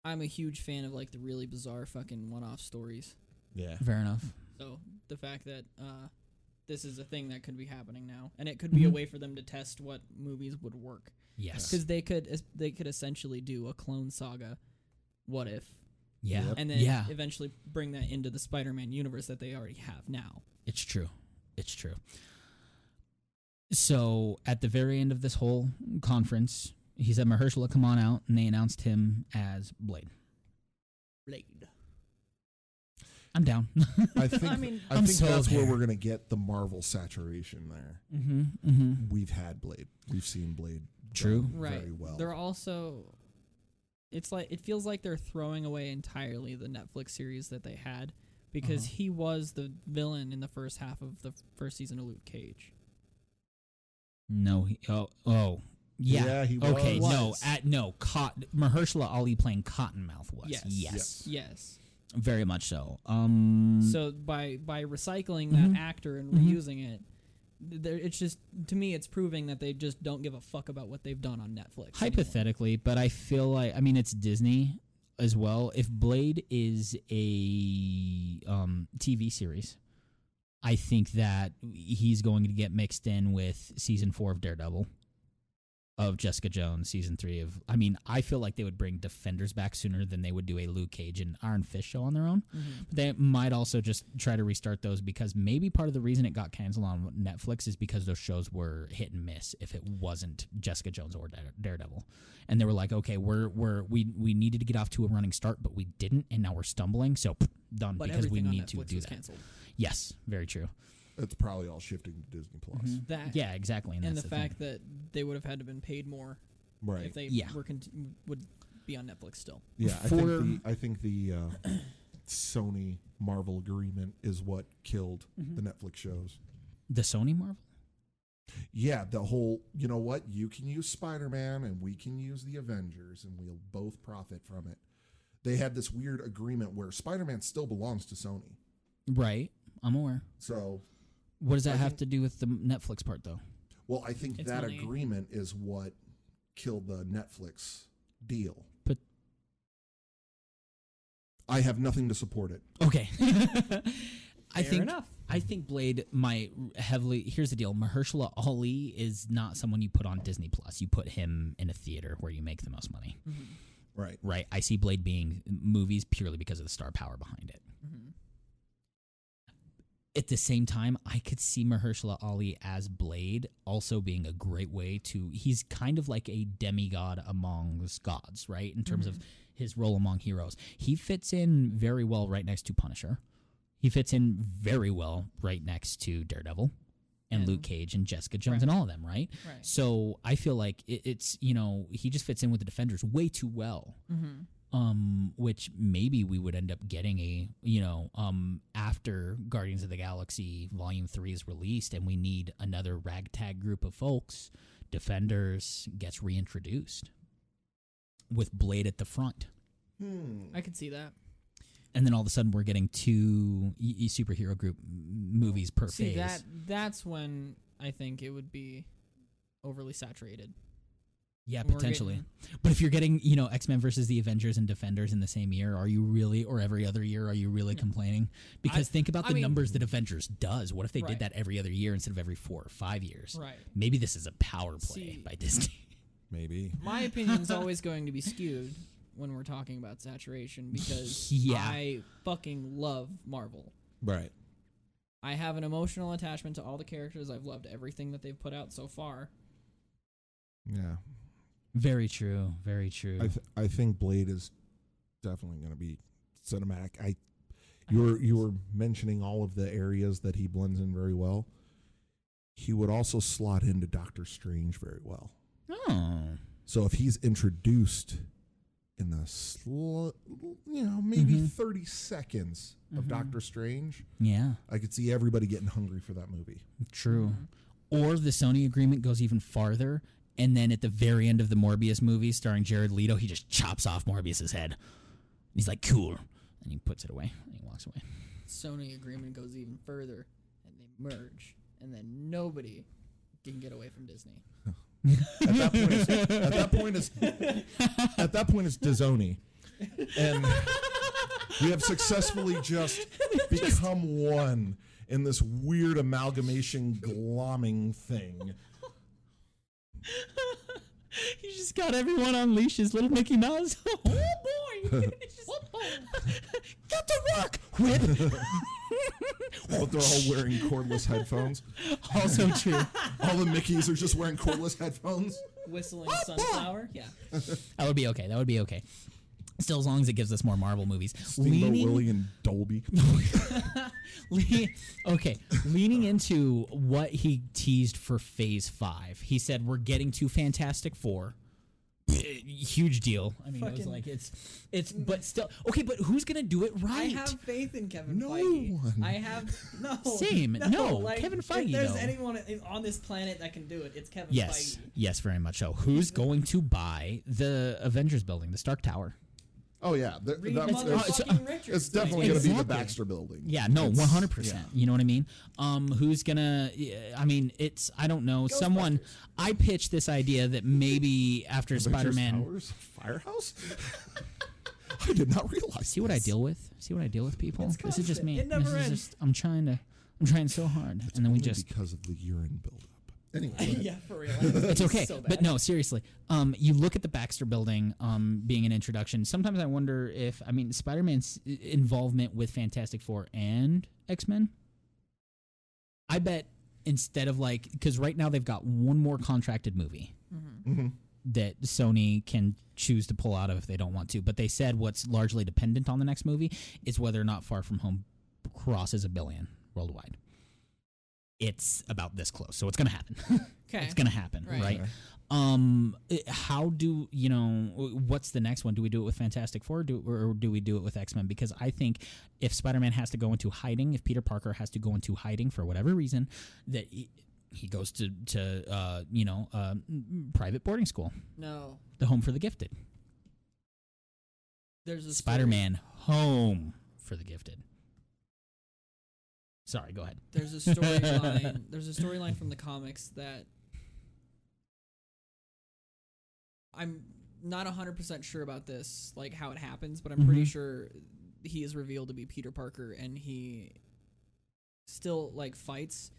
C: I'm a huge fan of like the really bizarre fucking one-off stories.
B: Yeah,
A: Fair enough.
C: So the fact that uh, this is a thing that could be happening now, and it could be a
A: Mhm.
C: way for them to test what movies would work,
A: Yes.
C: because they could es- they could essentially do a clone saga, what if,
A: Yeah.
C: and then
A: yeah.
C: eventually bring that into the Spider-Man universe that they already have now.
A: It's true. It's true. So at the very end of this whole conference, he said Mahershala come on out, and they announced him as Blade.
C: Blade.
A: I'm down.
B: I think
C: I
B: I,
C: mean,
A: I'm
B: think
A: so
B: that's where
A: there.
B: we're gonna get the Marvel saturation there.
A: mm-hmm, mm-hmm.
B: We've had Blade. We've seen Blade. done
A: True.
C: right.
B: Very well.
C: They're also it's like it feels like they're throwing away entirely the Netflix series that they had because
A: Uh-huh.
C: he was the villain in the first half of the first season of Luke Cage.
A: No. He, oh. Oh. Yeah.
B: Yeah, he
A: Okay.
B: was.
A: No.
B: Was.
A: At no. Cotton. Mahershala Ali playing Cottonmouth was.
C: Yes.
A: Yes.
C: Yes.
A: Very much so. Um.
C: So by by recycling
A: Mhm.
C: that actor and
A: Mhm.
C: reusing it, th- there- it's just to me it's proving that they just don't give a fuck about what they've done on Netflix. anymore.
A: hypothetically, but I feel like I mean it's Disney as well. If Blade is a um, TV series, I think that he's going to get mixed in with season four of Daredevil, of Jessica Jones, season three of. I mean, I feel like they would bring Defenders back sooner than they would do a Luke Cage and Iron Fist show on their own. But they might also just try to restart those because maybe part of the reason it got canceled on Netflix is because those shows were hit and miss if it wasn't Jessica Jones or Dare- Daredevil. And they were like, okay, we're we're we we needed to get off to a running start, but we didn't, and now we're stumbling. So pff, done
C: But
A: because we
C: everything on
A: need
C: Netflix
A: to do
C: was
A: that.
C: canceled.
A: Yes, very true.
B: It's probably all shifting to Disney Plus.
C: That
A: Yeah, exactly. And,
C: and the
A: that's
C: fact
A: thing.
C: that they would have had to been paid more
A: Mm-hmm.
B: Right.
C: if they
A: Yeah.
C: were cont- would be on Netflix still.
B: yeah. I
A: for-
B: think the, I think the uh, Sony Marvel agreement is what killed the
C: Mm.
B: Netflix shows.
A: the Sony Marvel.
B: Yeah, the whole you know what you can use Spider Man and we can use the Avengers and we'll both profit from it. They had this weird agreement where Spider Man still belongs to Sony.
A: Right, I'm aware.
B: So
A: What does that
B: I
A: have
B: think-
A: to do with the Netflix part, though?
B: well, I think
C: It's
B: that
C: money.
B: agreement is what killed the Netflix deal.
A: But-
B: I have nothing to support it.
A: Okay. I
C: Fair
A: think
C: enough.
A: I think Blade my heavily here's the deal. Mahershala Ali is not someone you put on Disney Plus. You put him in a theater where you make the most money.
B: Right.
A: Right? I see Blade being movies purely because of the star power behind it. At the same time, I could see Mahershala Ali as Blade also being a great way to he's kind of like a demigod amongst gods, right? In terms of his role among heroes. He fits in very well right next to Punisher. He fits in very well right next to Daredevil and,
C: And-
A: Luke Cage and Jessica Jones and all of them, right?
C: Right.
A: So I feel like it, it's you know he just fits in with the defenders way too well.
C: Mm-hmm.
A: Um, which maybe we would end up getting a you know um after Guardians of the Galaxy Volume Three is released and we need another ragtag group of folks. Defenders gets reintroduced with Blade at the front,
B: Hmm.
C: I could see that.
A: and then all of a sudden we're getting two y- y- superhero group m- movies per
C: see
A: phase.
C: that that's when I think it would be overly saturated.
A: Yeah,
C: We're
A: potentially. But if you're getting, you know, X Men versus the Avengers and Defenders in the same year, are you really, or every other year, are you really complaining? Because think about
C: I
A: the
C: mean-
A: numbers that Avengers does. What if they
C: Right.
A: did that every other year instead of every four or five years?
C: Right.
A: Maybe this is a power play
C: See-
A: by Disney.
B: Maybe.
C: My opinion's always going to be skewed when we're talking about saturation because
A: Yeah.
C: I fucking love Marvel.
B: Right.
C: I have an emotional attachment to all the characters. I've loved everything that they've put out so far.
B: Yeah.
A: Very true. Very true.
B: I th- I think Blade is definitely going to be cinematic. I you were you were mentioning all of the areas that he blends in very well. He would also slot into Doctor Strange very well.
A: oh.
B: So if he's introduced in the sl- you know maybe
A: Mhm.
B: thirty seconds of
A: Mhm.
B: Doctor Strange,
A: Yeah.
B: I could see everybody getting hungry for that movie.
A: True.
C: Mm-hmm.
A: Or the Sony agreement goes even farther, and then at the very end of the Morbius movie starring Jared Leto, he just chops off Morbius's head. He's like, cool. And he puts it away and he walks away.
C: Sony agreement goes even further and they merge and then nobody can get away from Disney.
B: At that point, it's, at that point, it's at that point, it's Dizzoni, and we have successfully just become one in this weird amalgamation glomming thing.
A: He just got everyone on leashes, little Mickey Mouse. oh boy! Get to work, whip.
B: But they're all wearing cordless headphones.
A: also true.
B: All the Mickeys are just wearing cordless headphones.
C: Whistling sunflower? Yeah.
A: That would be okay. That would be okay. Still, as long as it gives us more Marvel movies.
B: Steamboat
A: Leaning-
B: Willie and Dolby.
A: Le- okay, leaning into what he teased for Phase Five, he said we're getting to Fantastic Four. Eh, Huge deal. I mean, it was
C: Fucking-
A: like it's it's, but still okay. But who's gonna do it
C: I
A: right?
C: have faith in Kevin
B: No
C: Feige.
B: one.
C: I have no.
A: Same. No, Kevin Feige,
C: If there's
A: though.
C: anyone in- on this planet that can do it, it's Kevin
A: yes,
C: Feige.
A: yes, very much so. Who's going to buy the Avengers building, the Stark Tower?
B: Oh yeah, th-
C: Reed
B: that was- it's,
A: it's-
C: motherfucking Richards.
B: it's definitely going to be the
A: Exactly.
B: Baxter Building.
A: Yeah, no,
B: It's-
A: one hundred percent.
B: yeah.
A: You know what I mean? Um, who's gonna? yeah, I mean, it's I don't know. Someone I pitched this idea that maybe after Spider Man.
B: Avengers Towers? Firehouse? I did not realize.
A: See what I
B: this.
A: deal with? See what I deal with, people?
C: It's
A: this is just
C: constant.
A: me.
C: It never
A: this
C: ends.
A: is just I'm trying to I'm trying so hard. and then we
B: Only
A: just
B: because of the urine buildup. Anyway,
C: yeah, for real. I was
A: it's okay.
C: so
A: but
C: bad.
A: no, seriously. Um, you look at the Baxter Building um, being an introduction. Sometimes I wonder if I mean Spider-Man's i- involvement with Fantastic Four and X-Men. I bet instead of like because right now they've got one more contracted movie
C: Mm-hmm.
A: that Sony can choose to pull out of if they don't want to. But they said what's largely dependent on the next movie is whether or not Far From Home crosses a billion worldwide. It's about this close, so it's going to happen.
C: Okay.
A: It's going to happen,
C: Right.
A: right? Um, it- how do you know w- what's the next one? Do we do it with Fantastic Four, do, or do we do it with X Men? Because I think if Spider Man has to go into hiding, if Peter Parker has to go into hiding for whatever reason, that he, he goes to to uh, you know uh, private boarding school,
C: No.
A: the home for the gifted,
C: There's a
A: Spider
C: story-
A: Man home for the gifted. Sorry, go ahead.
C: There's a storyline. there's a storyline from the comics that I'm not 100% sure about this, like how it happens, but I'm pretty
A: Mhm.
C: sure he is revealed to be Peter Parker and he still like fights,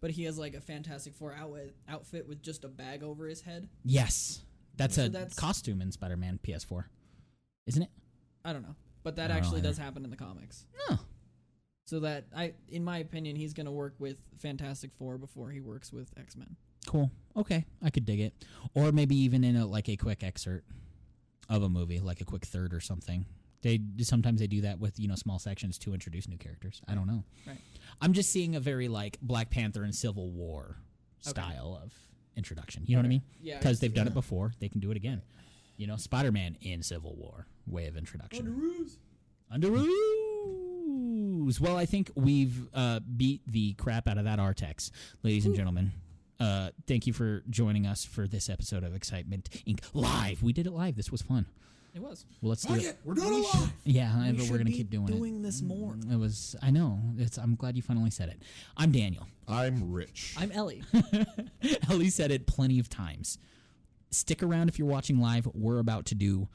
C: but he has like a Fantastic Four outfit outfit with just a bag over his head.
A: Yes, that's
C: So
A: a
C: that's-
A: costume in Spider Man PS4, isn't it?
C: I don't know, but that
A: I don't
C: actually
A: either.
C: does happen in the comics.
A: No.
C: So that I in my opinion he's going to work with Fantastic Four before he works with X-Men.
A: Cool. Okay, I could dig it. Or maybe even in a like a quick excerpt of a movie, like a quick third or something. They sometimes they do that with you know small sections to introduce new characters. I don't know.
C: Right.
A: I'm just seeing a very like Black Panther and Civil War
C: Okay.
A: style of introduction. You know what I mean?
C: Yeah.
A: Because they've done it before, they can do it again. You know, Spider Man in Civil War way of introduction. Under rules. Well, I think we've uh, beat the crap out of that Artex, ladies and gentlemen. Uh, thank you for joining us for this episode of Excitement Inc. Live. We did it live. This was fun.
C: It was.
A: Well, let's do
B: Fuck
A: it.
B: it, we're doing it live.
A: Yeah,
C: We
A: but we're
C: should
A: gonna
C: be
A: keep doing, Mm,
C: doing this more.
A: it. It was. I know. It's. I'm glad you finally said it. I'm Daniel.
B: I'm rich.
C: I'm Ellie.
A: Ellie said it plenty of times. Stick around if you're watching live. We're about to do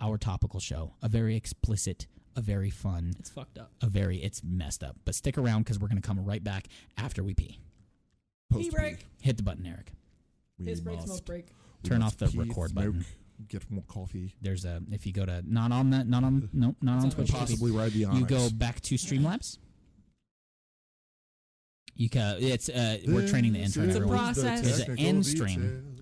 A: our topical show. A very explicit. A very fun.
C: it's fucked up.
A: a very it's messed up. But stick around because we're gonna come right back after we pee.
B: Post
C: Pee break.
A: Hit the button, Eric.
B: We
C: Piss break,
B: must-
C: smoke break.
B: we
A: Turn
B: must
A: off the
B: pee,
A: record button.
B: smoke, Get more coffee.
A: There's a if you go to not on that not on no not on
C: on
A: Twitch.
C: Twitch.
B: Possibly ride the Onyx.
A: You go back to Streamlabs. You ca It's uh, we're training the intern.
C: It's a
A: everyone.
C: process.
A: It's an end stream.
F: detail.